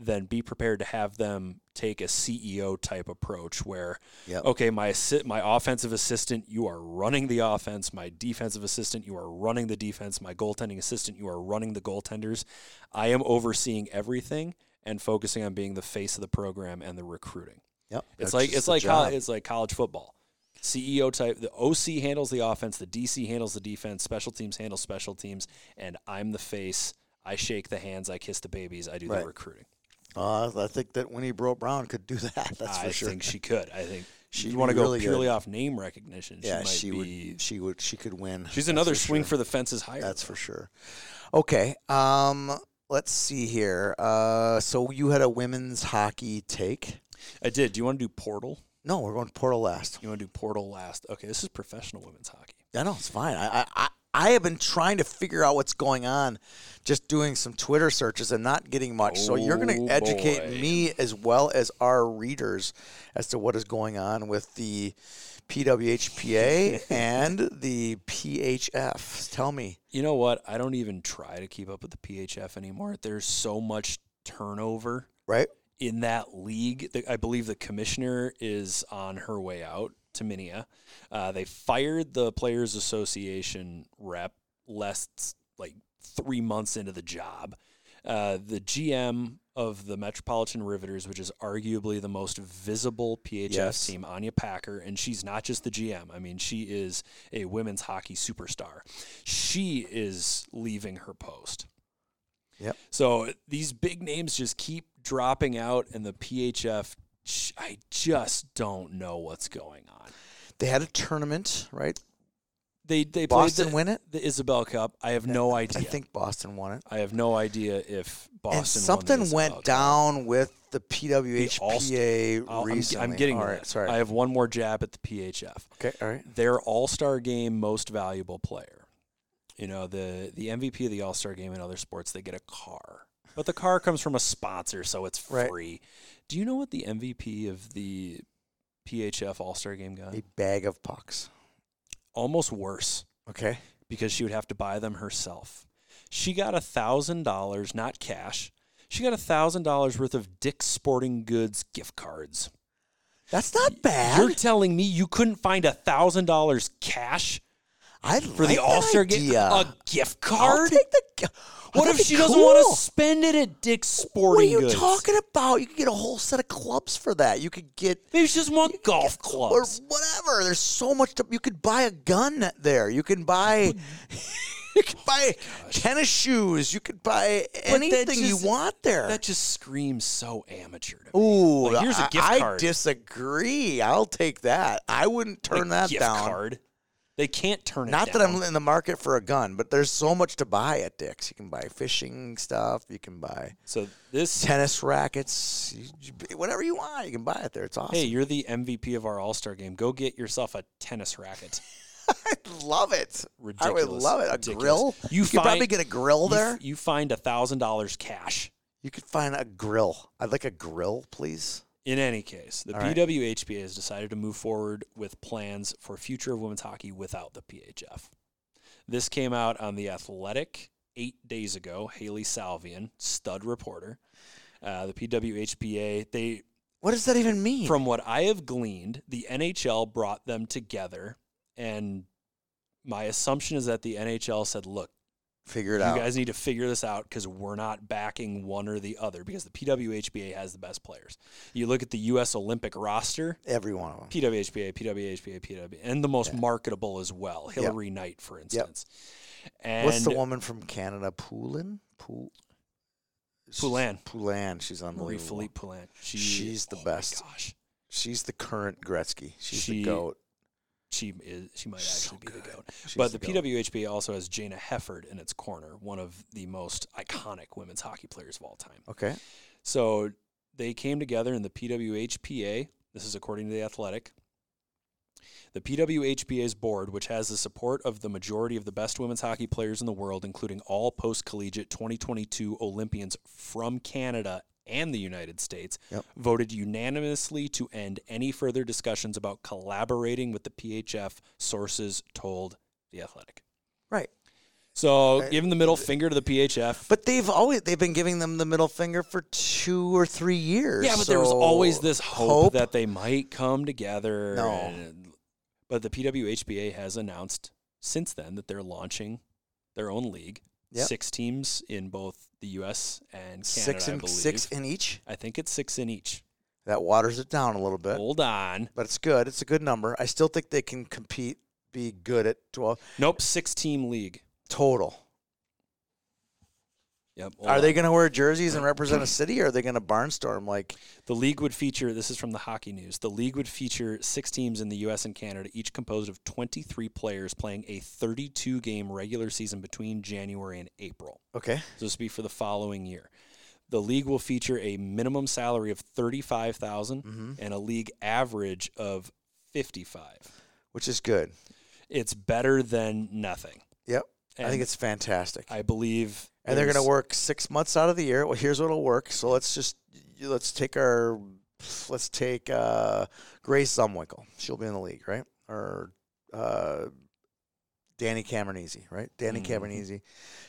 [SPEAKER 1] then be prepared to have them take a CEO type approach where
[SPEAKER 3] Yep.
[SPEAKER 1] okay, my assi- my offensive assistant, you are running the offense. My defensive assistant, you are running the defense. My goaltending assistant, you are running the goaltenders. I am overseeing everything and focusing on being the face of the program and the recruiting.
[SPEAKER 3] Yep.
[SPEAKER 1] It's
[SPEAKER 3] That's
[SPEAKER 1] like
[SPEAKER 3] just
[SPEAKER 1] it's
[SPEAKER 3] the
[SPEAKER 1] like col-
[SPEAKER 3] job.
[SPEAKER 1] it's like college football. CEO type, the OC handles the offense, the DC handles the defense, special teams handle special teams, and I'm the face. I shake the hands, I kiss the babies, I do
[SPEAKER 3] Right.
[SPEAKER 1] the recruiting.
[SPEAKER 3] Uh, I think that Winnie Bro Brown could do that. That's
[SPEAKER 1] I
[SPEAKER 3] for sure.
[SPEAKER 1] think she could. I think
[SPEAKER 3] She'd
[SPEAKER 1] she want to
[SPEAKER 3] be
[SPEAKER 1] go
[SPEAKER 3] really good.
[SPEAKER 1] purely off name recognition. she
[SPEAKER 3] yeah,
[SPEAKER 1] might
[SPEAKER 3] she
[SPEAKER 1] be
[SPEAKER 3] would. She would. She could win.
[SPEAKER 1] She's
[SPEAKER 3] That's
[SPEAKER 1] another
[SPEAKER 3] for
[SPEAKER 1] swing
[SPEAKER 3] sure.
[SPEAKER 1] for the fences higher.
[SPEAKER 3] That's for sure. Okay. Um. Let's see here. Uh. So you had a women's hockey take.
[SPEAKER 1] I did. Do you want to do Portal?
[SPEAKER 3] No, we're going to Portal last.
[SPEAKER 1] You want to do Portal last? Okay, this is professional women's hockey.
[SPEAKER 3] I know it's fine. I I, I I have been trying to figure out what's going on, just doing some Twitter searches and not getting much. so you're going
[SPEAKER 1] Oh,
[SPEAKER 3] to educate
[SPEAKER 1] boy.
[SPEAKER 3] me as well as our readers as to what is going on with the PWHPA and the PHF. Tell me.
[SPEAKER 1] You know what? I don't even try to keep up with the PHF anymore. There's so much turnover
[SPEAKER 3] Right?
[SPEAKER 1] in that league. The, I believe the commissioner is on her way out to Minia. Uh, they fired the Players Association rep less like three months into the job. Uh, the GM of the Metropolitan Riveters, which is arguably the most visible PHF
[SPEAKER 3] Yes.
[SPEAKER 1] team, Anya Packer, and she's not just the GM. I mean, she is a women's hockey superstar. She is leaving her post.
[SPEAKER 3] Yep.
[SPEAKER 1] So these big names just keep dropping out, and the PHF, j- I just don't know what's going on.
[SPEAKER 3] They had a tournament, right?
[SPEAKER 1] They they
[SPEAKER 3] Boston
[SPEAKER 1] played the,
[SPEAKER 3] win it?
[SPEAKER 1] the Isabel Cup. I have no idea.
[SPEAKER 3] I think Boston won it.
[SPEAKER 1] I have no idea if Boston
[SPEAKER 3] and
[SPEAKER 1] won
[SPEAKER 3] something
[SPEAKER 1] the
[SPEAKER 3] went
[SPEAKER 1] Isabel Cup.
[SPEAKER 3] down with the
[SPEAKER 1] The
[SPEAKER 3] PWHPA
[SPEAKER 1] I'll- I'm,
[SPEAKER 3] recently.
[SPEAKER 1] I'm getting
[SPEAKER 3] All
[SPEAKER 1] to
[SPEAKER 3] right,
[SPEAKER 1] that.
[SPEAKER 3] sorry.
[SPEAKER 1] I have one more jab at the PHF.
[SPEAKER 3] okay, all right.
[SPEAKER 1] Their All Star Game most valuable player. You know the the MVP of the All Star Game in other sports, they get a car, but the car comes from a sponsor, so it's
[SPEAKER 3] Right.
[SPEAKER 1] free. Do you know what the MVP of the PHF All Star Game got?
[SPEAKER 3] A bag of pucks.
[SPEAKER 1] Almost worse
[SPEAKER 3] Okay.
[SPEAKER 1] because she would have to buy them herself. She got thousand dollars, not cash. She got thousand dollars worth of Dick's Sporting Goods gift cards.
[SPEAKER 3] That's not bad.
[SPEAKER 1] You're telling me you couldn't find thousand dollars cash
[SPEAKER 3] I
[SPEAKER 1] for the All Star game? A gift
[SPEAKER 3] I'll
[SPEAKER 1] card?
[SPEAKER 3] take the g-
[SPEAKER 1] what if
[SPEAKER 3] that'd be
[SPEAKER 1] she doesn't want
[SPEAKER 3] cool.
[SPEAKER 1] to spend it at Dick's
[SPEAKER 3] What are
[SPEAKER 1] Sporting
[SPEAKER 3] you
[SPEAKER 1] Goods?
[SPEAKER 3] talking about? You could get a whole set of clubs for that. You could get
[SPEAKER 1] Maybe she doesn't want golf
[SPEAKER 3] or
[SPEAKER 1] clubs.
[SPEAKER 3] whatever. There's so much. To, you could buy a gun there. You can buy. you could buy tennis shoes. You could buy
[SPEAKER 1] that
[SPEAKER 3] anything
[SPEAKER 1] just-
[SPEAKER 3] you want there.
[SPEAKER 1] That just screams so amateur. To me.
[SPEAKER 3] Ooh,
[SPEAKER 1] Like, here's a
[SPEAKER 3] I-
[SPEAKER 1] gift
[SPEAKER 3] I,
[SPEAKER 1] card.
[SPEAKER 3] disagree. I'll take that. I wouldn't turn that
[SPEAKER 1] gift
[SPEAKER 3] down.
[SPEAKER 1] card. They can't turn it.
[SPEAKER 3] Not that
[SPEAKER 1] down.
[SPEAKER 3] I'm in the market for a gun, but there's so much to buy at Dick's. You can buy fishing stuff. You can buy
[SPEAKER 1] So this
[SPEAKER 3] tennis rackets. You, you- whatever you want, you can buy it there. It's awesome.
[SPEAKER 1] Hey, you're the MVP of our All Star game. Go get yourself a tennis racket.
[SPEAKER 3] I love it. I would
[SPEAKER 1] Ridiculous.
[SPEAKER 3] love it. A
[SPEAKER 1] Ridiculous.
[SPEAKER 3] grill.
[SPEAKER 1] You
[SPEAKER 3] could
[SPEAKER 1] find-
[SPEAKER 3] probably get a grill
[SPEAKER 1] You f-
[SPEAKER 3] there.
[SPEAKER 1] You, find a thousand dollars cash.
[SPEAKER 3] you could find a grill. I'd like a grill, please.
[SPEAKER 1] In any case, the
[SPEAKER 3] All right.
[SPEAKER 1] PWHPA has decided to move forward with plans for future of women's hockey without the PHF. This came out on the Athletic eight days ago. Haley Salvian, stud reporter, uh, the PWHPA. They,
[SPEAKER 3] What does that even mean?
[SPEAKER 1] from what I have gleaned, the NHL brought them together, and my assumption is that the NHL said, "Look,
[SPEAKER 3] Figure it
[SPEAKER 1] you
[SPEAKER 3] out.
[SPEAKER 1] guys need to figure this out because we're not backing one or the other because the PWHPA has the best players. You look at the U.S. Olympic roster,
[SPEAKER 3] Every one of them.
[SPEAKER 1] PWHPA, PWHPA, PW, and the most marketable as well, Hillary Knight, for instance. And
[SPEAKER 3] What's the woman from Canada? Poulin? Poul-
[SPEAKER 1] Poulin.
[SPEAKER 3] Poulin. She's
[SPEAKER 1] Marie
[SPEAKER 3] unbelievable.
[SPEAKER 1] Philippe Poulin. She-
[SPEAKER 3] She's the
[SPEAKER 1] oh my
[SPEAKER 3] best.
[SPEAKER 1] gosh,
[SPEAKER 3] She's the current Gretzky. She's
[SPEAKER 1] She-
[SPEAKER 3] the goat.
[SPEAKER 1] she is. She might
[SPEAKER 3] So
[SPEAKER 1] actually be
[SPEAKER 3] good.
[SPEAKER 1] the goat.
[SPEAKER 3] She's
[SPEAKER 1] but the,
[SPEAKER 3] goat.
[SPEAKER 1] PWHPA also has Jana Hefford in its corner, one of the most iconic women's hockey players of all time.
[SPEAKER 3] Okay.
[SPEAKER 1] So they came together in the PWHPA. This is according to The Athletic. The PWHPA's board, which has the support of the majority of the best women's hockey players in the world, including all post collegiate 2022 Olympians from Canada and the United States,
[SPEAKER 3] Yep.
[SPEAKER 1] voted unanimously to end any further discussions about collaborating with the PHF, sources told The Athletic.
[SPEAKER 3] Right.
[SPEAKER 1] So, giving the middle finger to the PHF.
[SPEAKER 3] Uh, But they've always they've been giving them the middle finger for two or three years.
[SPEAKER 1] Yeah, but there was
[SPEAKER 3] so
[SPEAKER 1] always this hope, that they might come together.
[SPEAKER 3] No.
[SPEAKER 1] and- but the PWHPA has announced since then that they're launching their own league.
[SPEAKER 3] Yep.
[SPEAKER 1] Six teams in both the U.S. and Canada,
[SPEAKER 3] six
[SPEAKER 1] I
[SPEAKER 3] and
[SPEAKER 1] believe.
[SPEAKER 3] six in each.
[SPEAKER 1] I think it's six in each.
[SPEAKER 3] That waters it down a little bit.
[SPEAKER 1] Hold on.
[SPEAKER 3] But it's good. It's a good number. I still think they can compete, be good at twelve
[SPEAKER 1] Nope, six-team league.
[SPEAKER 3] total.
[SPEAKER 1] Yep. hold
[SPEAKER 3] Are
[SPEAKER 1] on.
[SPEAKER 3] they going to wear jerseys and represent a city, or are they going to barnstorm like
[SPEAKER 1] The league would feature, this is from the hockey news, the league would feature six teams in the U.S. and Canada, each composed of 23 players playing a 32 game regular season between January and April.
[SPEAKER 3] okay?
[SPEAKER 1] So this will be for the following year. The league will feature a minimum salary of 35,000
[SPEAKER 3] Mm-hmm.
[SPEAKER 1] and a league average of 55.
[SPEAKER 3] Which is good.
[SPEAKER 1] It's better than nothing.
[SPEAKER 3] Yep. I
[SPEAKER 1] And
[SPEAKER 3] think it's fantastic.
[SPEAKER 1] I believe.
[SPEAKER 3] and they're going
[SPEAKER 1] there's-
[SPEAKER 3] to work six months out of the year. Well, here's what'll work. So let's just y- let's take our let's take uh, Grace Zumwinkle. She'll be in the league, right? Or uh, Danny Cameronese, right? Danny
[SPEAKER 1] Mhm.
[SPEAKER 3] Cameronese.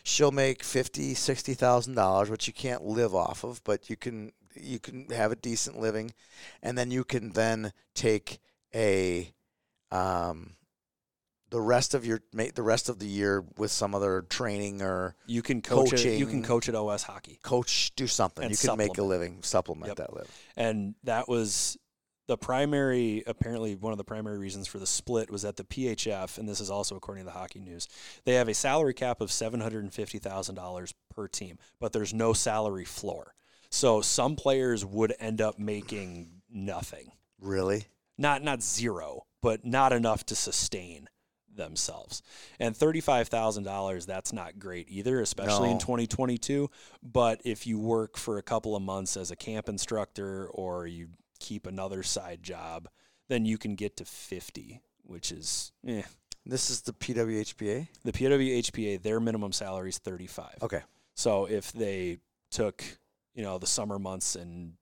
[SPEAKER 3] She'll make fifty, sixty thousand dollars, which you can't live off of, but you can you can have a decent living, and then you can then take a um, the rest of your ma- the rest of the year with some other training or
[SPEAKER 1] You can coach. It, you can
[SPEAKER 3] coaching.
[SPEAKER 1] coach at OS hockey,
[SPEAKER 3] coach, do something.
[SPEAKER 1] And
[SPEAKER 3] you can make a
[SPEAKER 1] supplement.
[SPEAKER 3] living, supplement
[SPEAKER 1] Yep.
[SPEAKER 3] that living.
[SPEAKER 1] and that was the primary. Apparently, one of the primary reasons for the split was that the PHF, and this is also according to the Hockey News, they have a salary cap of seven hundred and fifty thousand dollars per team, but there's no salary floor. So some players would end up making nothing.
[SPEAKER 3] Really?
[SPEAKER 1] not not zero, but not enough to sustain themselves. And thirty-five thousand dollars, that's not great either, especially in
[SPEAKER 3] No.
[SPEAKER 1] 2022. But if you work for a couple of months as a camp instructor or you keep another side job, then you can get to fifty, which is eh.
[SPEAKER 3] This is the PWHPA.
[SPEAKER 1] the PWHPA. Their minimum salary is thirty-five.
[SPEAKER 3] Okay.
[SPEAKER 1] So if they took you know the summer months and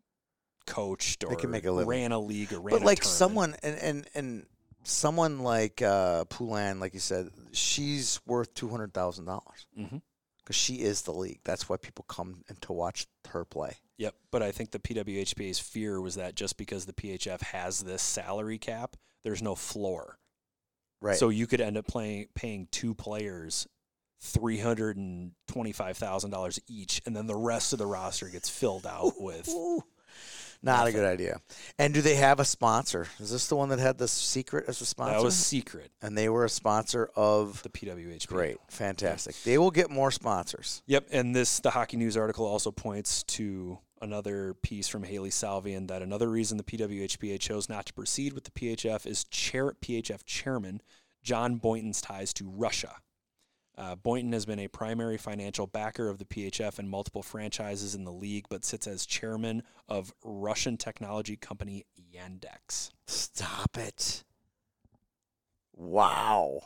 [SPEAKER 1] coached or
[SPEAKER 3] They can make a living.
[SPEAKER 1] ran a league or ran
[SPEAKER 3] but
[SPEAKER 1] a
[SPEAKER 3] like
[SPEAKER 1] tournament-
[SPEAKER 3] someone and and and someone like uh, Poulin, like you said, she's worth two hundred thousand dollars
[SPEAKER 1] Mhm.
[SPEAKER 3] because she is the league. That's why people come and to watch her play.
[SPEAKER 1] Yep, but I think the PWHPA's fear was that just because the PHF has this salary cap, there's no floor.
[SPEAKER 3] Right.
[SPEAKER 1] So you could end up playing paying two players three hundred and twenty five thousand dollars each, and then the rest of the roster gets filled out with
[SPEAKER 3] Ooh. Not a good idea. And do they have a sponsor? Is this the one that had the secret as a sponsor?
[SPEAKER 1] that was secret.
[SPEAKER 3] and they were a sponsor of
[SPEAKER 1] The PWHPA.
[SPEAKER 3] great, fantastic. They will get more sponsors.
[SPEAKER 1] Yep, and this the hockey news article also points to another piece from Haley Salvian that another reason the PWHPA chose not to proceed with the PHF is chair, PHF chairman John Boynton's ties to Russia. Uh, Boynton has been a primary financial backer of the PHF and multiple franchises in the league, but sits as chairman of Russian technology company Yandex.
[SPEAKER 3] Stop it. Wow.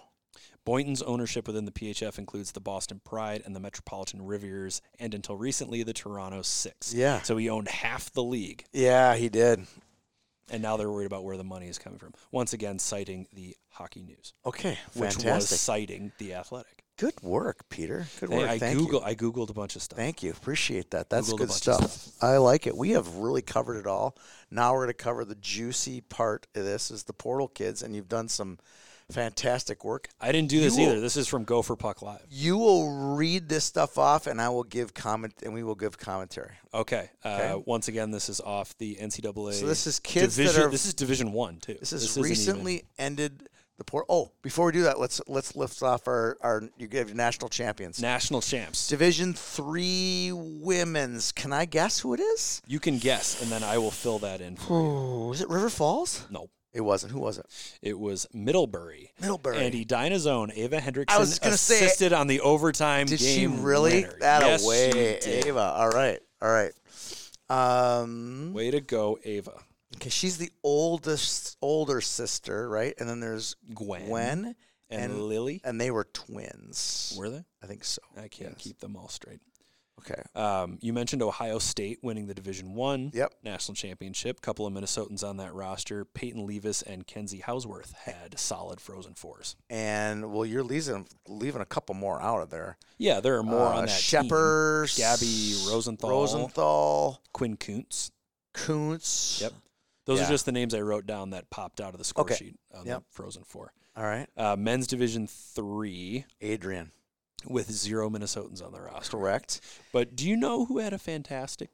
[SPEAKER 1] Boynton's ownership within the PHF includes the Boston Pride and the Metropolitan Riviers, and until recently, the Toronto Six.
[SPEAKER 3] Yeah.
[SPEAKER 1] So he owned half the league,
[SPEAKER 3] Yeah, he did.
[SPEAKER 1] and now they're worried about where the money is coming from. Once again, citing the hockey news,
[SPEAKER 3] Okay,
[SPEAKER 1] which was
[SPEAKER 3] fantastic.
[SPEAKER 1] citing the athletic.
[SPEAKER 3] Good work, Peter. Good
[SPEAKER 1] Hey,
[SPEAKER 3] work.
[SPEAKER 1] I
[SPEAKER 3] Thank
[SPEAKER 1] Google,
[SPEAKER 3] you.
[SPEAKER 1] I googled a bunch of stuff.
[SPEAKER 3] Thank you. Appreciate that. That's
[SPEAKER 1] Googled a
[SPEAKER 3] good
[SPEAKER 1] bunch of
[SPEAKER 3] stuff. I like it. We have really covered it all. Now we're going to cover the juicy part of this is the Portal Kids, and you've done some fantastic work.
[SPEAKER 1] I didn't do this
[SPEAKER 3] You-
[SPEAKER 1] either. This is from Gopher Puck Live.
[SPEAKER 3] You will read this stuff off, and I will give comment, and we will give commentary.
[SPEAKER 1] Okay. Uh,
[SPEAKER 3] Okay.
[SPEAKER 1] Once again, this is off the NCAA.
[SPEAKER 3] So this is kids that
[SPEAKER 1] division,
[SPEAKER 3] are-
[SPEAKER 1] This is Division One too.
[SPEAKER 3] This has
[SPEAKER 1] isn't even-
[SPEAKER 3] recently ended the port. Oh, before we do that, let's let's lift off our our you gave your national champions.
[SPEAKER 1] national champs.
[SPEAKER 3] Division three women's. Can I guess who it is?
[SPEAKER 1] You can guess, and then I will fill that in. For you.
[SPEAKER 3] Oh, is it River Falls?
[SPEAKER 1] Nope.
[SPEAKER 3] It wasn't. Who was it?
[SPEAKER 1] It was Middlebury.
[SPEAKER 3] Middlebury.
[SPEAKER 1] Andy Dinah's own Ava Hendrickson
[SPEAKER 3] I was just gonna say-
[SPEAKER 1] assisted on the overtime
[SPEAKER 3] Did she
[SPEAKER 1] game.
[SPEAKER 3] really?
[SPEAKER 1] winner.
[SPEAKER 3] That
[SPEAKER 1] yes,
[SPEAKER 3] away,
[SPEAKER 1] she did.
[SPEAKER 3] Ava. All right, all right. Um,
[SPEAKER 1] Way to go, Ava.
[SPEAKER 3] okay, she's the oldest, older sister, right? And then there's
[SPEAKER 1] Gwen.
[SPEAKER 3] Gwen,
[SPEAKER 1] and,
[SPEAKER 3] and-
[SPEAKER 1] Lily.
[SPEAKER 3] and they were twins.
[SPEAKER 1] Were Uh, they?
[SPEAKER 3] I think so.
[SPEAKER 1] I can't keep them all straight.
[SPEAKER 3] Okay.
[SPEAKER 1] Um, you mentioned Ohio State winning the Division One
[SPEAKER 3] Yep.
[SPEAKER 1] national championship. Couple of Minnesotans on that roster. Peyton Levis and Kenzie Housworth had solid Frozen Fours.
[SPEAKER 3] And well, you're leaving leaving a couple more out of there.
[SPEAKER 1] Yeah, there are more
[SPEAKER 3] Uh,
[SPEAKER 1] on that. Team.
[SPEAKER 3] Shepard,
[SPEAKER 1] Gabby Rosenthal.
[SPEAKER 3] Rosenthal,
[SPEAKER 1] Quinn Kuntz.
[SPEAKER 3] Koontz.
[SPEAKER 1] Yep. Those
[SPEAKER 3] Yeah.
[SPEAKER 1] are just the names I wrote down that popped out of the score
[SPEAKER 3] Okay.
[SPEAKER 1] sheet on
[SPEAKER 3] Yep.
[SPEAKER 1] the Frozen Four.
[SPEAKER 3] All right.
[SPEAKER 1] Uh, men's Division Three
[SPEAKER 3] Adrian.
[SPEAKER 1] with zero Minnesotans on the roster.
[SPEAKER 3] Correct.
[SPEAKER 1] But do you know who had a fantastic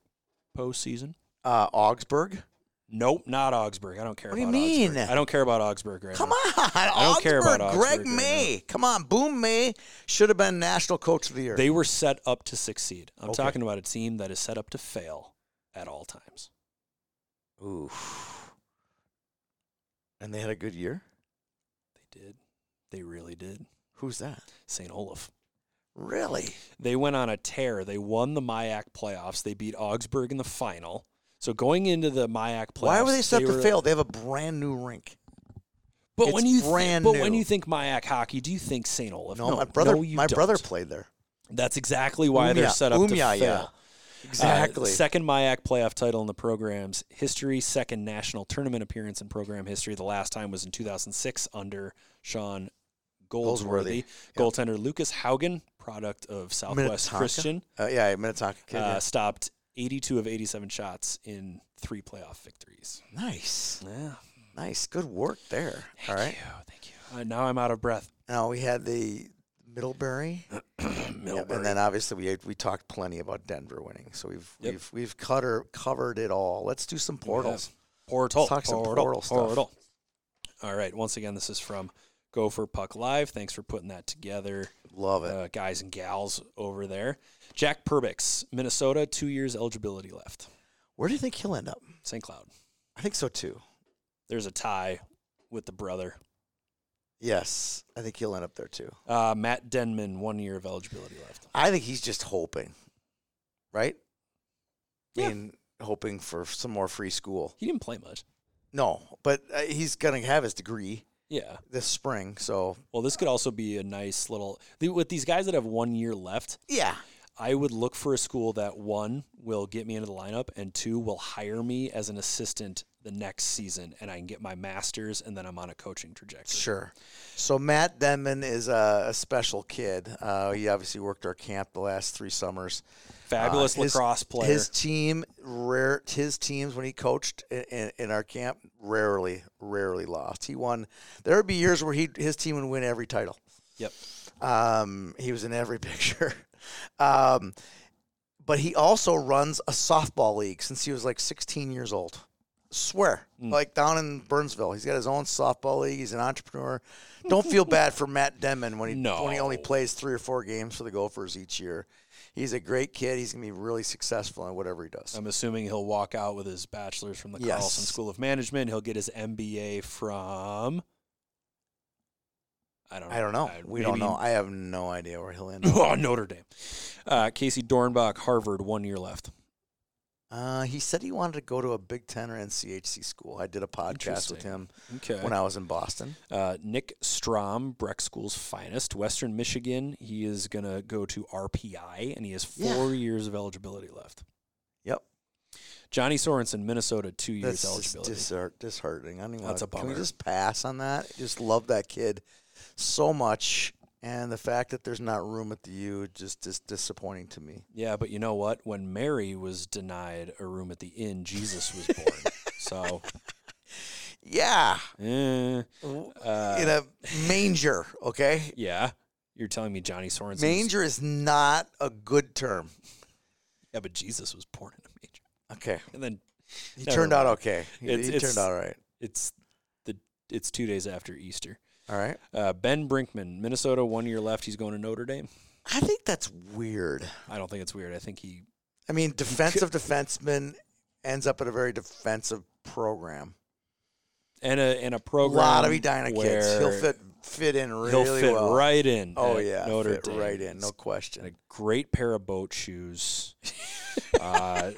[SPEAKER 1] postseason?
[SPEAKER 3] Uh, Augsburg.
[SPEAKER 1] Nope, not Augsburg. I don't care.
[SPEAKER 3] What do you
[SPEAKER 1] about
[SPEAKER 3] mean?
[SPEAKER 1] Augsburg. I don't care about Augsburg right
[SPEAKER 3] Come
[SPEAKER 1] now.
[SPEAKER 3] on.
[SPEAKER 1] don't care about
[SPEAKER 3] Greg
[SPEAKER 1] Augsburg right
[SPEAKER 3] May. Come on. Boom May should have been National Coach of the Year.
[SPEAKER 1] They were set up to succeed. I'm
[SPEAKER 3] Okay.
[SPEAKER 1] talking about a team that is set up to fail at all times.
[SPEAKER 3] Ooh. And they had a good year?
[SPEAKER 1] They did. They really did.
[SPEAKER 3] Who's that?
[SPEAKER 1] St. Olaf.
[SPEAKER 3] Really?
[SPEAKER 1] They went on a tear. They won the Mayak playoffs. They beat Augsburg in the final. So going into the Mayak playoffs,
[SPEAKER 3] Why were they set up to
[SPEAKER 1] were-
[SPEAKER 3] fail? They have a brand new rink.
[SPEAKER 1] But
[SPEAKER 3] It's
[SPEAKER 1] when you thi-
[SPEAKER 3] brand
[SPEAKER 1] but when
[SPEAKER 3] new.
[SPEAKER 1] you think Mayak hockey, do you think St. Olaf?
[SPEAKER 3] No, my brother,
[SPEAKER 1] you
[SPEAKER 3] my
[SPEAKER 1] don't.
[SPEAKER 3] brother played there.
[SPEAKER 1] That's exactly why they're
[SPEAKER 3] Umia-
[SPEAKER 1] set up to
[SPEAKER 3] Umia, yeah.
[SPEAKER 1] fail. Uh,
[SPEAKER 3] Exactly.
[SPEAKER 1] second Mayak playoff title in the program's history, second national tournament appearance in program history. The last time was in 2006 under Sean Goldsworthy,
[SPEAKER 3] Goldsworthy,
[SPEAKER 1] goaltender Lucas Haugen, product of Southwest
[SPEAKER 3] Minnetonka?
[SPEAKER 1] Christian,
[SPEAKER 3] Uh, yeah, Minnetonka kid.
[SPEAKER 1] uh, stopped 82 of 87 shots in three playoff victories.
[SPEAKER 3] yeah. Nice,
[SPEAKER 1] Yeah.
[SPEAKER 3] nice, good work there. All right.
[SPEAKER 1] Thank you. Uh, now I'm out of breath.
[SPEAKER 3] Now we had the Middlebury, Yep, and then obviously we we talked plenty about Denver winning. So we've
[SPEAKER 1] Yep.
[SPEAKER 3] we've we've cutter, covered it all. Let's do some portals.
[SPEAKER 1] Portal.
[SPEAKER 3] Let's talk some portal stuff.
[SPEAKER 1] All right. Once again, this is from Gopher Puck Live. Thanks for putting that together,
[SPEAKER 3] Love it.
[SPEAKER 1] uh, guys and gals over there. Jack Perbix, Minnesota, two years eligibility left.
[SPEAKER 3] Where do you think he'll end up?
[SPEAKER 1] St. Cloud.
[SPEAKER 3] I think so too.
[SPEAKER 1] There's a tie with the brother.
[SPEAKER 3] Yes, I think he'll end up there too.
[SPEAKER 1] Uh, Matt Denman, one year of eligibility left.
[SPEAKER 3] I think he's just hoping, right?
[SPEAKER 1] Yeah.
[SPEAKER 3] I mean, hoping for some more free school.
[SPEAKER 1] He didn't play much.
[SPEAKER 3] No, but uh, he's gonna have his degree
[SPEAKER 1] Yeah.
[SPEAKER 3] this spring. So
[SPEAKER 1] Well, this could also be a nice little. the- With these guys that have one year left,
[SPEAKER 3] yeah,
[SPEAKER 1] I would look for a school that one will get me into the lineup and two will hire me as an assistant the next season and I can get my master's and then I'm on a coaching trajectory.
[SPEAKER 3] Sure. So Matt Denman is a, a special kid. Uh, he obviously worked our camp the last three summers.
[SPEAKER 1] Fabulous
[SPEAKER 3] Uh, his-
[SPEAKER 1] lacrosse player.
[SPEAKER 3] His team rare. His teams when he coached in, in, in our camp rarely, rarely lost. He won. There would be years where he his team would win every title.
[SPEAKER 1] yep.
[SPEAKER 3] Um, he was in every picture. Um, but he also runs a softball league since he was like 16 years old. Swear,
[SPEAKER 1] Hmm.
[SPEAKER 3] like down in Burnsville, he's got his own softball league. He's an entrepreneur. Don't feel bad for Matt Denman when he when he only
[SPEAKER 1] No.
[SPEAKER 3] plays three or four games for the Gophers each year. He's a great kid. He's gonna be really successful in whatever he does.
[SPEAKER 1] I'm assuming he'll walk out with his bachelor's from the
[SPEAKER 3] Yes.
[SPEAKER 1] Carlson School of Management. He'll get his MBA from I don't know.
[SPEAKER 3] I don't know. we don't
[SPEAKER 1] maybe-
[SPEAKER 3] know. I have no idea where he'll end up.
[SPEAKER 1] Oh, Notre Dame. Uh, Casey Dornbach, Harvard, one year left.
[SPEAKER 3] Uh, he said he wanted to go to a Big Ten or NCHC school. I did a podcast with
[SPEAKER 1] Interesting.
[SPEAKER 3] him
[SPEAKER 1] Okay.
[SPEAKER 3] when I was in Boston.
[SPEAKER 1] Uh, Nick Strom, Breck School's finest, Western Michigan. He is going to go to RPI, and he has four years of eligibility left.
[SPEAKER 3] Yep.
[SPEAKER 1] Johnny Sorensen, Minnesota, two years
[SPEAKER 3] That's just
[SPEAKER 1] eligibility.
[SPEAKER 3] disheart- disheartening. I don't even
[SPEAKER 1] That's a
[SPEAKER 3] wanna- Can
[SPEAKER 1] bummer.
[SPEAKER 3] we just pass on that? Just love that kid so much, and the fact that there's not room at the U just is disappointing to me.
[SPEAKER 1] yeah, but you know what? When Mary was denied a room at the inn, Jesus was born. so,
[SPEAKER 3] Yeah,
[SPEAKER 1] eh,
[SPEAKER 3] in a manger. Okay,
[SPEAKER 1] yeah, you're telling me Johnny Sorensen? was-
[SPEAKER 3] manger is not a good term.
[SPEAKER 1] Yeah, but Jesus was born in a major,
[SPEAKER 3] Okay,
[SPEAKER 1] and then
[SPEAKER 3] he
[SPEAKER 1] Never
[SPEAKER 3] turned out
[SPEAKER 1] mind.
[SPEAKER 3] okay. He,
[SPEAKER 1] It's-
[SPEAKER 3] he
[SPEAKER 1] it's-
[SPEAKER 3] turned out all right.
[SPEAKER 1] it's the it's two days after Easter.
[SPEAKER 3] All right.
[SPEAKER 1] Uh, ben Brinkman, Minnesota, one year left. He's going to Notre Dame.
[SPEAKER 3] I think that's weird.
[SPEAKER 1] I don't think it's weird. I think he
[SPEAKER 3] I mean, defensive defenseman ends up at a very defensive program.
[SPEAKER 1] and a and a
[SPEAKER 3] A
[SPEAKER 1] program.
[SPEAKER 3] lot of Edina kids. He'll
[SPEAKER 1] where
[SPEAKER 3] fit fit in really
[SPEAKER 1] he'll fit
[SPEAKER 3] well.
[SPEAKER 1] right in.
[SPEAKER 3] Oh
[SPEAKER 1] at
[SPEAKER 3] yeah,
[SPEAKER 1] Notre
[SPEAKER 3] fit
[SPEAKER 1] Dame.
[SPEAKER 3] right in, no
[SPEAKER 1] And a
[SPEAKER 3] question.
[SPEAKER 1] great pair of boat shoes. uh,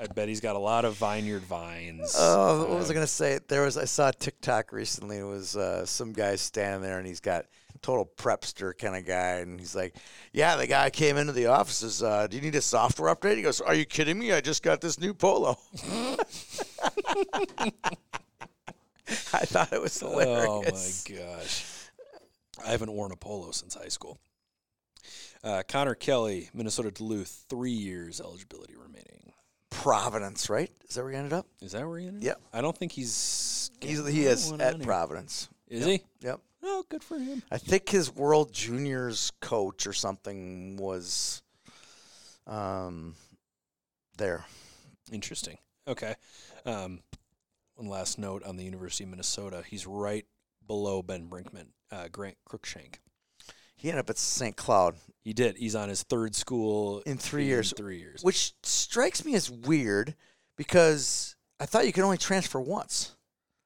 [SPEAKER 1] I bet he's got a lot of vineyard vines.
[SPEAKER 3] Oh, what
[SPEAKER 1] Uh,
[SPEAKER 3] was I gonna say? There was I saw a TikTok recently. It was uh, some guy standing there, and he's got total prepster kind of guy, and he's like, "Yeah, the guy came into the office. Is uh, do you need a software update?" He goes, "Are you kidding me? I just got this new polo." I thought it was
[SPEAKER 1] oh my
[SPEAKER 3] hilarious.
[SPEAKER 1] gosh! I haven't worn a polo since high school. Uh, Connor Kelly, Minnesota Duluth, three years eligibility remaining.
[SPEAKER 3] Providence, right? Is that where he ended up?
[SPEAKER 1] Is that where he ended?
[SPEAKER 3] Yeah.
[SPEAKER 1] up? I don't think he's.
[SPEAKER 3] He's,
[SPEAKER 1] I
[SPEAKER 3] he
[SPEAKER 1] don't
[SPEAKER 3] is
[SPEAKER 1] wanna
[SPEAKER 3] at
[SPEAKER 1] know.
[SPEAKER 3] Providence.
[SPEAKER 1] Is he?
[SPEAKER 3] Yep.
[SPEAKER 1] Oh, good for him.
[SPEAKER 3] I think his World Juniors coach or something was um there.
[SPEAKER 1] Interesting. Okay. Um, one last note on the University of Minnesota. He's right below Ben Brinkman, uh, Grant Crookshank.
[SPEAKER 3] He ended up at St. Cloud
[SPEAKER 1] He did. He's on his third school
[SPEAKER 3] in 3 years,
[SPEAKER 1] Three years.
[SPEAKER 3] which strikes me as weird because I thought you could only transfer once.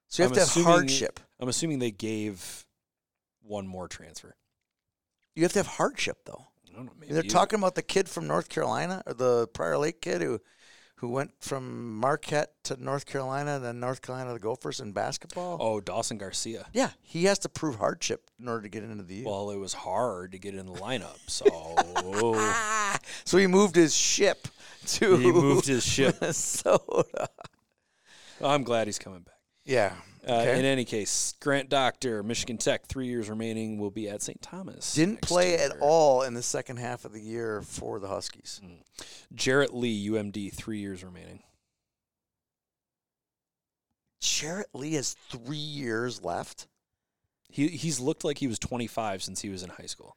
[SPEAKER 3] So you have
[SPEAKER 1] I'm
[SPEAKER 3] to have
[SPEAKER 1] assuming-
[SPEAKER 3] hardship.
[SPEAKER 1] I'm assuming they gave one more transfer.
[SPEAKER 3] You have to have hardship though.
[SPEAKER 1] I don't know. Maybe
[SPEAKER 3] They're
[SPEAKER 1] you-
[SPEAKER 3] talking about the kid from North Carolina or the Prior Lake kid who who went from Marquette to North Carolina, then North Carolina to the Gophers in basketball.
[SPEAKER 1] Oh, Dawson Garcia.
[SPEAKER 3] Yeah, he has to prove hardship in order to get into the U.
[SPEAKER 1] Well, it was hard to get in the lineup, so
[SPEAKER 3] Ah, so he moved his ship to
[SPEAKER 1] he moved his ship.
[SPEAKER 3] Minnesota.
[SPEAKER 1] I'm glad he's coming back.
[SPEAKER 3] Yeah.
[SPEAKER 1] Uh,
[SPEAKER 3] okay.
[SPEAKER 1] In any case, Grant Doctor, Michigan Tech, three years remaining, will be at St. Thomas.
[SPEAKER 3] Didn't
[SPEAKER 1] next
[SPEAKER 3] play at
[SPEAKER 1] year.
[SPEAKER 3] all in the second half of the year for the Huskies.
[SPEAKER 1] Jarrett Lee, UMD, three years remaining.
[SPEAKER 3] Jarrett Lee has three years left.
[SPEAKER 1] He he's looked like he was 25 since he was in high school.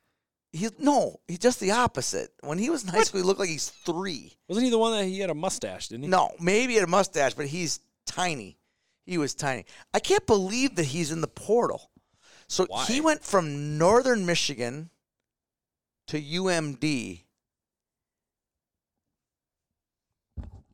[SPEAKER 3] He no, he's just the opposite. When he was in high school, he looked like he's three.
[SPEAKER 1] Wasn't he the one that he had a mustache? Didn't he?
[SPEAKER 3] No, maybe he had a mustache, but he's tiny. He was tiny. I can't believe that he's in the portal. So
[SPEAKER 1] Why?
[SPEAKER 3] he went from Northern Michigan to UMD.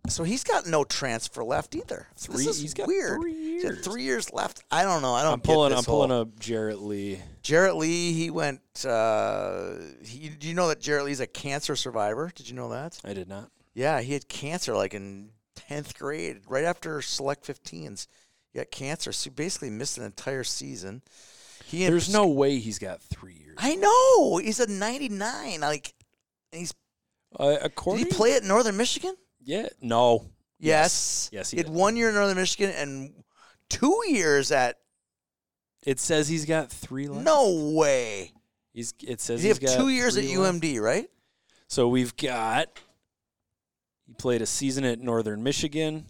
[SPEAKER 3] So he's got no transfer left either.
[SPEAKER 1] Three-
[SPEAKER 3] this is
[SPEAKER 1] he's got
[SPEAKER 3] weird.
[SPEAKER 1] three
[SPEAKER 3] He's got
[SPEAKER 1] years.
[SPEAKER 3] three years left. I don't know. I don't.
[SPEAKER 1] I'm pulling.
[SPEAKER 3] Get
[SPEAKER 1] I'm
[SPEAKER 3] this
[SPEAKER 1] pulling
[SPEAKER 3] whole-
[SPEAKER 1] up Jarrett Lee.
[SPEAKER 3] Jarrett Lee. He went. Uh, he, do you know that Jarrett Lee's a cancer survivor? Did you know that?
[SPEAKER 1] I did not.
[SPEAKER 3] Yeah, he had cancer like in tenth grade, right after select 15s. He got cancer, so he basically missed an entire season. He and-
[SPEAKER 1] There's no way he's got three years.
[SPEAKER 3] I know he's a 99. Like, and he's
[SPEAKER 1] Uh,
[SPEAKER 3] did
[SPEAKER 1] according,
[SPEAKER 3] he play at Northern Michigan?
[SPEAKER 1] Yeah. No.
[SPEAKER 3] Yes,
[SPEAKER 1] Yes, he
[SPEAKER 3] he had
[SPEAKER 1] did.
[SPEAKER 3] one year in Northern Michigan and two years at.
[SPEAKER 1] It says he's got three left.
[SPEAKER 3] No way.
[SPEAKER 1] He's. It
[SPEAKER 3] Did
[SPEAKER 1] says
[SPEAKER 3] he
[SPEAKER 1] he's
[SPEAKER 3] have
[SPEAKER 1] got
[SPEAKER 3] two years at
[SPEAKER 1] three left.
[SPEAKER 3] UMD? Right.
[SPEAKER 1] So we've got he played a season at Northern Michigan,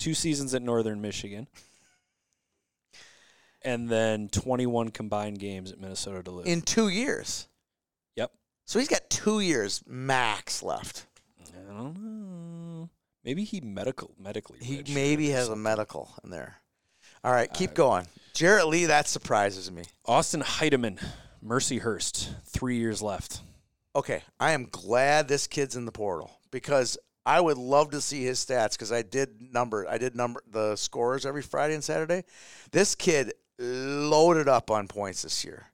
[SPEAKER 1] two seasons at Northern Michigan, and then 21 combined games at Minnesota Duluth.
[SPEAKER 3] In two years.
[SPEAKER 1] yep.
[SPEAKER 3] So he's got two years max left.
[SPEAKER 1] I don't know. Maybe he medical medically.
[SPEAKER 3] He
[SPEAKER 1] redshirted
[SPEAKER 3] maybe
[SPEAKER 1] or
[SPEAKER 3] has a
[SPEAKER 1] something.
[SPEAKER 3] medical in there. All right, keep going. Jarrett Lee, that surprises me.
[SPEAKER 1] Austin Heideman, Mercyhurst, three years left.
[SPEAKER 3] Okay, I am glad this kid's in the portal because I would love to see his stats because I did number I did number the scores every Friday and Saturday. This kid loaded up on points this year.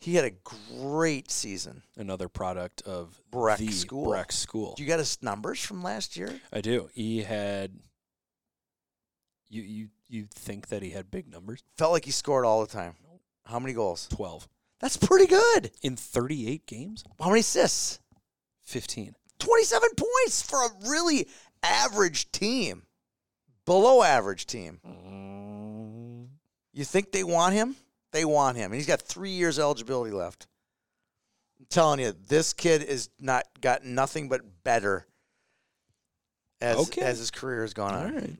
[SPEAKER 3] He had a great season.
[SPEAKER 1] Another product of
[SPEAKER 3] Breck
[SPEAKER 1] the
[SPEAKER 3] School.
[SPEAKER 1] Breck School.
[SPEAKER 3] Do you got his numbers from last year?
[SPEAKER 1] I do. He had. You you you think that he had big numbers?
[SPEAKER 3] Felt like he scored all the time. How many goals?
[SPEAKER 1] 12
[SPEAKER 3] That's pretty good.
[SPEAKER 1] in 38 games
[SPEAKER 3] How many assists?
[SPEAKER 1] 15
[SPEAKER 3] 27 points for a really average team, below average team. You think they want him? They want him. And he's got three years eligibility left. I'm telling you, this kid is not got nothing but better as
[SPEAKER 1] Okay.
[SPEAKER 3] as his career has gone on.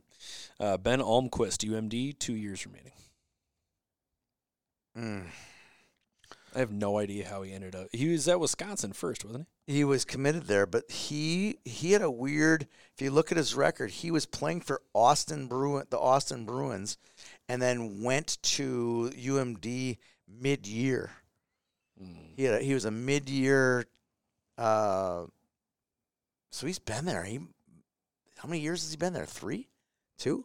[SPEAKER 1] uh, ben almquist umd two years remaining
[SPEAKER 3] Mm.
[SPEAKER 1] i have no idea how he ended up he was at wisconsin first wasn't
[SPEAKER 3] He was committed there, but he he had a weird. If you look at his record, he was playing for Austin Bruin, the Austin Bruins, and then went to UMD mid year.
[SPEAKER 1] he mm.
[SPEAKER 3] He had a, he was a mid year. Uh, so he's been there. He how many years has he been there? Three, two,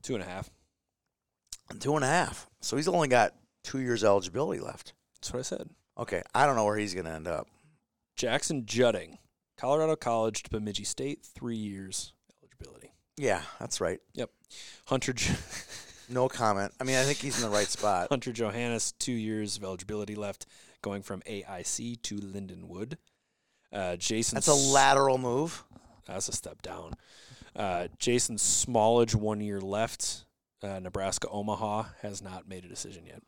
[SPEAKER 1] two and a half
[SPEAKER 3] two and a half. So he's only got two years eligibility left.
[SPEAKER 1] that's what i said
[SPEAKER 3] Okay, I don't know where he's going to end up.
[SPEAKER 1] jackson judding colorado college to bemidji state three years eligibility
[SPEAKER 3] Yeah, that's right.
[SPEAKER 1] yep hunter jo-
[SPEAKER 3] No comment. I mean, I think he's in the right spot.
[SPEAKER 1] hunter johannes two years of eligibility left going from aic to lindenwood uh, jason
[SPEAKER 3] That's a
[SPEAKER 1] S-
[SPEAKER 3] lateral move.
[SPEAKER 1] That's a step down. Uh, Jason Smallage, one year left. Uh, Nebraska Omaha has not made a decision yet.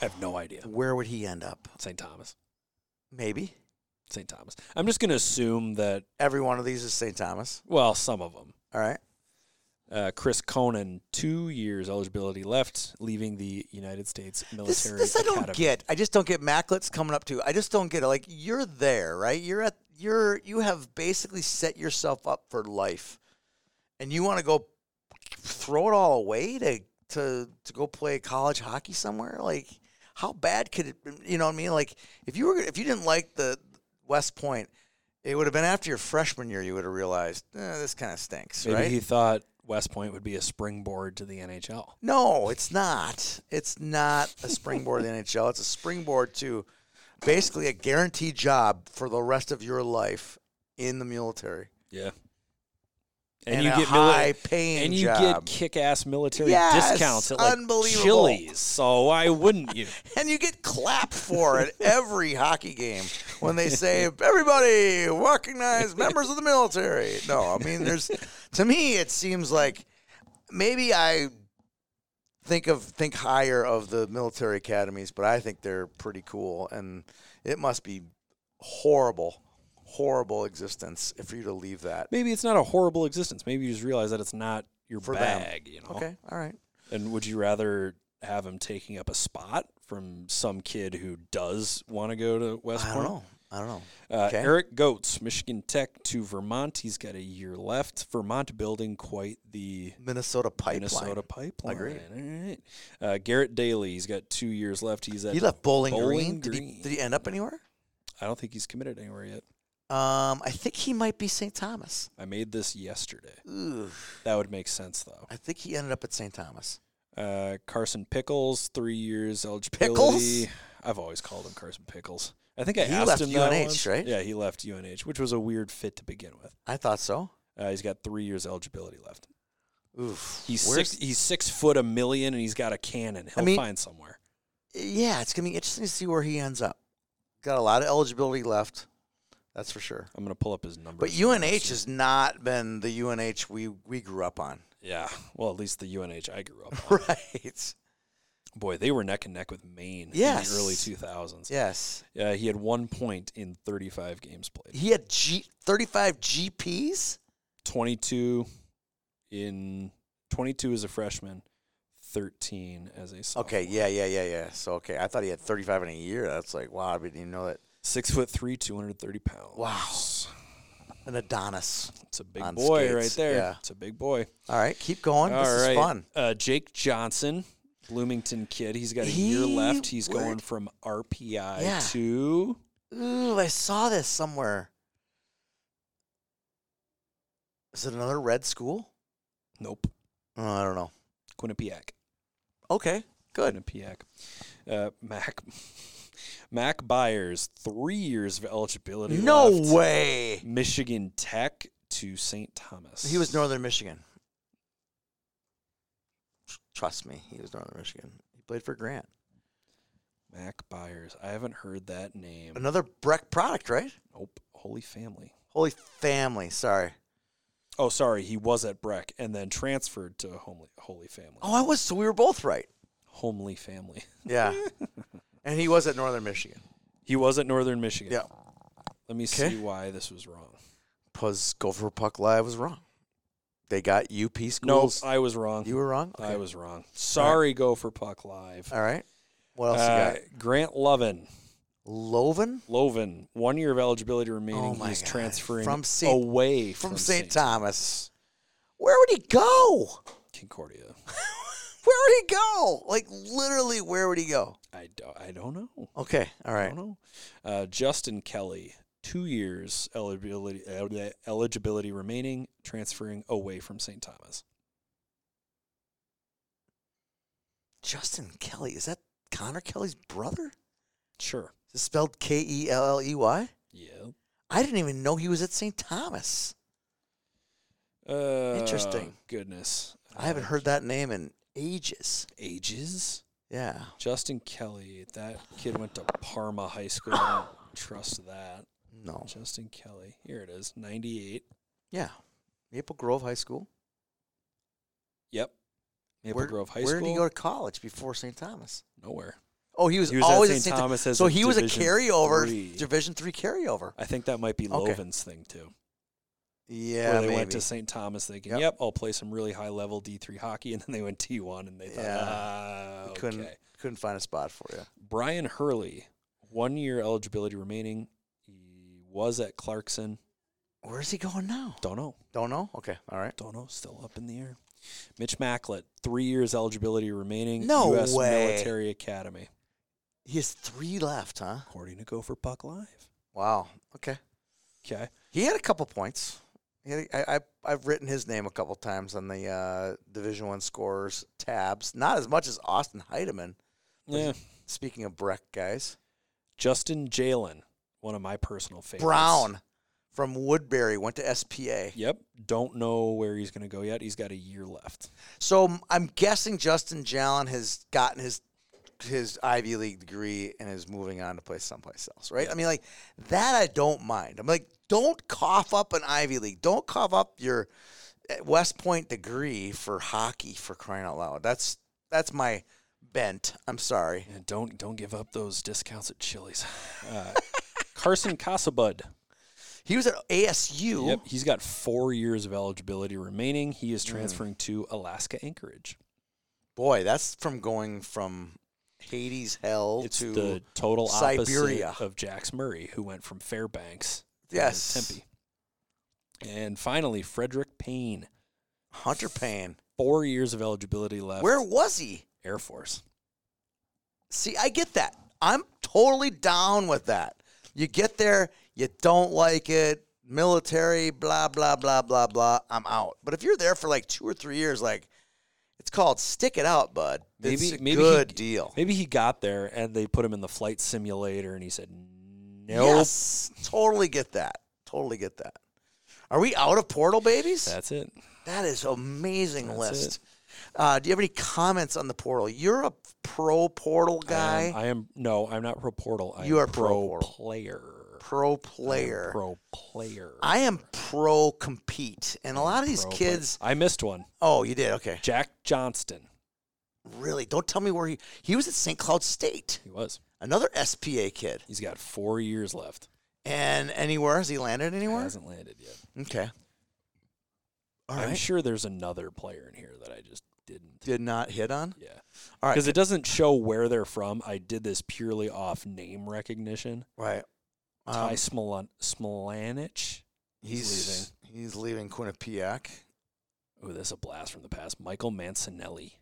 [SPEAKER 1] I have no idea.
[SPEAKER 3] Where would he end up?
[SPEAKER 1] St. Thomas.
[SPEAKER 3] Maybe
[SPEAKER 1] St. Thomas. I'm just going to assume that,
[SPEAKER 3] every one of these is St. Thomas.
[SPEAKER 1] well, some of them.
[SPEAKER 3] All right.
[SPEAKER 1] Uh, Chris Conan, two years eligibility left, leaving the United States
[SPEAKER 3] This,
[SPEAKER 1] Military
[SPEAKER 3] this I don't
[SPEAKER 1] Academy.
[SPEAKER 3] get. I just don't get Macklett's coming up to. I just don't get it. Like you're there, right? You're at. You're you have basically set yourself up for life, and you want to go throw it all away to to to go play college hockey somewhere. Like how bad could it? You know what I mean? Like if you were if you didn't like the West Point. It would have been after your freshman year you would have realized eh, this kind of stinks,
[SPEAKER 1] Maybe
[SPEAKER 3] right?
[SPEAKER 1] he thought West Point would be a springboard to the NHL.
[SPEAKER 3] No, it's not. It's not a springboard to the NHL. It's a springboard to basically a guaranteed job for the rest of your life in the military
[SPEAKER 1] Yeah.
[SPEAKER 3] and,
[SPEAKER 1] you
[SPEAKER 3] a
[SPEAKER 1] get mili-
[SPEAKER 3] high paying
[SPEAKER 1] and you get
[SPEAKER 3] job.
[SPEAKER 1] kick-ass military
[SPEAKER 3] Yes,
[SPEAKER 1] discounts at like
[SPEAKER 3] unbelievable.
[SPEAKER 1] Chili's. So why wouldn't you?
[SPEAKER 3] and you get clapped for it every hockey game when they say everybody recognize members of the military no i mean there's to me it seems like maybe i think of think higher of the military academies but i think they're pretty cool and it must be horrible horrible existence if you to leave that
[SPEAKER 1] Maybe it's not a horrible existence. Maybe you just realize that it's not your
[SPEAKER 3] For them.
[SPEAKER 1] bag. You know.
[SPEAKER 3] okay all right
[SPEAKER 1] And would you rather have him taking up a spot from some kid who does want to go to West
[SPEAKER 3] i don't
[SPEAKER 1] Point?
[SPEAKER 3] know i don't know
[SPEAKER 1] Uh,
[SPEAKER 3] Okay.
[SPEAKER 1] Eric Goetz, Michigan Tech to Vermont. He's got a year left. Vermont building quite the
[SPEAKER 3] minnesota pipeline
[SPEAKER 1] Minnesota pipeline.
[SPEAKER 3] Agreed.
[SPEAKER 1] All right. Uh, Garrett Daly. He's got two years left. He's at
[SPEAKER 3] he left bowling,
[SPEAKER 1] Bowling
[SPEAKER 3] green, Did, he,
[SPEAKER 1] Green.
[SPEAKER 3] did he end up anywhere
[SPEAKER 1] I don't think he's committed anywhere yet.
[SPEAKER 3] Um, I think he might be St. Thomas.
[SPEAKER 1] I made this yesterday.
[SPEAKER 3] Ooh,
[SPEAKER 1] That would make sense though.
[SPEAKER 3] I think he ended up at St. Thomas.
[SPEAKER 1] Uh, Carson Pickles, three years eligibility. I've always called him Carson Pickles. I think I
[SPEAKER 3] He
[SPEAKER 1] asked
[SPEAKER 3] left
[SPEAKER 1] him that
[SPEAKER 3] UNH,
[SPEAKER 1] once.
[SPEAKER 3] right?
[SPEAKER 1] Yeah, he left UNH, which was a weird fit to begin with.
[SPEAKER 3] I thought so.
[SPEAKER 1] Uh, he's got three years eligibility left.
[SPEAKER 3] Oof.
[SPEAKER 1] He's
[SPEAKER 3] Where's-
[SPEAKER 1] six. He's six foot a million, and he's got a cannon. He'll
[SPEAKER 3] mean-
[SPEAKER 1] find somewhere.
[SPEAKER 3] Yeah, it's gonna be interesting to see where he ends up. Got a lot of eligibility left, that's for sure.
[SPEAKER 1] I'm gonna pull up his number.
[SPEAKER 3] But UNH has not been the UNH we we grew up on,
[SPEAKER 1] yeah. Well, at least the UNH I grew up. on.
[SPEAKER 3] right?
[SPEAKER 1] Boy, they were neck and neck with Maine
[SPEAKER 3] Yes.
[SPEAKER 1] in the early 2000s.
[SPEAKER 3] Yes,
[SPEAKER 1] Yeah, he had one point in 35 games played.
[SPEAKER 3] he had G thirty-five GPS.
[SPEAKER 1] 22 in 22 as a freshman, 13 as a sophomore.
[SPEAKER 3] Okay, yeah, yeah, yeah, yeah. So okay, I thought he had thirty-five in a year. That's like wow, I didn't even know that.
[SPEAKER 1] Six foot three, 230 pounds.
[SPEAKER 3] Wow. An Adonis.
[SPEAKER 1] It's a big
[SPEAKER 3] On
[SPEAKER 1] boy
[SPEAKER 3] skates,
[SPEAKER 1] right there.
[SPEAKER 3] yeah.
[SPEAKER 1] It's a big boy.
[SPEAKER 3] All right, keep going.
[SPEAKER 1] All
[SPEAKER 3] this
[SPEAKER 1] right.
[SPEAKER 3] is fun.
[SPEAKER 1] Uh, Jake Johnson, Bloomington kid. He's got a
[SPEAKER 3] He
[SPEAKER 1] year left. He's
[SPEAKER 3] worked-
[SPEAKER 1] going from RPI
[SPEAKER 3] Yeah.
[SPEAKER 1] to.
[SPEAKER 3] Ooh, I saw this somewhere. Is it another red school?
[SPEAKER 1] Nope.
[SPEAKER 3] Oh, I don't know.
[SPEAKER 1] Quinnipiac.
[SPEAKER 3] Okay, good.
[SPEAKER 1] Quinnipiac. Uh, Mac. Mac Byers, three years of eligibility.
[SPEAKER 3] No
[SPEAKER 1] left.
[SPEAKER 3] way.
[SPEAKER 1] Michigan Tech to St. Thomas.
[SPEAKER 3] He was Northern Michigan. Tr- Trust me, he was Northern Michigan. He played for Grant.
[SPEAKER 1] Mac Byers. I haven't heard that name.
[SPEAKER 3] Another Breck product, right?
[SPEAKER 1] Nope. Holy Family.
[SPEAKER 3] Holy family. Sorry.
[SPEAKER 1] Oh, sorry. He was at Breck and then transferred to Homely, Holy Family.
[SPEAKER 3] Oh, I was. So we were both right.
[SPEAKER 1] Homely Family.
[SPEAKER 3] Yeah. and he was at Northern Michigan.
[SPEAKER 1] He was at Northern Michigan.
[SPEAKER 3] Yeah.
[SPEAKER 1] Let me
[SPEAKER 3] Okay.
[SPEAKER 1] see why this was wrong.
[SPEAKER 3] Because Gopher Puck Live was wrong. They got UP
[SPEAKER 1] No,
[SPEAKER 3] schools.
[SPEAKER 1] I was wrong.
[SPEAKER 3] you were wrong?
[SPEAKER 1] I was wrong. Sorry, Gopher Puck Live.
[SPEAKER 3] All right. What else
[SPEAKER 1] Uh,
[SPEAKER 3] you
[SPEAKER 1] Grant Lovin,
[SPEAKER 3] got? Loven
[SPEAKER 1] Lovin, one year of eligibility remaining.
[SPEAKER 3] Oh my
[SPEAKER 1] He's
[SPEAKER 3] God.
[SPEAKER 1] transferring
[SPEAKER 3] From Saint-
[SPEAKER 1] away
[SPEAKER 3] from,
[SPEAKER 1] from
[SPEAKER 3] St. Thomas. Where would he go?
[SPEAKER 1] Concordia.
[SPEAKER 3] Where would he go? Like literally, where would he go?
[SPEAKER 1] I don't, I don't know.
[SPEAKER 3] Okay, all
[SPEAKER 1] I
[SPEAKER 3] right.
[SPEAKER 1] don't know. Uh, Justin Kelly, two years eligibility el- eligibility remaining, transferring away from St. Thomas.
[SPEAKER 3] Justin Kelly is that Connor Kelly's brother?
[SPEAKER 1] Sure.
[SPEAKER 3] Is it spelled K E L L E Y?
[SPEAKER 1] Yeah.
[SPEAKER 3] I didn't even know he was at St. Thomas.
[SPEAKER 1] Uh,
[SPEAKER 3] Interesting.
[SPEAKER 1] Goodness.
[SPEAKER 3] I haven't
[SPEAKER 1] Uh,
[SPEAKER 3] heard that name in ages.
[SPEAKER 1] ages.
[SPEAKER 3] Yeah.
[SPEAKER 1] Justin Kelly. That kid went to Parma High School. I don't trust that.
[SPEAKER 3] No.
[SPEAKER 1] Justin Kelly. Here it is. Ninety-eight.
[SPEAKER 3] Yeah. Maple Grove High School.
[SPEAKER 1] Yep. Maple
[SPEAKER 3] Where-
[SPEAKER 1] Grove High
[SPEAKER 3] Where
[SPEAKER 1] School.
[SPEAKER 3] did he go to college before St. Thomas?
[SPEAKER 1] Nowhere.
[SPEAKER 3] Oh, he was,
[SPEAKER 1] He was at
[SPEAKER 3] always
[SPEAKER 1] St.
[SPEAKER 3] Tho-
[SPEAKER 1] Thomas as
[SPEAKER 3] so
[SPEAKER 1] a
[SPEAKER 3] he was a
[SPEAKER 1] Division
[SPEAKER 3] carryover,
[SPEAKER 1] three.
[SPEAKER 3] Division three carryover.
[SPEAKER 1] I think that might be
[SPEAKER 3] Okay.
[SPEAKER 1] Lovin's thing too. where
[SPEAKER 3] Yeah,
[SPEAKER 1] they went to St. Thomas thinking, yep.
[SPEAKER 3] Yep.
[SPEAKER 1] I'll play some really high level D3 hockey. And then they went T1 and they thought,
[SPEAKER 3] Yeah.
[SPEAKER 1] ah,
[SPEAKER 3] We
[SPEAKER 1] okay.
[SPEAKER 3] couldn't couldn't find a spot for you.
[SPEAKER 1] Brian Hurley, one year eligibility remaining. He was at Clarkson.
[SPEAKER 3] Where is he going now?
[SPEAKER 1] Don't know.
[SPEAKER 3] Don't know. Okay, all right.
[SPEAKER 1] Don't know. Still up in the air. Mitch Macklett, three years eligibility remaining.
[SPEAKER 3] No
[SPEAKER 1] U.S.
[SPEAKER 3] way.
[SPEAKER 1] Military Academy,
[SPEAKER 3] He has three left, huh?
[SPEAKER 1] according to Gopher Puck Live.
[SPEAKER 3] Wow. Okay.
[SPEAKER 1] Okay.
[SPEAKER 3] He had a couple points. He had a, I, I I've written his name a couple times on the uh, Division One scores tabs. Not as much as Austin Heideman.
[SPEAKER 1] Yeah.
[SPEAKER 3] Speaking of Breck guys,
[SPEAKER 1] Justin Jalen, one of my personal favorites.
[SPEAKER 3] Brown from Woodbury went to SPA.
[SPEAKER 1] Yep. Don't know where he's going to go yet. He's got a year left.
[SPEAKER 3] So m- I'm guessing Justin Jalen has gotten his his Ivy League degree and is moving on to play someplace else, right? I mean, like that, I don't mind. I'm like, don't cough up an Ivy League. Don't cough up your eh, West Point degree for hockey for crying out loud. That's that's my bent. I'm sorry.
[SPEAKER 1] And don't don't give up those discounts at Chili's. Uh, Carson Casabud.
[SPEAKER 3] He was at ASU.
[SPEAKER 1] Yep. He's got four years of eligibility remaining. He
[SPEAKER 3] Mm.
[SPEAKER 1] is transferring to Alaska Anchorage.
[SPEAKER 3] Boy, that's from going from Hades hell
[SPEAKER 1] It's
[SPEAKER 3] to
[SPEAKER 1] the total opposite
[SPEAKER 3] Siberia.
[SPEAKER 1] of Jax Murray, who went from Fairbanks
[SPEAKER 3] yes,
[SPEAKER 1] to Tempe. And finally, Frederick Payne.
[SPEAKER 3] Hunter Payne.
[SPEAKER 1] Four years of eligibility left.
[SPEAKER 3] Where was he?
[SPEAKER 1] Air Force.
[SPEAKER 3] See, I get that. I'm totally down with that. You get there, you don't like it, military, blah, blah, blah, blah, blah. I'm out. But if you're there for like two or three years, like it's called stick it out, bud.
[SPEAKER 1] Maybe-
[SPEAKER 3] it's a
[SPEAKER 1] maybe
[SPEAKER 3] good
[SPEAKER 1] he-
[SPEAKER 3] deal.
[SPEAKER 1] Maybe he got there and they put him in the flight simulator and he said, nope.
[SPEAKER 3] Yes. Totally get that. Totally get that. Are we out of portal babies?
[SPEAKER 1] That's it.
[SPEAKER 3] That is amazing
[SPEAKER 1] That's
[SPEAKER 3] list. Uh, do you have any comments on the portal? You're a pro portal
[SPEAKER 1] I
[SPEAKER 3] guy,
[SPEAKER 1] am, I am- no, I'm not pro portal. I
[SPEAKER 3] You
[SPEAKER 1] am
[SPEAKER 3] are pro portal.
[SPEAKER 1] player. I
[SPEAKER 3] pro
[SPEAKER 1] am
[SPEAKER 3] player.
[SPEAKER 1] Pro player.
[SPEAKER 3] I am pro compete, and a lot of these
[SPEAKER 1] Pro player.
[SPEAKER 3] kids.
[SPEAKER 1] I missed one.
[SPEAKER 3] Oh, you did okay.
[SPEAKER 1] Jack Johnston.
[SPEAKER 3] Really? Don't tell me where he he was at St. Cloud State,
[SPEAKER 1] He was.
[SPEAKER 3] another SPA kid.
[SPEAKER 1] He's got four years left.
[SPEAKER 3] And anywhere has he landed anywhere?
[SPEAKER 1] Hasn't landed yet.
[SPEAKER 3] Okay. All
[SPEAKER 1] I'm
[SPEAKER 3] right.
[SPEAKER 1] sure there's another player in here that I just didn't.
[SPEAKER 3] Did not hit on.
[SPEAKER 1] Yeah.
[SPEAKER 3] All right.
[SPEAKER 1] Because it doesn't show where they're from. I did this purely off name recognition.
[SPEAKER 3] Right.
[SPEAKER 1] Ty
[SPEAKER 3] Um,
[SPEAKER 1] Smolan- Smolanich.
[SPEAKER 3] he's he's leaving Quinnipiac.
[SPEAKER 1] Oh, this is a blast from the past. Michael Mancinelli.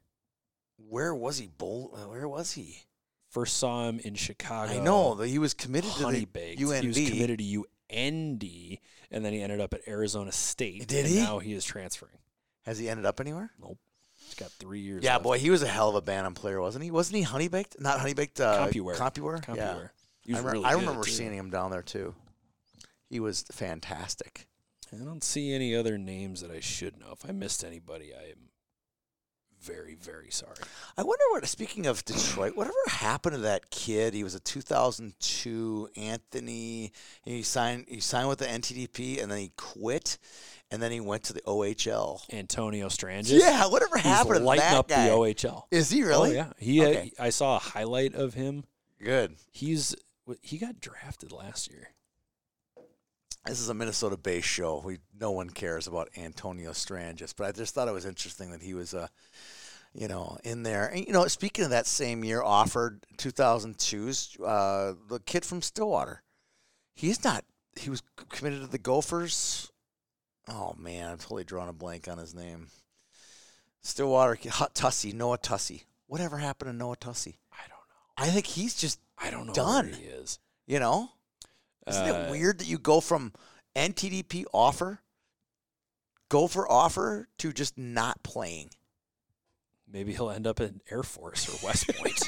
[SPEAKER 3] Where was he? Bowl. uh, Where was he?
[SPEAKER 1] First saw him in Chicago.
[SPEAKER 3] I know that he was committed to
[SPEAKER 1] honey
[SPEAKER 3] the
[SPEAKER 1] baked.
[SPEAKER 3] UND.
[SPEAKER 1] He was committed to UND, and then he ended up at Arizona State.
[SPEAKER 3] Did
[SPEAKER 1] and
[SPEAKER 3] he?
[SPEAKER 1] Now he is transferring.
[SPEAKER 3] Has he ended up anywhere?
[SPEAKER 1] Nope. He's got three years.
[SPEAKER 3] Yeah,
[SPEAKER 1] left.
[SPEAKER 3] boy, he was a hell of a Bantam player, wasn't he? Wasn't he honeybaked? Not honeybaked. Uh,
[SPEAKER 1] Compuware.
[SPEAKER 3] Compuware.
[SPEAKER 1] Compuware.
[SPEAKER 3] Yeah.
[SPEAKER 1] He was
[SPEAKER 3] I, remem-
[SPEAKER 1] really
[SPEAKER 3] I
[SPEAKER 1] good,
[SPEAKER 3] remember
[SPEAKER 1] too.
[SPEAKER 3] seeing him down there too. He was fantastic.
[SPEAKER 1] I don't see any other names that I should know. If I missed anybody, I am very, very sorry.
[SPEAKER 3] I wonder what. Speaking of Detroit, whatever happened to that kid? He was a 2002 Anthony. He signed. He signed with the NTDP, and then he quit, and then he went to the OHL.
[SPEAKER 1] Antonio Strange.
[SPEAKER 3] yeah, whatever
[SPEAKER 1] he's
[SPEAKER 3] happened to
[SPEAKER 1] lighting
[SPEAKER 3] that
[SPEAKER 1] up
[SPEAKER 3] guy?
[SPEAKER 1] the OHL.
[SPEAKER 3] Is he really?
[SPEAKER 1] Oh, yeah. He had-
[SPEAKER 3] Okay.
[SPEAKER 1] I saw a highlight of him.
[SPEAKER 3] Good.
[SPEAKER 1] He's he got drafted last year.
[SPEAKER 3] This is a Minnesota based show. We no one cares about Antonio Strangis, but I just thought it was interesting that he was uh, you know, in there. And you know, speaking of that same year offered 2002's uh, the kid from Stillwater. He's not he was c- committed to the Gophers. Oh man, I'm totally drawing a blank on his name. Stillwater kid- Hot Tussie, Noah Tussie. Whatever happened to Noah Tussie?
[SPEAKER 1] I don't know.
[SPEAKER 3] I think he's just,
[SPEAKER 1] I don't know
[SPEAKER 3] Done.
[SPEAKER 1] where he is.
[SPEAKER 3] you know, Isn't
[SPEAKER 1] Uh,
[SPEAKER 3] it weird that you go from NTDP offer, go for offer to just not playing?
[SPEAKER 1] Maybe he'll end up in Air Force or West Point.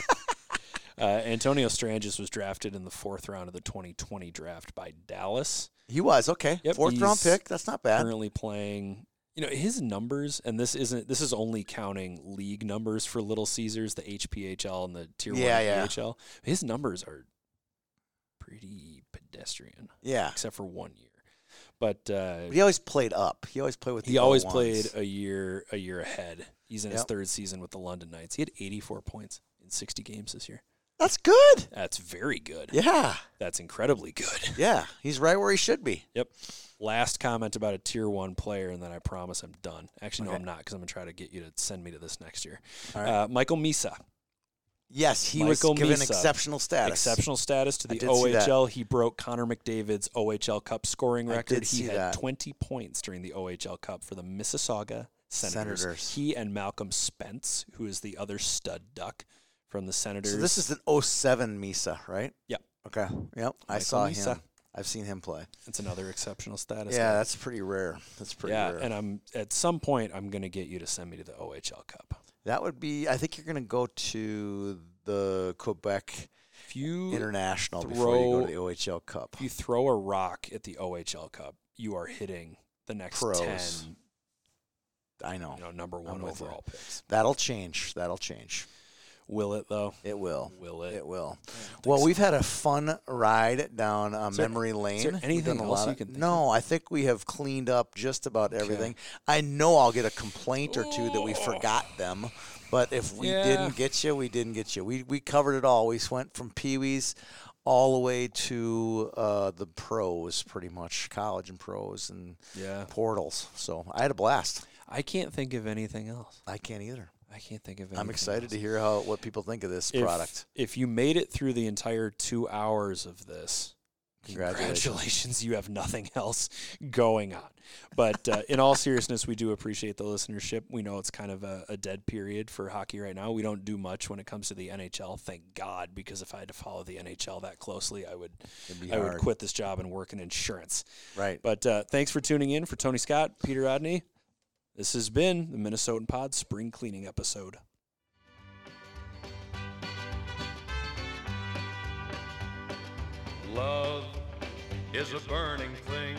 [SPEAKER 1] uh, Antonio Stranges was drafted in the fourth round of the 2020 draft by Dallas.
[SPEAKER 3] He was okay.
[SPEAKER 1] Yep,
[SPEAKER 3] Fourth round
[SPEAKER 1] he's
[SPEAKER 3] pick. That's not bad.
[SPEAKER 1] Currently playing, you know, his numbers, and this isn't. This is only counting league numbers for Little Caesars, the HPHL and the Tier
[SPEAKER 3] Yeah, yeah.
[SPEAKER 1] One PHL. His numbers are pretty pedestrian,
[SPEAKER 3] Yeah,
[SPEAKER 1] except for one year. But uh,
[SPEAKER 3] but he always played up. He always played with. The
[SPEAKER 1] he always
[SPEAKER 3] O1s.
[SPEAKER 1] played uh, a year a year ahead. He's in his
[SPEAKER 3] Yep.
[SPEAKER 1] third season with the London Knights. He had 84 points in 60 games this year.
[SPEAKER 3] That's good.
[SPEAKER 1] That's very good.
[SPEAKER 3] Yeah,
[SPEAKER 1] That's incredibly good.
[SPEAKER 3] yeah. He's right where he should be.
[SPEAKER 1] Yep. Last comment about a tier one player, and then I promise I'm done. Actually, no, I'm not because I'm going to try to get you to send me to this next year. Uh, Michael Misa.
[SPEAKER 3] Yes, he
[SPEAKER 1] Michael
[SPEAKER 3] was given
[SPEAKER 1] Misa.
[SPEAKER 3] exceptional status.
[SPEAKER 1] Exceptional status to
[SPEAKER 3] I
[SPEAKER 1] the
[SPEAKER 3] did see that.
[SPEAKER 1] OHL. He broke Connor McDavid's OHL Cup scoring
[SPEAKER 3] I
[SPEAKER 1] record.
[SPEAKER 3] did
[SPEAKER 1] He
[SPEAKER 3] see
[SPEAKER 1] had
[SPEAKER 3] that.
[SPEAKER 1] 20 points during the OHL Cup for the Mississauga Senators.
[SPEAKER 3] Senators.
[SPEAKER 1] He and Malcolm Spence, who is the other stud duck from the Senators.
[SPEAKER 3] So this is an 07 Misa, right?
[SPEAKER 1] Yep.
[SPEAKER 3] Okay. Yep. I
[SPEAKER 1] Michael
[SPEAKER 3] saw
[SPEAKER 1] Misa.
[SPEAKER 3] him. I've seen him play.
[SPEAKER 1] it's another exceptional status.
[SPEAKER 3] yeah,
[SPEAKER 1] guy.
[SPEAKER 3] that's pretty rare. That's pretty
[SPEAKER 1] yeah.
[SPEAKER 3] rare.
[SPEAKER 1] And I'm at some point I'm going to get you to send me to the OHL Cup.
[SPEAKER 3] That would be. I think you're going to go to the Quebec
[SPEAKER 1] If you
[SPEAKER 3] international before you go
[SPEAKER 1] throw-
[SPEAKER 3] to the OHL Cup.
[SPEAKER 1] if you throw a rock at the OHL Cup, you are hitting the next
[SPEAKER 3] Pros.
[SPEAKER 1] ten,
[SPEAKER 3] I know.
[SPEAKER 1] you know, number one
[SPEAKER 3] with you.
[SPEAKER 1] overall picks.
[SPEAKER 3] That'll change. That'll change.
[SPEAKER 1] Will it though?
[SPEAKER 3] It will.
[SPEAKER 1] Will it?
[SPEAKER 3] It will. Well, we've had a fun ride down uh,
[SPEAKER 1] there-
[SPEAKER 3] memory lane.
[SPEAKER 1] there
[SPEAKER 3] We've
[SPEAKER 1] anything
[SPEAKER 3] done a
[SPEAKER 1] else
[SPEAKER 3] lot
[SPEAKER 1] you
[SPEAKER 3] of-
[SPEAKER 1] can think
[SPEAKER 3] No, I think we have cleaned up just about everything. I know I'll get a complaint or two that we forgot them, but if we
[SPEAKER 1] Yeah.
[SPEAKER 3] didn't get you, we didn't get you. We we covered it all. We went from Pee Wees all the way to uh, the pros, pretty much college and pros and
[SPEAKER 1] Yeah.
[SPEAKER 3] portals. So I had a blast.
[SPEAKER 1] I can't think of anything else.
[SPEAKER 3] I can't either.
[SPEAKER 1] I can't think of. anything
[SPEAKER 3] I'm excited
[SPEAKER 1] else.
[SPEAKER 3] to hear how what people think of this
[SPEAKER 1] If-
[SPEAKER 3] product.
[SPEAKER 1] If you made it through the entire two hours of this,
[SPEAKER 3] Congratulations.
[SPEAKER 1] congratulations you have nothing else going on but uh, in all seriousness we do appreciate the listenership we know it's kind of a, a dead period for hockey right now we don't do much when it comes to the nhl thank god because if i had to follow the nhl that closely i would
[SPEAKER 3] It'd be
[SPEAKER 1] i would
[SPEAKER 3] hard.
[SPEAKER 1] quit this job and work in insurance
[SPEAKER 3] Right.
[SPEAKER 1] but uh, thanks for tuning in for tony scott peter rodney this has been the minnesotan pod spring cleaning episode
[SPEAKER 2] Love is a burning thing.